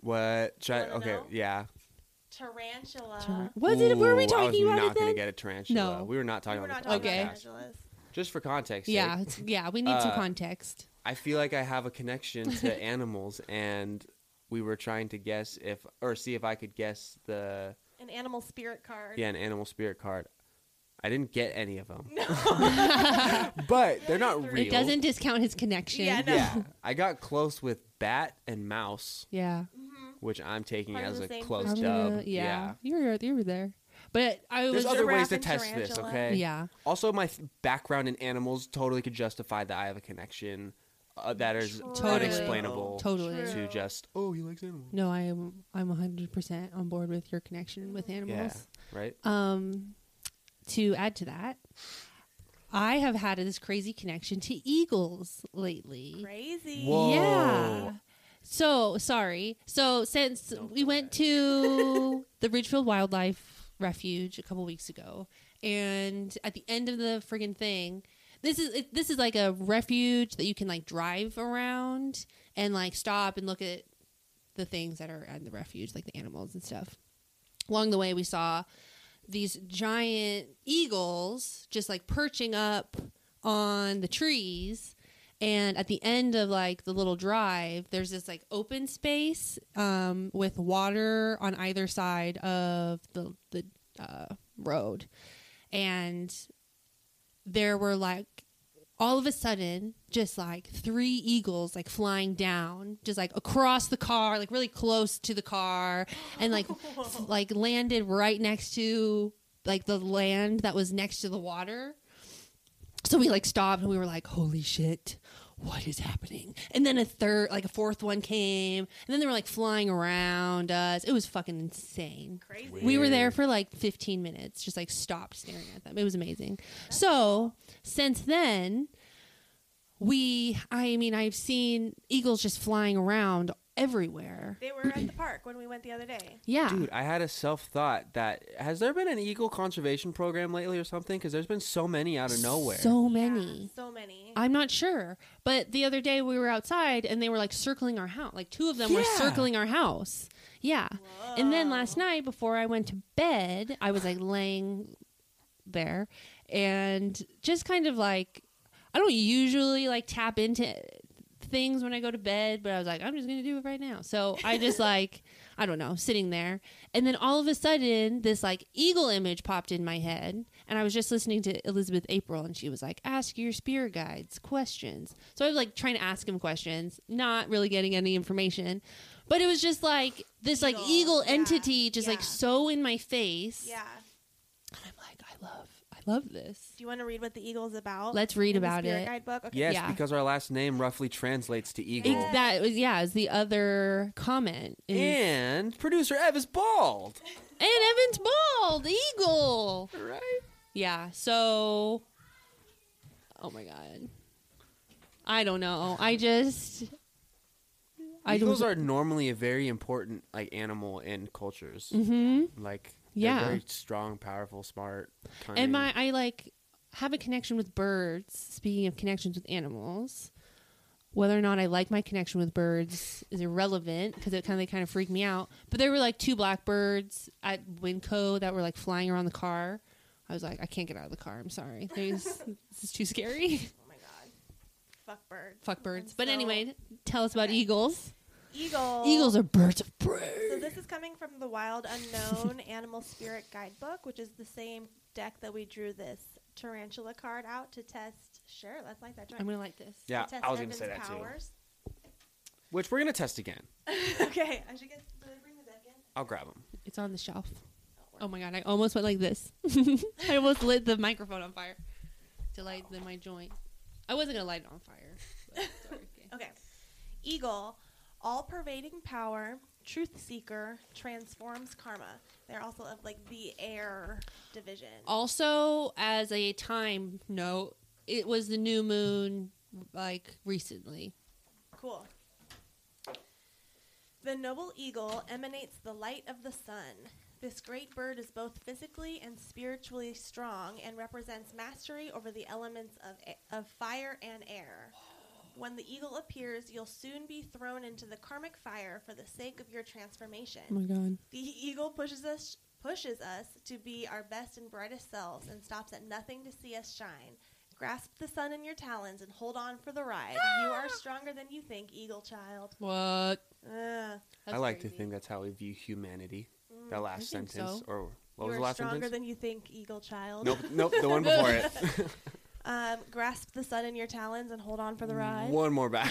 Speaker 4: What? Should I,
Speaker 2: Wanna
Speaker 4: okay.
Speaker 2: know?
Speaker 4: Yeah.
Speaker 2: Tarantula.
Speaker 3: Was it? Were we
Speaker 4: Ooh, I was
Speaker 3: talking about
Speaker 4: not
Speaker 3: it then?
Speaker 4: gonna get a tarantula.
Speaker 3: No.
Speaker 4: we were not
Speaker 2: We
Speaker 4: talking
Speaker 2: were
Speaker 4: about
Speaker 2: not talking
Speaker 4: the
Speaker 3: Okay.
Speaker 2: about
Speaker 4: podcast.
Speaker 2: tarantulas.
Speaker 4: Just for context. sake,
Speaker 3: Yeah, it's, yeah. We need some
Speaker 4: Uh,
Speaker 3: context.
Speaker 4: I feel like I have a connection to animals, and we were trying to guess if or see if I could guess the
Speaker 2: An animal spirit card.
Speaker 4: yeah an animal spirit card. I didn't get any of them,
Speaker 2: No.
Speaker 4: but they're not
Speaker 2: It
Speaker 4: real.
Speaker 3: It doesn't discount his connection.
Speaker 2: Yeah, no.
Speaker 4: Yeah, I got close with bat and mouse,
Speaker 3: Yeah.
Speaker 2: Mhm.
Speaker 4: which I'm taking
Speaker 2: Are
Speaker 4: as
Speaker 2: the
Speaker 4: a
Speaker 2: same
Speaker 4: close
Speaker 2: person.
Speaker 3: Probably
Speaker 4: dub.
Speaker 3: the- yeah. You were you were there. But I
Speaker 4: There's
Speaker 3: was
Speaker 4: other
Speaker 2: giraffe
Speaker 4: ways to
Speaker 2: and
Speaker 4: test this,
Speaker 2: tarantula.
Speaker 4: okay?
Speaker 3: yeah.
Speaker 4: Also, my th- background in animals totally could justify that I have a connection uh, that is
Speaker 2: Totally.
Speaker 4: unexplainable
Speaker 3: Totally.
Speaker 2: True.
Speaker 4: to just oh he likes animals,
Speaker 3: No, I am I'm 100% on board with your connection with animals.
Speaker 4: right?
Speaker 3: Um to add to that, I have had this crazy connection to eagles lately.
Speaker 2: Crazy.
Speaker 4: Whoa.
Speaker 3: Yeah. So sorry. So since we went to the Ridgefield Wildlife Refuge a couple weeks ago, and at the end of the friggin' thing, this is it, this is like a refuge that you can like drive around and like stop and look at the things that are at the refuge, like the animals and stuff. Along the way, we saw these giant eagles just like perching up on the trees. And at the end of like the little drive, there's this like open space um, with water on either side of the the uh, road, and there were like all of a sudden just like three eagles like flying down just like across the car like really close to the car and like f- like landed right next to like the land that was next to the water so we like stopped and we were like holy shit what is happening and then a third like a fourth one came and then they were like flying around us it was fucking insane
Speaker 2: Crazy.
Speaker 3: we were there for like 15 minutes, just like stopped staring at them. It was amazing. So since then, we, I mean, I've seen eagles just flying around everywhere.
Speaker 2: They were at the park when we went the other day.
Speaker 3: Yeah.
Speaker 4: Dude, I had a self thought that has there been an eagle conservation program lately or something? Because there's been so many out of nowhere.
Speaker 3: So
Speaker 2: Yeah,
Speaker 3: many.
Speaker 2: so many.
Speaker 3: I'm not sure. But the other day we were outside and they were like circling our house. Like two of them were
Speaker 4: Yeah.
Speaker 3: circling our house. Yeah. And then last night before I went to bed, I was like laying there and just kind of like I don't usually like tap into things when I go to bed, but I was like I'm just going to do it right now. So I just like I don't know, sitting there. And then all of a sudden, this like eagle image popped in my head. And I was just listening to Elizabeth April, and she was like, Ask your spirit guides questions. So I was like trying to ask him questions, not really getting any information. But it was just like this like
Speaker 2: Eagle,
Speaker 3: eagle
Speaker 2: yeah,
Speaker 3: entity just like
Speaker 2: yeah.
Speaker 3: so in my face.
Speaker 2: yeah.
Speaker 3: I'm love, I love this.
Speaker 2: Do you want to read what the eagle's about?
Speaker 3: Let's read
Speaker 2: in the
Speaker 3: about
Speaker 2: Spirit
Speaker 3: it.
Speaker 2: Guide book. Okay.
Speaker 4: Yes,
Speaker 3: Yeah.
Speaker 4: because our last name roughly translates to eagle.
Speaker 3: Ex- that was yeah. Is the other comment is,
Speaker 4: And producer Ev is bald.
Speaker 3: and Evans Bald Eagle.
Speaker 4: Right?
Speaker 3: Yeah. So, oh my god, I don't know. I just, I
Speaker 4: Eagles
Speaker 3: don't.
Speaker 4: are normally a very important like animal in cultures.
Speaker 3: hmm
Speaker 4: Like they're
Speaker 3: Yeah.
Speaker 4: very strong, powerful, smart. Cunning.
Speaker 3: And my, I like have a connection with birds. Speaking of connections with animals, whether or not I like my connection with birds is irrelevant because it kind of they kind of freak me out. But there were like two blackbirds at Winco that were like flying around the car. I was like, I can't get out of the car. I'm sorry. There's, this is too scary.
Speaker 2: Oh my god. Fuck birds.
Speaker 3: Fuck birds.
Speaker 2: And
Speaker 3: But
Speaker 2: so-
Speaker 3: anyway, tell us about eagles.
Speaker 2: Eagle.
Speaker 3: Eagles are birds of
Speaker 2: So
Speaker 3: prey.
Speaker 2: this is coming from the Wild Unknown Animal Spirit Guidebook, which is the same deck that we drew this tarantula card out to test. Sure, let's like that. Joint.
Speaker 3: I'm gonna like this.
Speaker 4: yeah,
Speaker 2: to test
Speaker 4: I was gonna
Speaker 2: Evan's
Speaker 4: say that too.
Speaker 2: powers.
Speaker 4: Which we're gonna test again.
Speaker 2: okay, I should get. Did I bring the deck in?
Speaker 4: I'll grab them.
Speaker 3: It's on the shelf.
Speaker 2: Oh,
Speaker 3: Oh my god! I almost went like this. I almost lit the microphone on fire to light the, my joint. I wasn't gonna light it on fire. but it's okay.
Speaker 2: okay. Eagle, all pervading power, truth seeker, transforms karma. They're also of like the air division.
Speaker 3: Also, as a time note, it was the new moon like recently.
Speaker 2: Cool. The noble eagle emanates the light of the sun. This great bird is both physically and spiritually strong and represents mastery over the elements of, a- of fire and air. When the eagle appears, you'll soon be thrown into the karmic fire for the sake of your transformation.
Speaker 3: Oh my god!
Speaker 2: The eagle pushes us pushes us to be our best and brightest selves and stops at nothing to see us shine. Grasp the sun in your talons and hold on for the ride. You are stronger than you think, eagle child.
Speaker 3: What?
Speaker 2: Ugh.
Speaker 4: I like to think that's how we view humanity. That last
Speaker 3: I think
Speaker 4: sentence,
Speaker 3: so.
Speaker 4: or
Speaker 2: you
Speaker 4: what was
Speaker 2: are
Speaker 4: the last
Speaker 2: stronger
Speaker 4: sentence?
Speaker 2: than you think, eagle child.
Speaker 4: nope, nope, the one before it.
Speaker 2: Um, grasp the sun in your talons and hold on for the ride.
Speaker 4: One more back.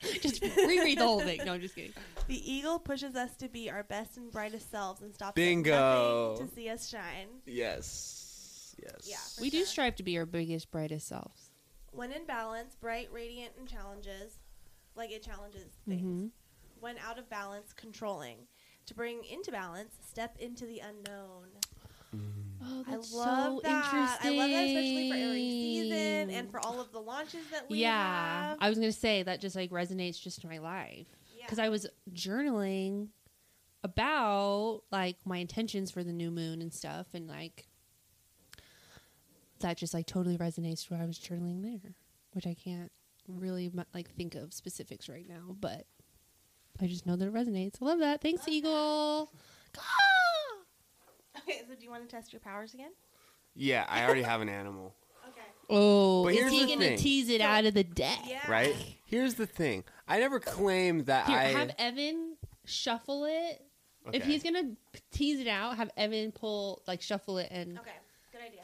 Speaker 3: just reread the whole thing. No, I'm just kidding.
Speaker 2: The eagle pushes us to be our best and brightest selves and stops
Speaker 4: Bingo.
Speaker 2: at nothing to see us shine.
Speaker 4: yes, yes.
Speaker 2: Yeah.
Speaker 3: We do strive to be our biggest, brightest selves.
Speaker 2: When in balance, bright, radiant, and challenges, like it challenges things.
Speaker 3: Mm-hmm.
Speaker 2: When out of balance, controlling. To bring into balance, step into the unknown.
Speaker 3: Oh,
Speaker 2: I love that. I love that, especially for airing season and for all of the launches that we
Speaker 3: yeah,
Speaker 2: have.
Speaker 3: I was gonna say that just like resonates just in my life because I was journaling about like my intentions for the new moon and stuff, and like that just like totally resonates to what I was journaling there, which I can't really mu- like think of specifics right now, but I just know that it resonates. I love that. Thanks, Eagle.
Speaker 2: Okay, so do you want to test your powers again?
Speaker 4: Yeah, I already have an animal.
Speaker 2: Okay.
Speaker 3: Oh,
Speaker 4: But
Speaker 3: is
Speaker 4: here's
Speaker 3: he
Speaker 4: the
Speaker 3: gonna
Speaker 4: thing.
Speaker 3: tease it out of the deck?
Speaker 2: Yeah.
Speaker 4: Right? Here's the thing. I never claimed that
Speaker 3: Here,
Speaker 4: I
Speaker 3: have Evan shuffle it. If
Speaker 4: Okay.
Speaker 3: he's gonna p- tease it out, have Evan pull like shuffle it and
Speaker 2: Okay. Good idea.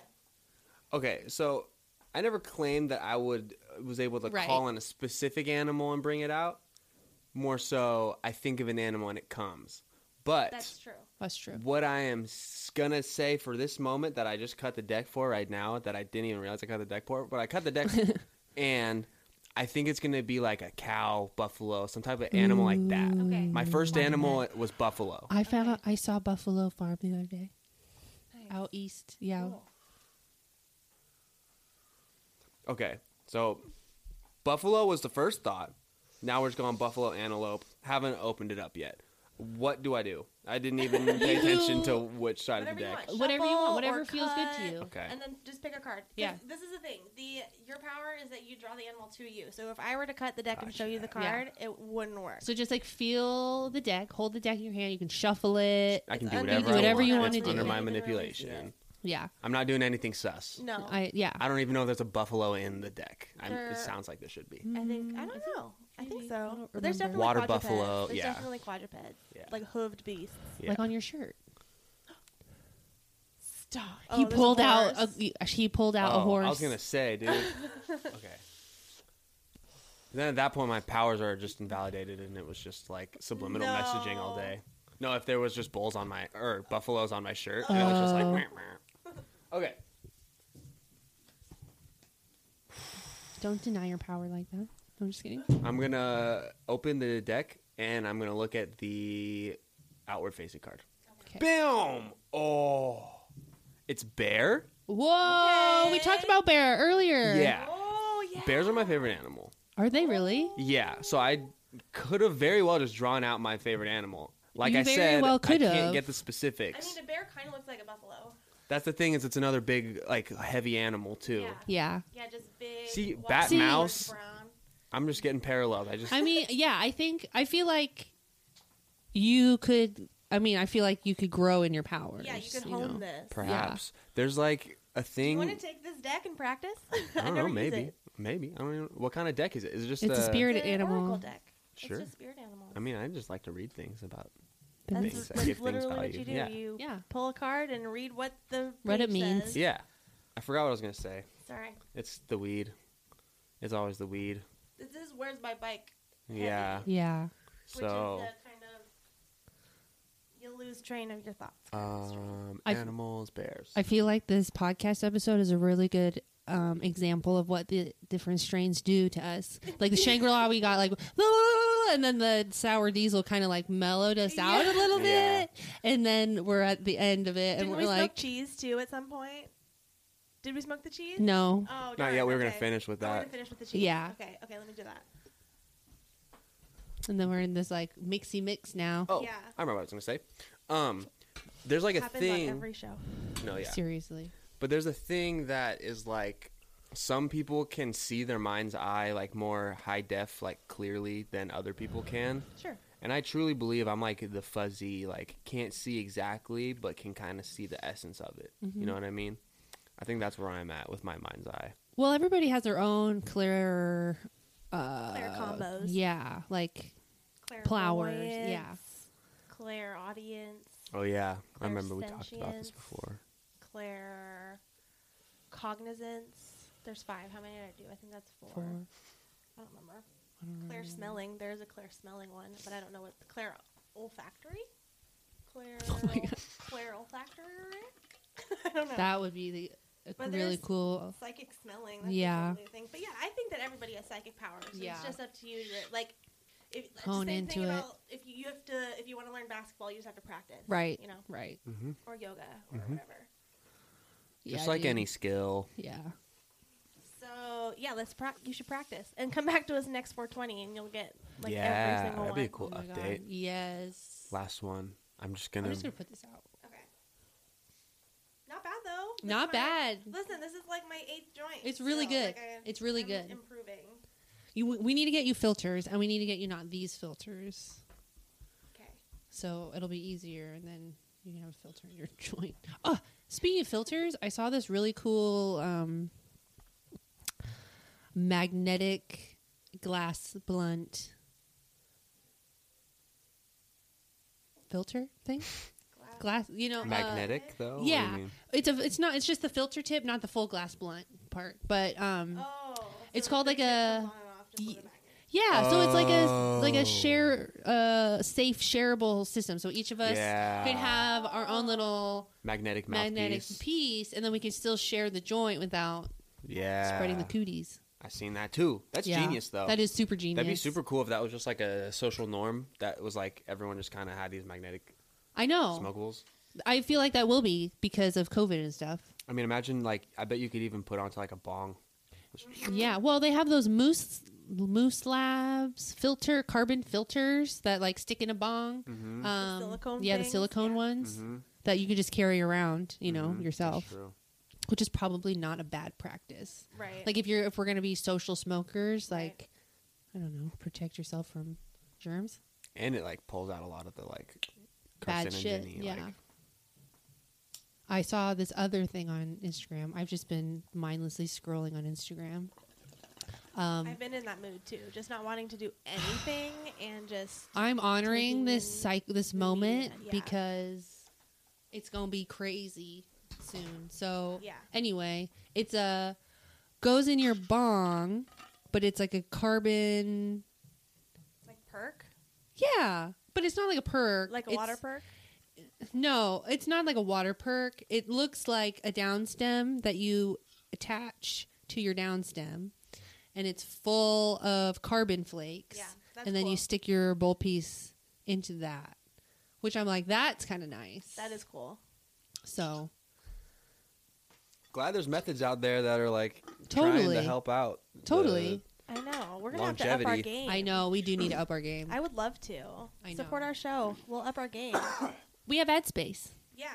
Speaker 4: Okay, so I never claimed that I would was able to
Speaker 3: Right.
Speaker 4: call in a specific animal and bring it out. More so, I think of an animal and it comes. But
Speaker 2: That's true.
Speaker 3: that's true.
Speaker 4: what I am s- gonna say for this moment that I just cut the deck for right now that I didn't even realize I cut the deck for, but I cut the deck and I think it's gonna be like a cow, buffalo, some type of animal like that.
Speaker 2: Okay.
Speaker 4: My first animal was buffalo.
Speaker 3: I found I saw Buffalo Farm the other day out east. Yeah,
Speaker 2: Cool.
Speaker 4: Okay, so buffalo was the first thought. Now we're just going buffalo antelope. Haven't opened it up yet. What do I do? I didn't even pay attention to which side of
Speaker 2: Whatever you
Speaker 4: the deck.
Speaker 2: want.
Speaker 3: whatever you want,
Speaker 2: Shuffle
Speaker 3: whatever
Speaker 2: or
Speaker 3: feels good
Speaker 2: cut.
Speaker 3: to you.
Speaker 4: Okay.
Speaker 2: And then just pick a card. 'Cause
Speaker 3: Yeah.
Speaker 2: This is the thing. The your power is that you draw the animal to you. So if I were to cut the deck and show you the card, it wouldn't work.
Speaker 3: So just like feel the deck, hold the deck in your hand. You can shuffle it.
Speaker 4: I can
Speaker 2: It's
Speaker 4: do
Speaker 2: under-
Speaker 4: whatever,
Speaker 3: do whatever Uh,
Speaker 4: I want.
Speaker 3: you
Speaker 4: It's
Speaker 3: wanna do.
Speaker 4: under my
Speaker 2: Yeah, you can release
Speaker 4: manipulation.
Speaker 2: it.
Speaker 3: Yeah,
Speaker 4: I'm not doing anything sus.
Speaker 2: no. I,
Speaker 3: I yeah.
Speaker 4: I don't even know if there's a buffalo in the deck. i
Speaker 2: There-
Speaker 4: it sounds like there should be.
Speaker 3: Mm-hmm.
Speaker 2: think I don't know. I
Speaker 3: maybe.
Speaker 2: think so.
Speaker 3: I don't
Speaker 2: But there's
Speaker 3: remember.
Speaker 2: definitely
Speaker 4: Water
Speaker 2: quadrupeds.
Speaker 4: buffalo,
Speaker 2: There's
Speaker 4: yeah.
Speaker 2: definitely quadrupeds.
Speaker 4: Yeah.
Speaker 2: Like hooved beasts.
Speaker 4: Yeah.
Speaker 3: Like on your shirt.
Speaker 2: Stop.
Speaker 3: he pulled out. A, he pulled out
Speaker 4: oh,
Speaker 3: a horse.
Speaker 4: I was gonna say, dude. okay. Then at that point, my powers are just invalidated, and it was just like subliminal
Speaker 2: No.
Speaker 4: messaging all day. No, if there was just bulls on my or buffaloes on my shirt, and it was just like.
Speaker 3: Oh.
Speaker 4: "Meow, meow." Okay.
Speaker 3: Don't deny your power like that. I'm just kidding.
Speaker 4: I'm gonna open the deck and I'm gonna look at the outward facing card.
Speaker 3: Okay.
Speaker 4: Boom! Oh, it's bear.
Speaker 3: Whoa, we talked about bear earlier.
Speaker 4: Yeah,
Speaker 2: Oh yeah.
Speaker 4: bears are my favorite animal.
Speaker 3: Are they really?
Speaker 4: Yeah, so I could have very well just drawn out my favorite animal. Like
Speaker 3: You
Speaker 4: I
Speaker 3: very
Speaker 4: said,
Speaker 3: well
Speaker 4: I
Speaker 3: could've.
Speaker 4: can't get the
Speaker 2: I
Speaker 4: specifics.
Speaker 2: mean, a bear kind of looks like a buffalo.
Speaker 4: That's the thing is, it's another big, like heavy animal too.
Speaker 2: Yeah.
Speaker 3: Yeah.
Speaker 2: Yeah, just big.
Speaker 4: See,
Speaker 2: white,
Speaker 4: bat
Speaker 2: dark
Speaker 4: mouse.
Speaker 2: Brown.
Speaker 4: I'm just getting paralleled. I just
Speaker 3: I mean, yeah, I think I feel like you could I mean, I feel like you could grow in your powers.
Speaker 2: Yeah, you can
Speaker 3: know.
Speaker 2: hone this.
Speaker 4: perhaps there's like a
Speaker 2: Do
Speaker 4: thing.
Speaker 2: you want to take this deck and practice?
Speaker 4: I don't
Speaker 2: never
Speaker 4: know.
Speaker 2: use
Speaker 4: Maybe,
Speaker 2: it.
Speaker 4: maybe. I don't. Even, what kind of deck is it? Is it just
Speaker 3: It's a spirit-
Speaker 2: It's
Speaker 3: Spirit
Speaker 2: an
Speaker 3: animal.
Speaker 2: oracle deck.
Speaker 4: Sure.
Speaker 2: It's just spirit animals.
Speaker 4: I mean, I just like to read things about
Speaker 3: The
Speaker 4: That's-
Speaker 3: mix.
Speaker 4: things that give
Speaker 2: like
Speaker 4: things
Speaker 2: literally what
Speaker 4: value.
Speaker 2: you do.
Speaker 4: Yeah.
Speaker 2: You
Speaker 3: Yeah.
Speaker 2: pull a card and read what the
Speaker 3: What it
Speaker 2: page
Speaker 3: means.
Speaker 2: says.
Speaker 4: Yeah. I forgot what I was going to say.
Speaker 2: Sorry.
Speaker 4: It's the weed. It's always the weed.
Speaker 2: This is where's my bike,
Speaker 4: Yeah.
Speaker 3: Yeah.
Speaker 2: which is
Speaker 4: So,
Speaker 2: the kind of you lose train of your thoughts.
Speaker 3: Uh,
Speaker 2: kind of strain.
Speaker 4: um,
Speaker 3: I-
Speaker 4: animals, bears.
Speaker 3: I feel like this podcast episode is a really good um, example of what the different strains do to us. Like the Shangri La, we got like, and then the sour diesel kind of like mellowed us out a little bit,
Speaker 4: Yeah.
Speaker 3: and then we're at the end of it, and
Speaker 2: Didn't
Speaker 3: we're
Speaker 2: we smoke
Speaker 3: like,
Speaker 2: cheese too at some point? Did we smoke the cheese?
Speaker 3: no,
Speaker 2: Oh,
Speaker 4: Not
Speaker 2: darn,
Speaker 4: yet. We were going
Speaker 2: okay.
Speaker 4: to finish with
Speaker 2: Oh, we're
Speaker 4: that.
Speaker 2: gonna finish with the cheese.
Speaker 3: Yeah.
Speaker 2: Okay. Okay. Let me do that.
Speaker 3: and then we're in this like mixy mix now.
Speaker 4: Oh,
Speaker 2: Yeah.
Speaker 4: I remember what I was going to say. Um, there's like a
Speaker 2: Happens
Speaker 4: thing.
Speaker 2: on every show.
Speaker 4: no, yeah.
Speaker 3: Seriously,
Speaker 4: But there's a thing that is like some people can see their mind's eye like more high def, like clearly than other people can.
Speaker 2: Sure.
Speaker 4: And I truly believe I'm like the fuzzy, like can't see exactly, but can kind of see the essence of it. You know what I mean? I think that's where I'm at with my mind's eye.
Speaker 3: well, everybody has their own clear, uh,
Speaker 2: Clear combos.
Speaker 3: yeah, like Flowers,
Speaker 2: Flowers.
Speaker 3: yeah.
Speaker 2: Claire audience.
Speaker 4: Oh yeah, I remember we talked about this
Speaker 2: Clairsentience.
Speaker 4: before.
Speaker 2: Claire cognizance. There's five. How many did I do? I think that's four.
Speaker 3: for,
Speaker 2: I don't remember. Claire smelling. There's a Claire smelling one, but I don't know what Claire olfactory. Claire. Oh
Speaker 3: my God.
Speaker 2: Claire olfactory. I don't know.
Speaker 3: that would be the a
Speaker 2: But
Speaker 3: really
Speaker 2: there's-
Speaker 3: cool.
Speaker 2: psychic smelling. That's
Speaker 3: Yeah.
Speaker 2: yeah. Thing. But yeah, I think that everybody has psychic powers.
Speaker 3: Yeah.
Speaker 2: It's just up to you to like. If, it's the
Speaker 3: Hone
Speaker 2: same
Speaker 3: into
Speaker 2: thing
Speaker 3: it.
Speaker 2: About if you, you have to, if you want to learn basketball, you just have to practice.
Speaker 3: Right, Mm-hmm.
Speaker 2: You know,
Speaker 3: right.
Speaker 2: or yoga or whatever.
Speaker 3: Yeah,
Speaker 4: Mm-hmm. Just like
Speaker 3: dude.
Speaker 4: any skill.
Speaker 3: Yeah.
Speaker 2: So yeah, let's prac you should practice and come back to us next 420, and you'll get like
Speaker 4: yeah,
Speaker 2: every single
Speaker 4: that'd
Speaker 2: one.
Speaker 4: be a cool
Speaker 3: Oh my God,
Speaker 4: update.
Speaker 3: Yes.
Speaker 4: Last one. I'm just
Speaker 3: I'm
Speaker 4: gonna.
Speaker 3: just gonna put this out.
Speaker 2: Okay. Not bad though. This is
Speaker 3: Not
Speaker 2: my-
Speaker 3: bad.
Speaker 2: Listen, this is like my eighth joint.
Speaker 3: It's really
Speaker 2: still.
Speaker 3: good. It's really
Speaker 2: I'm
Speaker 3: good.
Speaker 2: Improving.
Speaker 3: You, we need to get you filters, and we need to get you not these filters,
Speaker 2: Okay.
Speaker 3: so it'll be easier, and then you can have a filter in your joint. Oh, speaking of filters, I saw this really cool um, magnetic glass blunt filter thing.
Speaker 2: Glad.
Speaker 3: Glass, you know, uh,
Speaker 4: Magnetic though. What do you
Speaker 3: yeah,
Speaker 4: mean?
Speaker 3: it's a, it's not, it's just the filter tip, not the full glass blunt part, but um.
Speaker 2: Oh. so
Speaker 3: It's called,
Speaker 2: the
Speaker 3: like,
Speaker 2: thing that comes on
Speaker 3: a-
Speaker 2: and off just with
Speaker 3: y-
Speaker 2: a magnet.
Speaker 3: Yeah, so it's like a like a
Speaker 4: Oh.
Speaker 3: share uh safe shareable system. So each of us
Speaker 4: Yeah.
Speaker 3: could have our own little
Speaker 4: Magnetic
Speaker 3: magnetic
Speaker 4: mouthpiece.
Speaker 3: piece and then we can still share the joint without
Speaker 4: yeah.
Speaker 3: spreading the cooties.
Speaker 4: I seen that too. That's
Speaker 3: Yeah.
Speaker 4: genius though.
Speaker 3: That is super genius.
Speaker 4: That'd be super cool if that was just like a social norm. That was like everyone just kind of had these magnetic
Speaker 3: I know.
Speaker 4: smokables.
Speaker 3: I feel like that will be because of COVID and stuff.
Speaker 4: I mean, imagine like I bet you could even put onto like a bong.
Speaker 3: Yeah. Well, they have those moose moose labs filter carbon filters that like stick in a bong.
Speaker 4: Mm-hmm.
Speaker 3: Um,
Speaker 2: silicone
Speaker 3: yeah, the
Speaker 2: things,
Speaker 3: silicone
Speaker 2: yeah.
Speaker 3: ones that you could just carry around, you know, yourself,
Speaker 4: Mm-hmm. true.
Speaker 3: which is probably not a bad practice.
Speaker 2: Right.
Speaker 3: like if you're if we're gonna be social smokers
Speaker 2: Right.
Speaker 3: like i don't know protect yourself from germs
Speaker 4: And it like pulls out a lot of the like
Speaker 3: bad shit
Speaker 4: carcinogen-y,
Speaker 3: yeah
Speaker 4: like-
Speaker 3: i saw this other thing on instagram i've just been mindlessly scrolling on instagram um
Speaker 2: I've been in that mood too, just not wanting to do anything and just
Speaker 3: i'm honoring
Speaker 2: taking
Speaker 3: this
Speaker 2: in
Speaker 3: psych this
Speaker 2: the
Speaker 3: moment
Speaker 2: media, yeah.
Speaker 3: because it's gonna be crazy soon so
Speaker 2: Yeah.
Speaker 3: anyway it's a goes in your bong but it's like a carbon
Speaker 2: like perk,
Speaker 3: yeah but it's not like a perk
Speaker 2: like a
Speaker 3: It's-
Speaker 2: water perk.
Speaker 3: No, it's not like a water perk. It looks like a down stem that you attach to your down stem, and it's full of carbon flakes.
Speaker 2: Yeah, that's
Speaker 3: and then
Speaker 2: cool.
Speaker 3: you stick your bowl piece into that, which I'm like, that's kind of nice.
Speaker 2: That is cool.
Speaker 3: so
Speaker 4: Glad there's methods out there that are like trying to
Speaker 3: Totally.
Speaker 4: help out. the-
Speaker 3: totally.
Speaker 2: I know. We're gonna have to up our
Speaker 4: Longevity.
Speaker 2: game.
Speaker 3: I know we do need to up our game.
Speaker 2: I would love to
Speaker 3: I
Speaker 2: support
Speaker 3: know.
Speaker 2: our show. We'll up our game.
Speaker 3: we have ad space.
Speaker 2: yeah.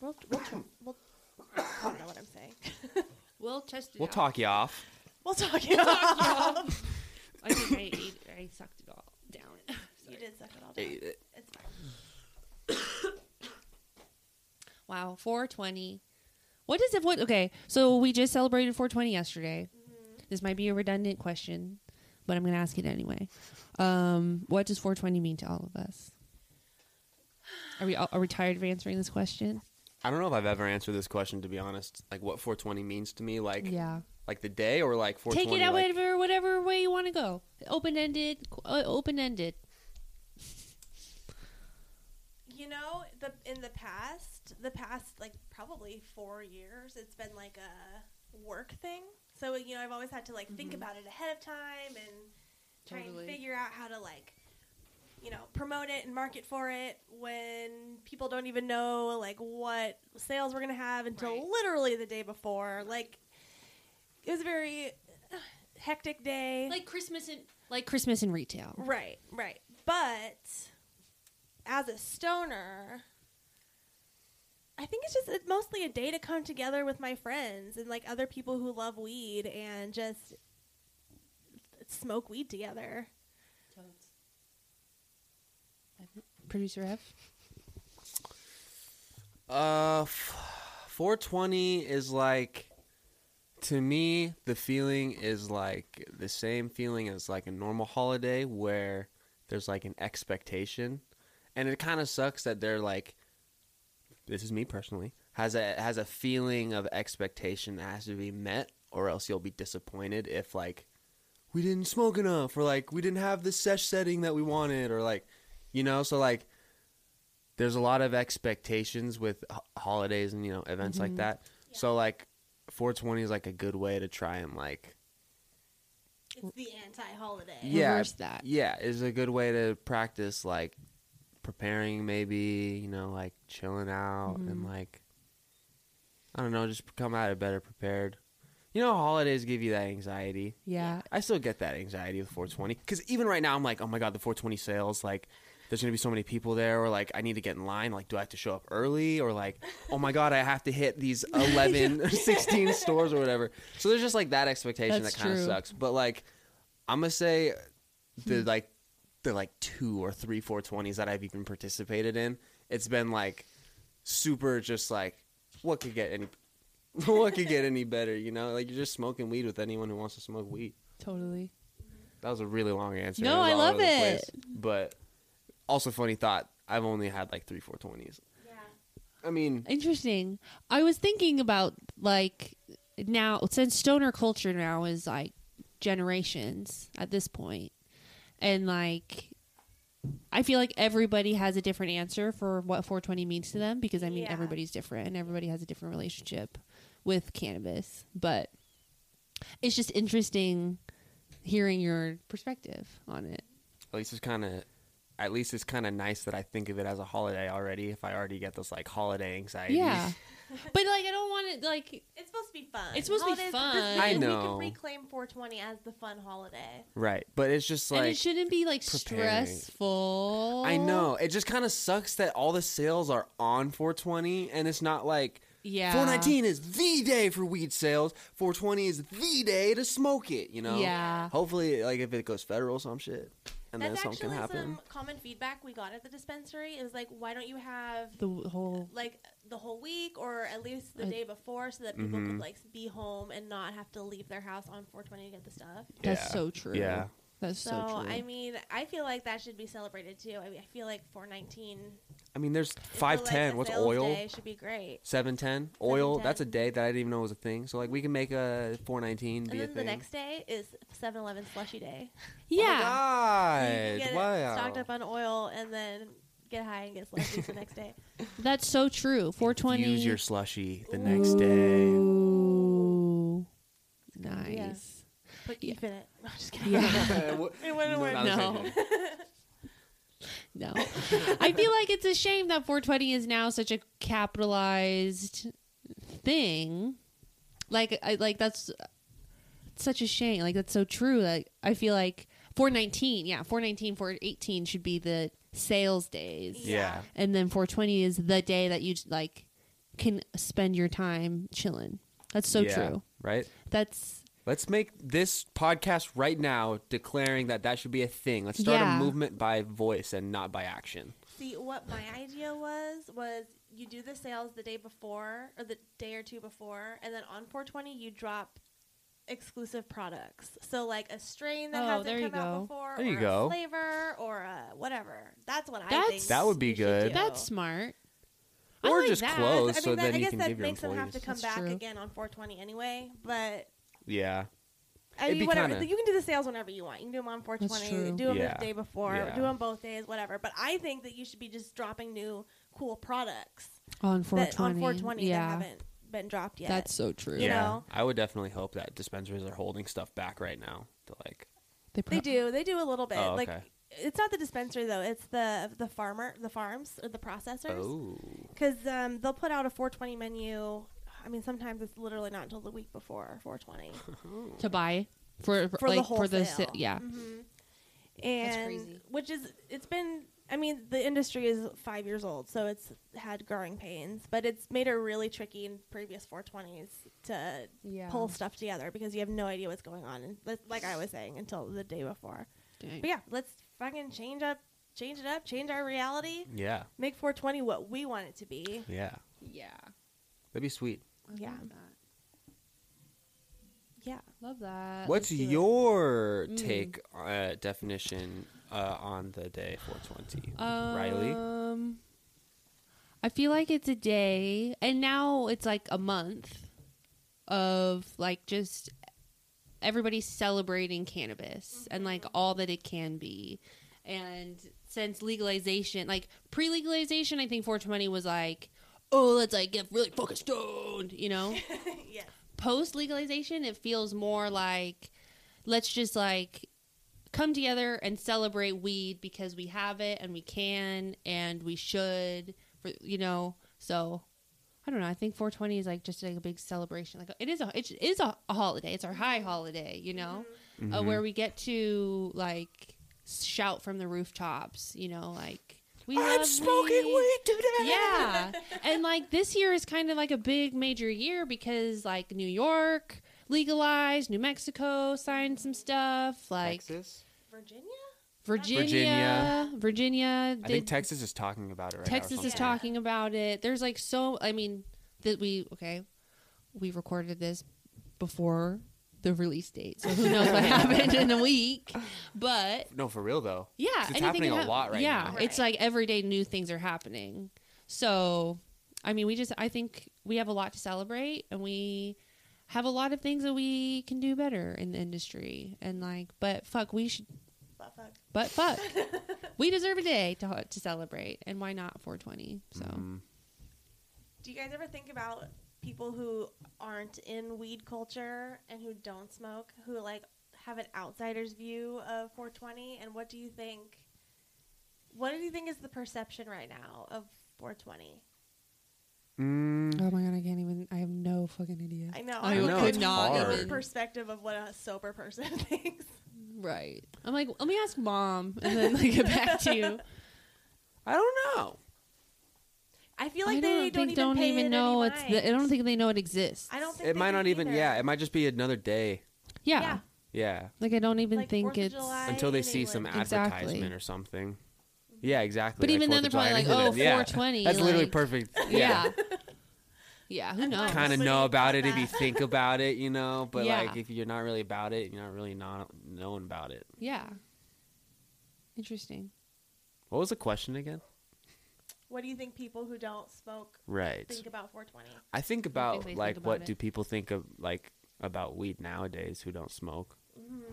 Speaker 2: We'll we'll, tr- we'll I don't know what I'm saying.
Speaker 3: We'll test it.
Speaker 4: we'll talk you off.
Speaker 2: We'll talk you up.
Speaker 3: I think I, ate, I sucked it all down.
Speaker 2: You did suck it all down.
Speaker 4: Ate it.
Speaker 2: It's fine.
Speaker 3: Wow, 420. What does it? What? Okay, so we just celebrated 420 yesterday. This might be a redundant question, but I'm going to ask it anyway. Um, what does 420 mean to all of us? Are we all, are we tired of answering this question?
Speaker 4: I don't know if I've ever answered this question to be honest. Like what 420 means to me, like
Speaker 3: Yeah.
Speaker 4: like the day or like
Speaker 3: Take
Speaker 4: 420.
Speaker 3: it out
Speaker 4: like-
Speaker 3: whatever whatever way you want to go. uh, Open ended, open ended.
Speaker 2: You know, the in the past, the past like probably four years, it's been like a work thing. So you know, I've always had to like think about it ahead of time and try
Speaker 3: Mm-hmm. Totally.
Speaker 2: and figure out how to like, you know, promote it and market for it when people don't even know like what sales we're gonna have until
Speaker 3: Right.
Speaker 2: literally the day before. Like, it was a very uh, hectic day.
Speaker 3: Like Christmas in like Christmas in retail.
Speaker 2: Right, right. But as a stoner, I think it's just it's mostly a day to come together with my friends and like other people who love weed and just smoke weed together.
Speaker 3: Producer Ev.
Speaker 4: Uh, f- 420 is like, to me, the feeling is like the same feeling as like a normal holiday where there's like an expectation, and it kind of sucks that they're like, this is me personally has a has a feeling of expectation that has to be met, or else you'll be disappointed if like we didn't smoke enough, or like we didn't have the sesh setting that we wanted, or like you know, so like there's a lot of expectations with h- holidays and you know events like that. So like 420 is like a good way to try and like
Speaker 2: It's the anti-holiday.
Speaker 4: yeah
Speaker 3: Reverse that.
Speaker 4: yeah is a good way to practice like preparing maybe you know like chilling out and like I don't know just come out of better prepared. You know holidays give you that anxiety.
Speaker 3: Yeah.
Speaker 4: I still get that anxiety with 420 because even right now I'm like, oh my god, the 420 sales like. There's gonna be so many people there, or like I need to get in line. Like, do I have to show up early, or like, oh my god, I have to hit these 11 or 16 stores or whatever. So there's just like that expectation
Speaker 3: That's
Speaker 4: that kind of
Speaker 3: true.
Speaker 4: sucks. But like, I'm gonna say the
Speaker 3: Hmm.
Speaker 4: like the like two or three 420s that I've even participated in, it's been like super just like what could get any what could get any better, you know? Like you're just smoking weed with anyone who wants to smoke weed.
Speaker 3: Totally.
Speaker 4: That was a really long answer.
Speaker 3: No,
Speaker 4: was
Speaker 3: I
Speaker 4: all
Speaker 3: love
Speaker 4: over the place.
Speaker 3: it.
Speaker 4: But also funny thought, I've only had like three 420s. I mean,
Speaker 3: Interesting. I was thinking about like now since stoner culture now is like generations at this point, and like I feel like everybody has a different answer for what 420 means to them because I mean
Speaker 2: Yeah.
Speaker 3: everybody's different and everybody has a different relationship with cannabis, but it's just interesting hearing your perspective on it.
Speaker 4: at least it's kind of at least it's kind of nice that I think of it as a holiday already if I already get this like holiday anxiety.
Speaker 3: Yeah, but like I don't want to like
Speaker 2: It's supposed to be fun.
Speaker 3: It's supposed to be
Speaker 2: this
Speaker 3: fun.
Speaker 4: I
Speaker 2: is- We
Speaker 4: know.
Speaker 2: can reclaim 420 as the fun holiday.
Speaker 4: Right. But it's just like
Speaker 3: and it shouldn't be like
Speaker 4: preparing.
Speaker 3: stressful.
Speaker 4: I know. It just kind of sucks that all the sales are on 420 and it's not like
Speaker 3: Yeah.
Speaker 4: 419 is the day for weed sales. 420 is the day to smoke it, you know?
Speaker 3: Yeah.
Speaker 4: Hopefully, like, if it goes federal, some shit, and then
Speaker 2: That's
Speaker 4: something can
Speaker 2: actually
Speaker 4: happen.
Speaker 2: some common feedback we got at the dispensary. It was like, why don't you have
Speaker 3: The whole
Speaker 2: like the whole week or at least the
Speaker 3: I-
Speaker 2: day before so that people
Speaker 4: Mm-hmm.
Speaker 2: could like be home and not have to leave their house on 420 to get the stuff.
Speaker 3: That's
Speaker 4: Yeah.
Speaker 3: so true.
Speaker 4: Yeah.
Speaker 3: That's
Speaker 2: So,
Speaker 3: so, true.
Speaker 2: I mean, I feel like that should be celebrated too. I, mean, I feel like 419 is
Speaker 4: I mean, there's
Speaker 2: the,
Speaker 4: 510
Speaker 2: like,
Speaker 4: with
Speaker 2: the sales
Speaker 4: oil.
Speaker 2: day should be great.
Speaker 4: 710 oil. That's a
Speaker 2: 710.
Speaker 4: day that I didn't even know was a thing. So like we can make a 419 be
Speaker 2: And then
Speaker 4: a thing.
Speaker 2: the next day is 7-Eleven slushy day.
Speaker 4: Oh my
Speaker 3: yeah.
Speaker 4: God.
Speaker 2: You can get it
Speaker 4: wow.
Speaker 2: stocked up on oil and then get high and get slushies the next day.
Speaker 3: That's so true. 420.
Speaker 4: Use your slushy the next day.
Speaker 3: Ooh. Nice.
Speaker 2: But
Speaker 3: Yeah.
Speaker 2: you fit it. No, I'm just kidding.
Speaker 3: Yeah.
Speaker 2: It wouldn't work.
Speaker 4: Not the same
Speaker 3: No.
Speaker 4: thing.
Speaker 3: No. I feel like it's a shame that 420 is now such a capitalized thing. Like I like that's such a shame. Like that's so true. Like I feel like 419, yeah, 419, 418 should be the sales days.
Speaker 4: Yeah.
Speaker 3: And then 420 is the day that you like can spend your time chilling. That's so
Speaker 4: Yeah,
Speaker 3: true.
Speaker 4: Right?
Speaker 3: That's
Speaker 4: Let's make this podcast right now declaring that that should be a thing. Let's start
Speaker 3: Yeah.
Speaker 4: a movement by voice and not by action.
Speaker 2: See, what my idea was was you do the sales the day before or the day or two before, and then on 420 you drop exclusive products. So like a strain that
Speaker 3: Oh, there
Speaker 2: hasn't
Speaker 3: you
Speaker 2: come out
Speaker 3: go.
Speaker 2: before,
Speaker 4: There you
Speaker 2: or
Speaker 4: go.
Speaker 2: a flavor, or a whatever. That's what I
Speaker 3: That's-
Speaker 2: think.
Speaker 4: That would be
Speaker 2: we should
Speaker 4: good.
Speaker 2: do.
Speaker 3: that's smart. I
Speaker 4: Or
Speaker 3: like
Speaker 4: just
Speaker 3: that.
Speaker 2: I
Speaker 4: close
Speaker 2: mean,
Speaker 4: so
Speaker 2: that,
Speaker 4: then
Speaker 2: I
Speaker 4: you
Speaker 2: guess
Speaker 4: can
Speaker 2: that
Speaker 4: give your
Speaker 2: makes them have
Speaker 4: employees.
Speaker 2: to come
Speaker 3: That's
Speaker 2: back
Speaker 3: true.
Speaker 2: again on 420 anyway, but
Speaker 4: Yeah.
Speaker 2: I
Speaker 4: It'd
Speaker 2: mean,
Speaker 4: be
Speaker 2: whatever.
Speaker 4: kinda-
Speaker 2: You can do the sales whenever you want. You can do them on 420.
Speaker 3: true.
Speaker 2: Do them
Speaker 4: Yeah.
Speaker 2: the day before.
Speaker 4: Yeah.
Speaker 2: Do them both days, whatever. But I think that you should be just dropping new cool products
Speaker 3: On
Speaker 2: that
Speaker 3: 420.
Speaker 2: on 420
Speaker 3: yeah.
Speaker 2: that haven't been dropped yet.
Speaker 3: That's so true.
Speaker 4: yeah.
Speaker 2: know?
Speaker 4: I would definitely hope that dispensaries are holding stuff back right now to like
Speaker 2: they
Speaker 3: prob-
Speaker 2: do. They do a little bit.
Speaker 4: Oh,
Speaker 2: Like
Speaker 4: okay.
Speaker 2: it's not the dispensary though. It's the the farmer, the farms or the processors.
Speaker 4: Oh.
Speaker 2: Because um, they'll put out a 420 menu. I mean, sometimes it's literally not until the week before 420
Speaker 3: to buy for, for
Speaker 2: for
Speaker 3: like
Speaker 2: the
Speaker 3: for the
Speaker 2: wholesale.
Speaker 3: sa- yeah.
Speaker 2: hmm And
Speaker 3: crazy.
Speaker 2: which is it's been I mean the industry is 5 years old so it's had growing pains but it's made it really tricky in previous 420s to
Speaker 3: Yeah.
Speaker 2: pull stuff together because you have no idea what's going on and li- like I was saying until the day before. But yeah, let's fucking change up change it up, change our reality,
Speaker 4: Yeah.
Speaker 2: make 420 what we want it to be.
Speaker 4: Yeah.
Speaker 3: Yeah.
Speaker 4: That'd be sweet.
Speaker 2: Yeah. Yeah.
Speaker 3: Love that.
Speaker 4: What's
Speaker 2: do it.
Speaker 4: your
Speaker 3: Mm.
Speaker 4: take uh, definition uh, on the day 420?
Speaker 3: um,
Speaker 4: Riley?
Speaker 3: I feel like it's a day, and now it's like a month of like just everybody celebrating cannabis and like all that it can be. And since legalization, like pre legalization, I think 420 was like, oh, let's like get really fucking stoned, you know?
Speaker 2: yeah.
Speaker 3: post legalization, it feels more like let's just like come together and celebrate weed because we have it and we can and we should, for, you know. So I don't know. I think 420 is like just like a big celebration. Like it is a it is a, a holiday. It's our high holiday, you know, uh, where we get to like shout from the rooftops, you know, like we love weed
Speaker 4: today.
Speaker 3: yeah and like this year is kind of like a big major year because like new york legalized new mexico signed some stuff like
Speaker 4: Texas?
Speaker 2: Virginia?
Speaker 3: virginia virginia,
Speaker 4: I think
Speaker 3: did-
Speaker 4: Texas is talking about it right now or
Speaker 3: texas is
Speaker 4: something.
Speaker 2: something.
Speaker 3: talking about it there's like so i mean that we okay we recorded this before the release date so who knows what happened in a week but
Speaker 4: No, for real though.
Speaker 3: yeah,
Speaker 4: It's
Speaker 3: anything
Speaker 4: happening
Speaker 3: can
Speaker 4: a
Speaker 3: hap-
Speaker 4: lot right
Speaker 3: yeah,
Speaker 4: now.
Speaker 3: it's like every day new things are happening. So, I mean, we just I think we have a lot to celebrate, and we have a lot of things that we can do better in the industry. And like, but fuck, we should.
Speaker 2: But fuck.
Speaker 3: But fuck, we deserve a day to to celebrate, and why not 420? So
Speaker 4: Mm.
Speaker 2: Do you guys ever think about people who aren't in weed culture and who don't smoke, who like have an outsider's view of 420? And what do you think? What do you think is the perception right now of 420?
Speaker 4: Mm,
Speaker 3: Oh my god, I can't even. I have no fucking idea.
Speaker 2: I know.
Speaker 3: I,
Speaker 2: I'm
Speaker 4: know,
Speaker 2: looking
Speaker 3: could
Speaker 4: it's
Speaker 3: not
Speaker 2: at
Speaker 4: hard.
Speaker 2: The
Speaker 3: even-
Speaker 2: perspective of what a sober person thinks.
Speaker 3: Right. I'm like, let me ask mom, and then like, get back to you.
Speaker 4: I don't know.
Speaker 2: I feel like they don't even, pay it any
Speaker 3: know it's.
Speaker 2: mind.
Speaker 3: The, I don't think they know it exists.
Speaker 2: I don't think
Speaker 4: It
Speaker 2: they
Speaker 4: might
Speaker 2: do
Speaker 4: not even.
Speaker 2: either.
Speaker 4: Yeah, it might just be another day.
Speaker 3: Yeah.
Speaker 2: Yeah.
Speaker 4: Yeah,
Speaker 3: Like I don't even
Speaker 2: Like,
Speaker 3: think
Speaker 2: Fourth of
Speaker 3: it's.
Speaker 2: July.
Speaker 4: until they
Speaker 2: in
Speaker 4: see some
Speaker 2: England.
Speaker 4: advertisement
Speaker 3: Exactly.
Speaker 4: or something. Yeah, exactly.
Speaker 3: But
Speaker 4: like
Speaker 3: even then, they're
Speaker 4: Fourth
Speaker 3: probably
Speaker 4: of
Speaker 3: like,
Speaker 4: July, I
Speaker 3: "Oh,
Speaker 4: knew that." Yeah.
Speaker 3: 420."
Speaker 4: That's literally
Speaker 3: like-
Speaker 4: perfect.
Speaker 3: Yeah. Yeah, who
Speaker 2: I'm
Speaker 3: knows?
Speaker 2: not
Speaker 4: kind of
Speaker 2: Absolutely
Speaker 4: know about
Speaker 2: love
Speaker 4: it if you
Speaker 2: that.
Speaker 4: think about it, you know. But
Speaker 3: Yeah.
Speaker 4: like, if you're not really about it, you're not really not knowing about it.
Speaker 3: Yeah. Interesting.
Speaker 4: What was the question again?
Speaker 2: What do you think people who don't smoke
Speaker 4: Right.
Speaker 2: think about 420?
Speaker 4: I think about
Speaker 3: they think
Speaker 4: like
Speaker 3: about
Speaker 4: what
Speaker 3: it.
Speaker 4: do people think of like about weed nowadays who don't smoke,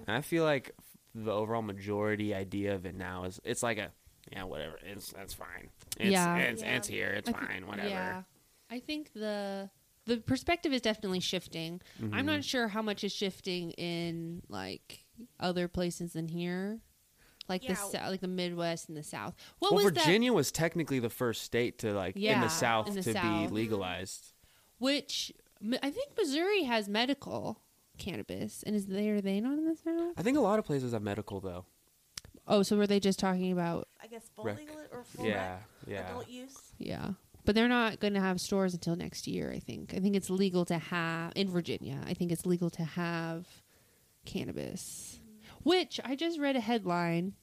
Speaker 4: and I feel like the overall majority idea of it now is it's like a
Speaker 7: yeah, whatever. It's that's fine. It's,
Speaker 3: Yeah.
Speaker 7: it's,
Speaker 8: Yeah.
Speaker 7: it's here. It's
Speaker 3: I thi-
Speaker 7: fine. Whatever.
Speaker 3: Yeah. I think the the perspective is definitely shifting. I'm not sure how much is shifting in like other places than here. Like
Speaker 8: Yeah.
Speaker 3: the sou- like the Midwest and the South. What
Speaker 4: well,
Speaker 3: was that?
Speaker 4: Virginia was technically the first state to like in
Speaker 3: Yeah,
Speaker 4: the South
Speaker 3: in the
Speaker 4: to
Speaker 3: South. Mm-hmm.
Speaker 4: be legalized.
Speaker 3: Which Mi- I think Missouri has medical cannabis, and is they are they not in this now?
Speaker 4: I think a lot of places have medical though.
Speaker 3: Oh, so were they just talking about
Speaker 2: I guess full
Speaker 4: Rec.
Speaker 2: legal or full
Speaker 4: yeah,
Speaker 2: rec,
Speaker 4: yeah.
Speaker 2: adult use.
Speaker 3: yeah? But they're not going to have stores until next year. I think. I think it's legal to have in Virginia. I think it's legal to have cannabis, which I just read a headline.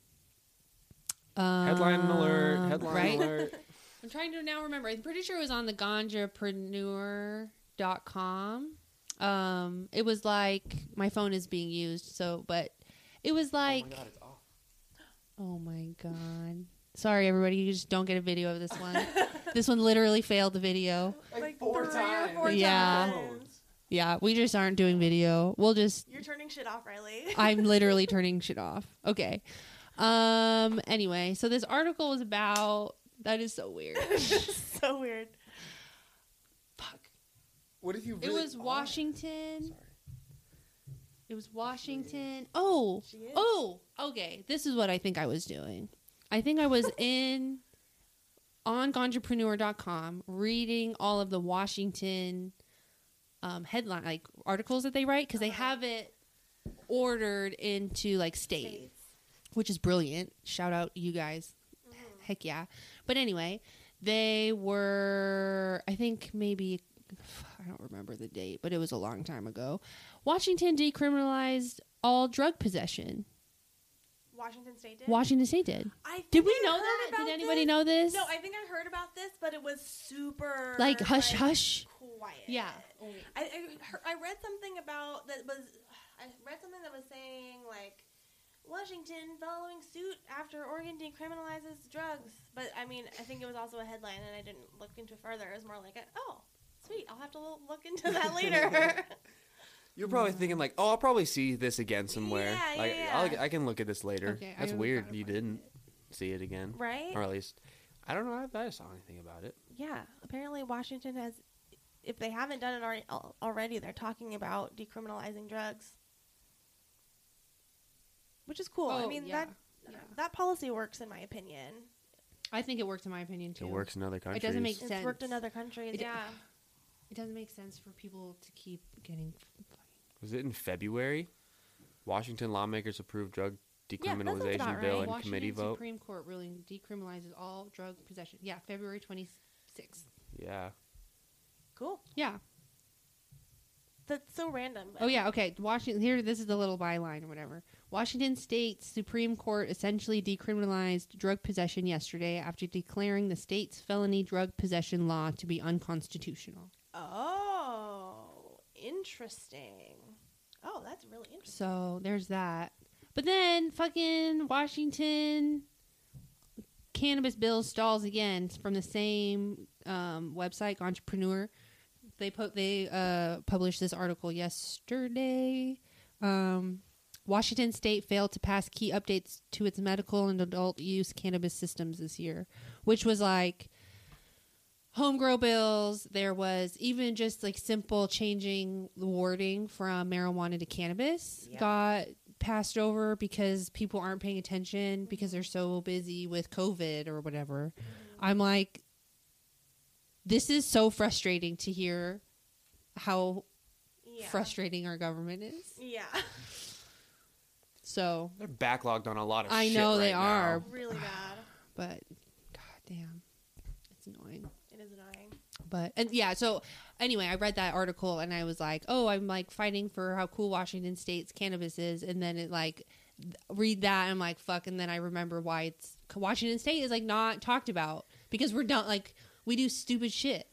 Speaker 4: Headline alert!
Speaker 3: Um,
Speaker 4: Headline
Speaker 3: Uh, right?
Speaker 4: alert!
Speaker 3: I'm trying to now remember. I'm pretty sure it was on the ganjapreneur.com. Um, it was like my phone is being used, so but it was like Oh my god, it's off. Oh my god. Sorry everybody, you just don't get a video of this one. this one literally failed the video.
Speaker 2: Like, four three times. or four
Speaker 3: Yeah.
Speaker 2: times.
Speaker 3: Yeah, we just aren't doing video. We'll just
Speaker 2: You're turning shit off, Riley.
Speaker 3: I'm literally turning shit off. Okay. Um anyway, so this article was about that is so weird.
Speaker 2: so weird.
Speaker 3: Fuck.
Speaker 1: What if you?
Speaker 3: It was Washington. It was Washington. Oh,
Speaker 2: She is.
Speaker 3: oh, okay. This is what I think I was doing. I think I was in on gondrepreneur.com reading all of the Washington um, headline like articles that they write because
Speaker 2: Uh-huh.
Speaker 3: they have it ordered into like state, which is brilliant. Shout out you guys.
Speaker 2: Mm-hmm.
Speaker 3: Heck yeah. But anyway, they were, I think maybe, I don't remember the date, but it was a long time ago. Washington decriminalized all drug possession.
Speaker 2: Washington State did.
Speaker 3: Washington State did.
Speaker 2: I think
Speaker 3: Did we
Speaker 2: I
Speaker 3: know
Speaker 2: heard
Speaker 3: that?
Speaker 2: about
Speaker 3: Did anybody
Speaker 2: this.
Speaker 3: know this?
Speaker 2: No, I think I heard about this, but it was super
Speaker 3: Like, hush, hush.
Speaker 2: quiet.
Speaker 3: Yeah.
Speaker 2: I I, heard, I read something about that was I read something that was saying like Washington following suit after Oregon decriminalizes drugs, but I mean I think it was also a headline and I didn't look into it further. It was more like a, oh sweet, I'll have to lo- look into that later.
Speaker 4: You're probably thinking like, "Oh, I'll probably see this again somewhere.
Speaker 2: Yeah,
Speaker 4: like,
Speaker 2: yeah, yeah.
Speaker 4: I'll, I can look at this later."
Speaker 3: Okay, I
Speaker 4: That's
Speaker 3: gotta
Speaker 4: weird.
Speaker 3: find
Speaker 4: You
Speaker 3: it.
Speaker 4: didn't see it again,
Speaker 2: right?
Speaker 4: or at least I don't know. I, I just saw anything about it.
Speaker 2: Yeah, apparently Washington has, if they haven't done it already, al- already they're talking about decriminalizing drugs, which is cool. I
Speaker 3: Oh,
Speaker 2: mean
Speaker 3: yeah,
Speaker 2: that
Speaker 3: yeah.
Speaker 2: that policy works in my opinion.
Speaker 3: I think it worked in my opinion too.
Speaker 4: It works in other
Speaker 3: It
Speaker 4: countries.
Speaker 3: doesn't make
Speaker 2: It's
Speaker 3: sense.
Speaker 2: worked in other countries.
Speaker 3: It-
Speaker 2: yeah,
Speaker 3: It doesn't make sense for people to keep getting.
Speaker 4: Was it in February? Washington lawmakers approved drug
Speaker 2: that sounds
Speaker 4: decriminalization
Speaker 2: about
Speaker 4: bill
Speaker 2: right.
Speaker 4: in
Speaker 3: Washington
Speaker 4: committee vote.
Speaker 3: Supreme Court ruling decriminalizes all drug possession. Yeah, February 26th.
Speaker 4: Yeah.
Speaker 2: cool.
Speaker 3: Yeah.
Speaker 2: That's so random.
Speaker 3: Oh yeah, okay. Washington here this is the little byline or whatever. Washington State Supreme Court essentially decriminalized drug possession yesterday after declaring the state's felony drug possession law to be unconstitutional.
Speaker 2: Oh, interesting. Oh, that's really interesting.
Speaker 3: So, there's that. But then fucking Washington cannabis bill stalls again It's from the same um, website entrepreneur they po- they uh, published this article yesterday um, washington state failed to pass key updates to its medical and adult use cannabis systems this year which was like home grow bills there was even just like simple changing the wording from marijuana to cannabis got passed over because people aren't paying attention because they're so busy with covid or whatever i'm like this is so frustrating to hear how
Speaker 2: Yeah.
Speaker 3: frustrating our government is.
Speaker 2: Yeah,
Speaker 3: So
Speaker 4: They're backlogged on a lot of
Speaker 3: I
Speaker 4: shit
Speaker 3: know
Speaker 4: right
Speaker 3: they
Speaker 4: now.
Speaker 3: are,
Speaker 2: really bad.
Speaker 3: but god damn, it's annoying.
Speaker 2: It is annoying.
Speaker 3: But and yeah, so anyway, I read that article and I was like, oh, I'm like fighting for how cool Washington State's cannabis is, and then it like th- read that and I'm like fuck, and then I remember why it's Washington State is like not talked about because we're done like we do stupid shit.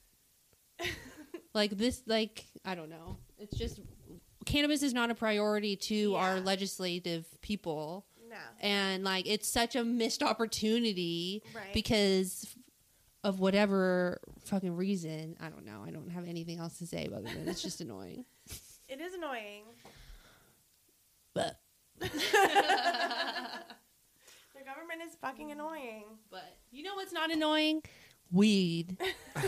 Speaker 3: like this, like I don't know. It's just cannabis is not a priority to our
Speaker 2: Yeah.
Speaker 3: legislative people
Speaker 2: No.
Speaker 3: and like it's such a missed opportunity
Speaker 2: Right.
Speaker 3: because of whatever fucking reason i don't know i don't have anything else to say other than it's just annoying
Speaker 2: It is annoying.
Speaker 3: but
Speaker 2: The government government is fucking annoying.
Speaker 3: But you know what's not annoying? Weed.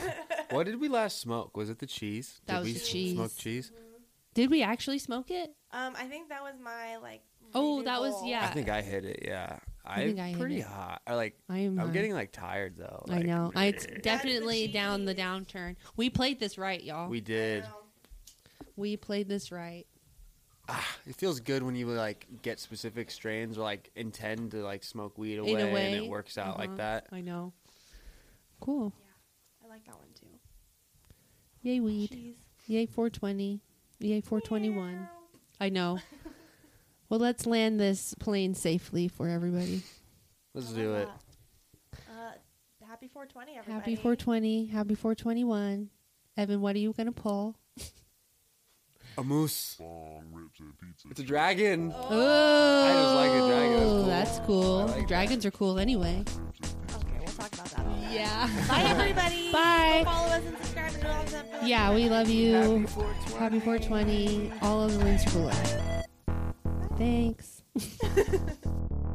Speaker 4: What did we last smoke? Was it the cheese?
Speaker 3: That
Speaker 4: did
Speaker 3: was
Speaker 4: we
Speaker 3: the
Speaker 4: s-
Speaker 3: cheese.
Speaker 4: Smoke cheese.
Speaker 3: Did we actually smoke it?
Speaker 2: Um, I think that was my like.
Speaker 3: Oh,
Speaker 2: reading
Speaker 3: that was
Speaker 2: goal.
Speaker 4: I
Speaker 3: yeah.
Speaker 4: think I hit it. Yeah,
Speaker 3: I
Speaker 4: I'm
Speaker 3: think I hit
Speaker 4: pretty
Speaker 3: it.
Speaker 4: hot. I like.
Speaker 3: I am.
Speaker 4: I'm
Speaker 3: uh,
Speaker 4: getting like tired though.
Speaker 3: I
Speaker 4: Like,
Speaker 3: know. I it's definitely
Speaker 2: cheese.
Speaker 3: down the downturn. We played this right, y'all.
Speaker 4: We
Speaker 3: We,
Speaker 4: did.
Speaker 2: Um,
Speaker 3: played this right.
Speaker 4: Ah, it feels good when you like get specific strains or like intend to like smoke
Speaker 3: In
Speaker 4: weed away,
Speaker 3: a
Speaker 4: and
Speaker 3: way.
Speaker 4: it works out
Speaker 3: Uh-huh.
Speaker 4: like that.
Speaker 3: I know. Cool.
Speaker 2: I like that one too.
Speaker 3: Yay weed.
Speaker 2: Cheese.
Speaker 3: Yay 420. Yay 421. I know. well, let's land this plane safely for everybody.
Speaker 4: Let's
Speaker 2: I
Speaker 4: do
Speaker 2: love
Speaker 4: it.
Speaker 2: that. Uh, happy 420, everybody.
Speaker 3: Happy 420. Happy 421. Evan, what are you going to pull?
Speaker 4: A moose.
Speaker 9: Long ribs and pizza.
Speaker 4: It's a dragon.
Speaker 3: Oh,
Speaker 4: just like a dragon. That's cool.
Speaker 3: That's cool.
Speaker 4: I like
Speaker 3: Dragons are cool anyway.
Speaker 2: Okay, we'll talk about that. later.
Speaker 3: Yeah.
Speaker 2: Bye, everybody.
Speaker 3: Bye.
Speaker 2: Go follow us and subscribe and do all that. fun
Speaker 3: Yeah, we
Speaker 2: stuff.
Speaker 3: love you.
Speaker 4: Happy
Speaker 3: Happy
Speaker 4: 420.
Speaker 3: 420. All of the links are below. Thanks.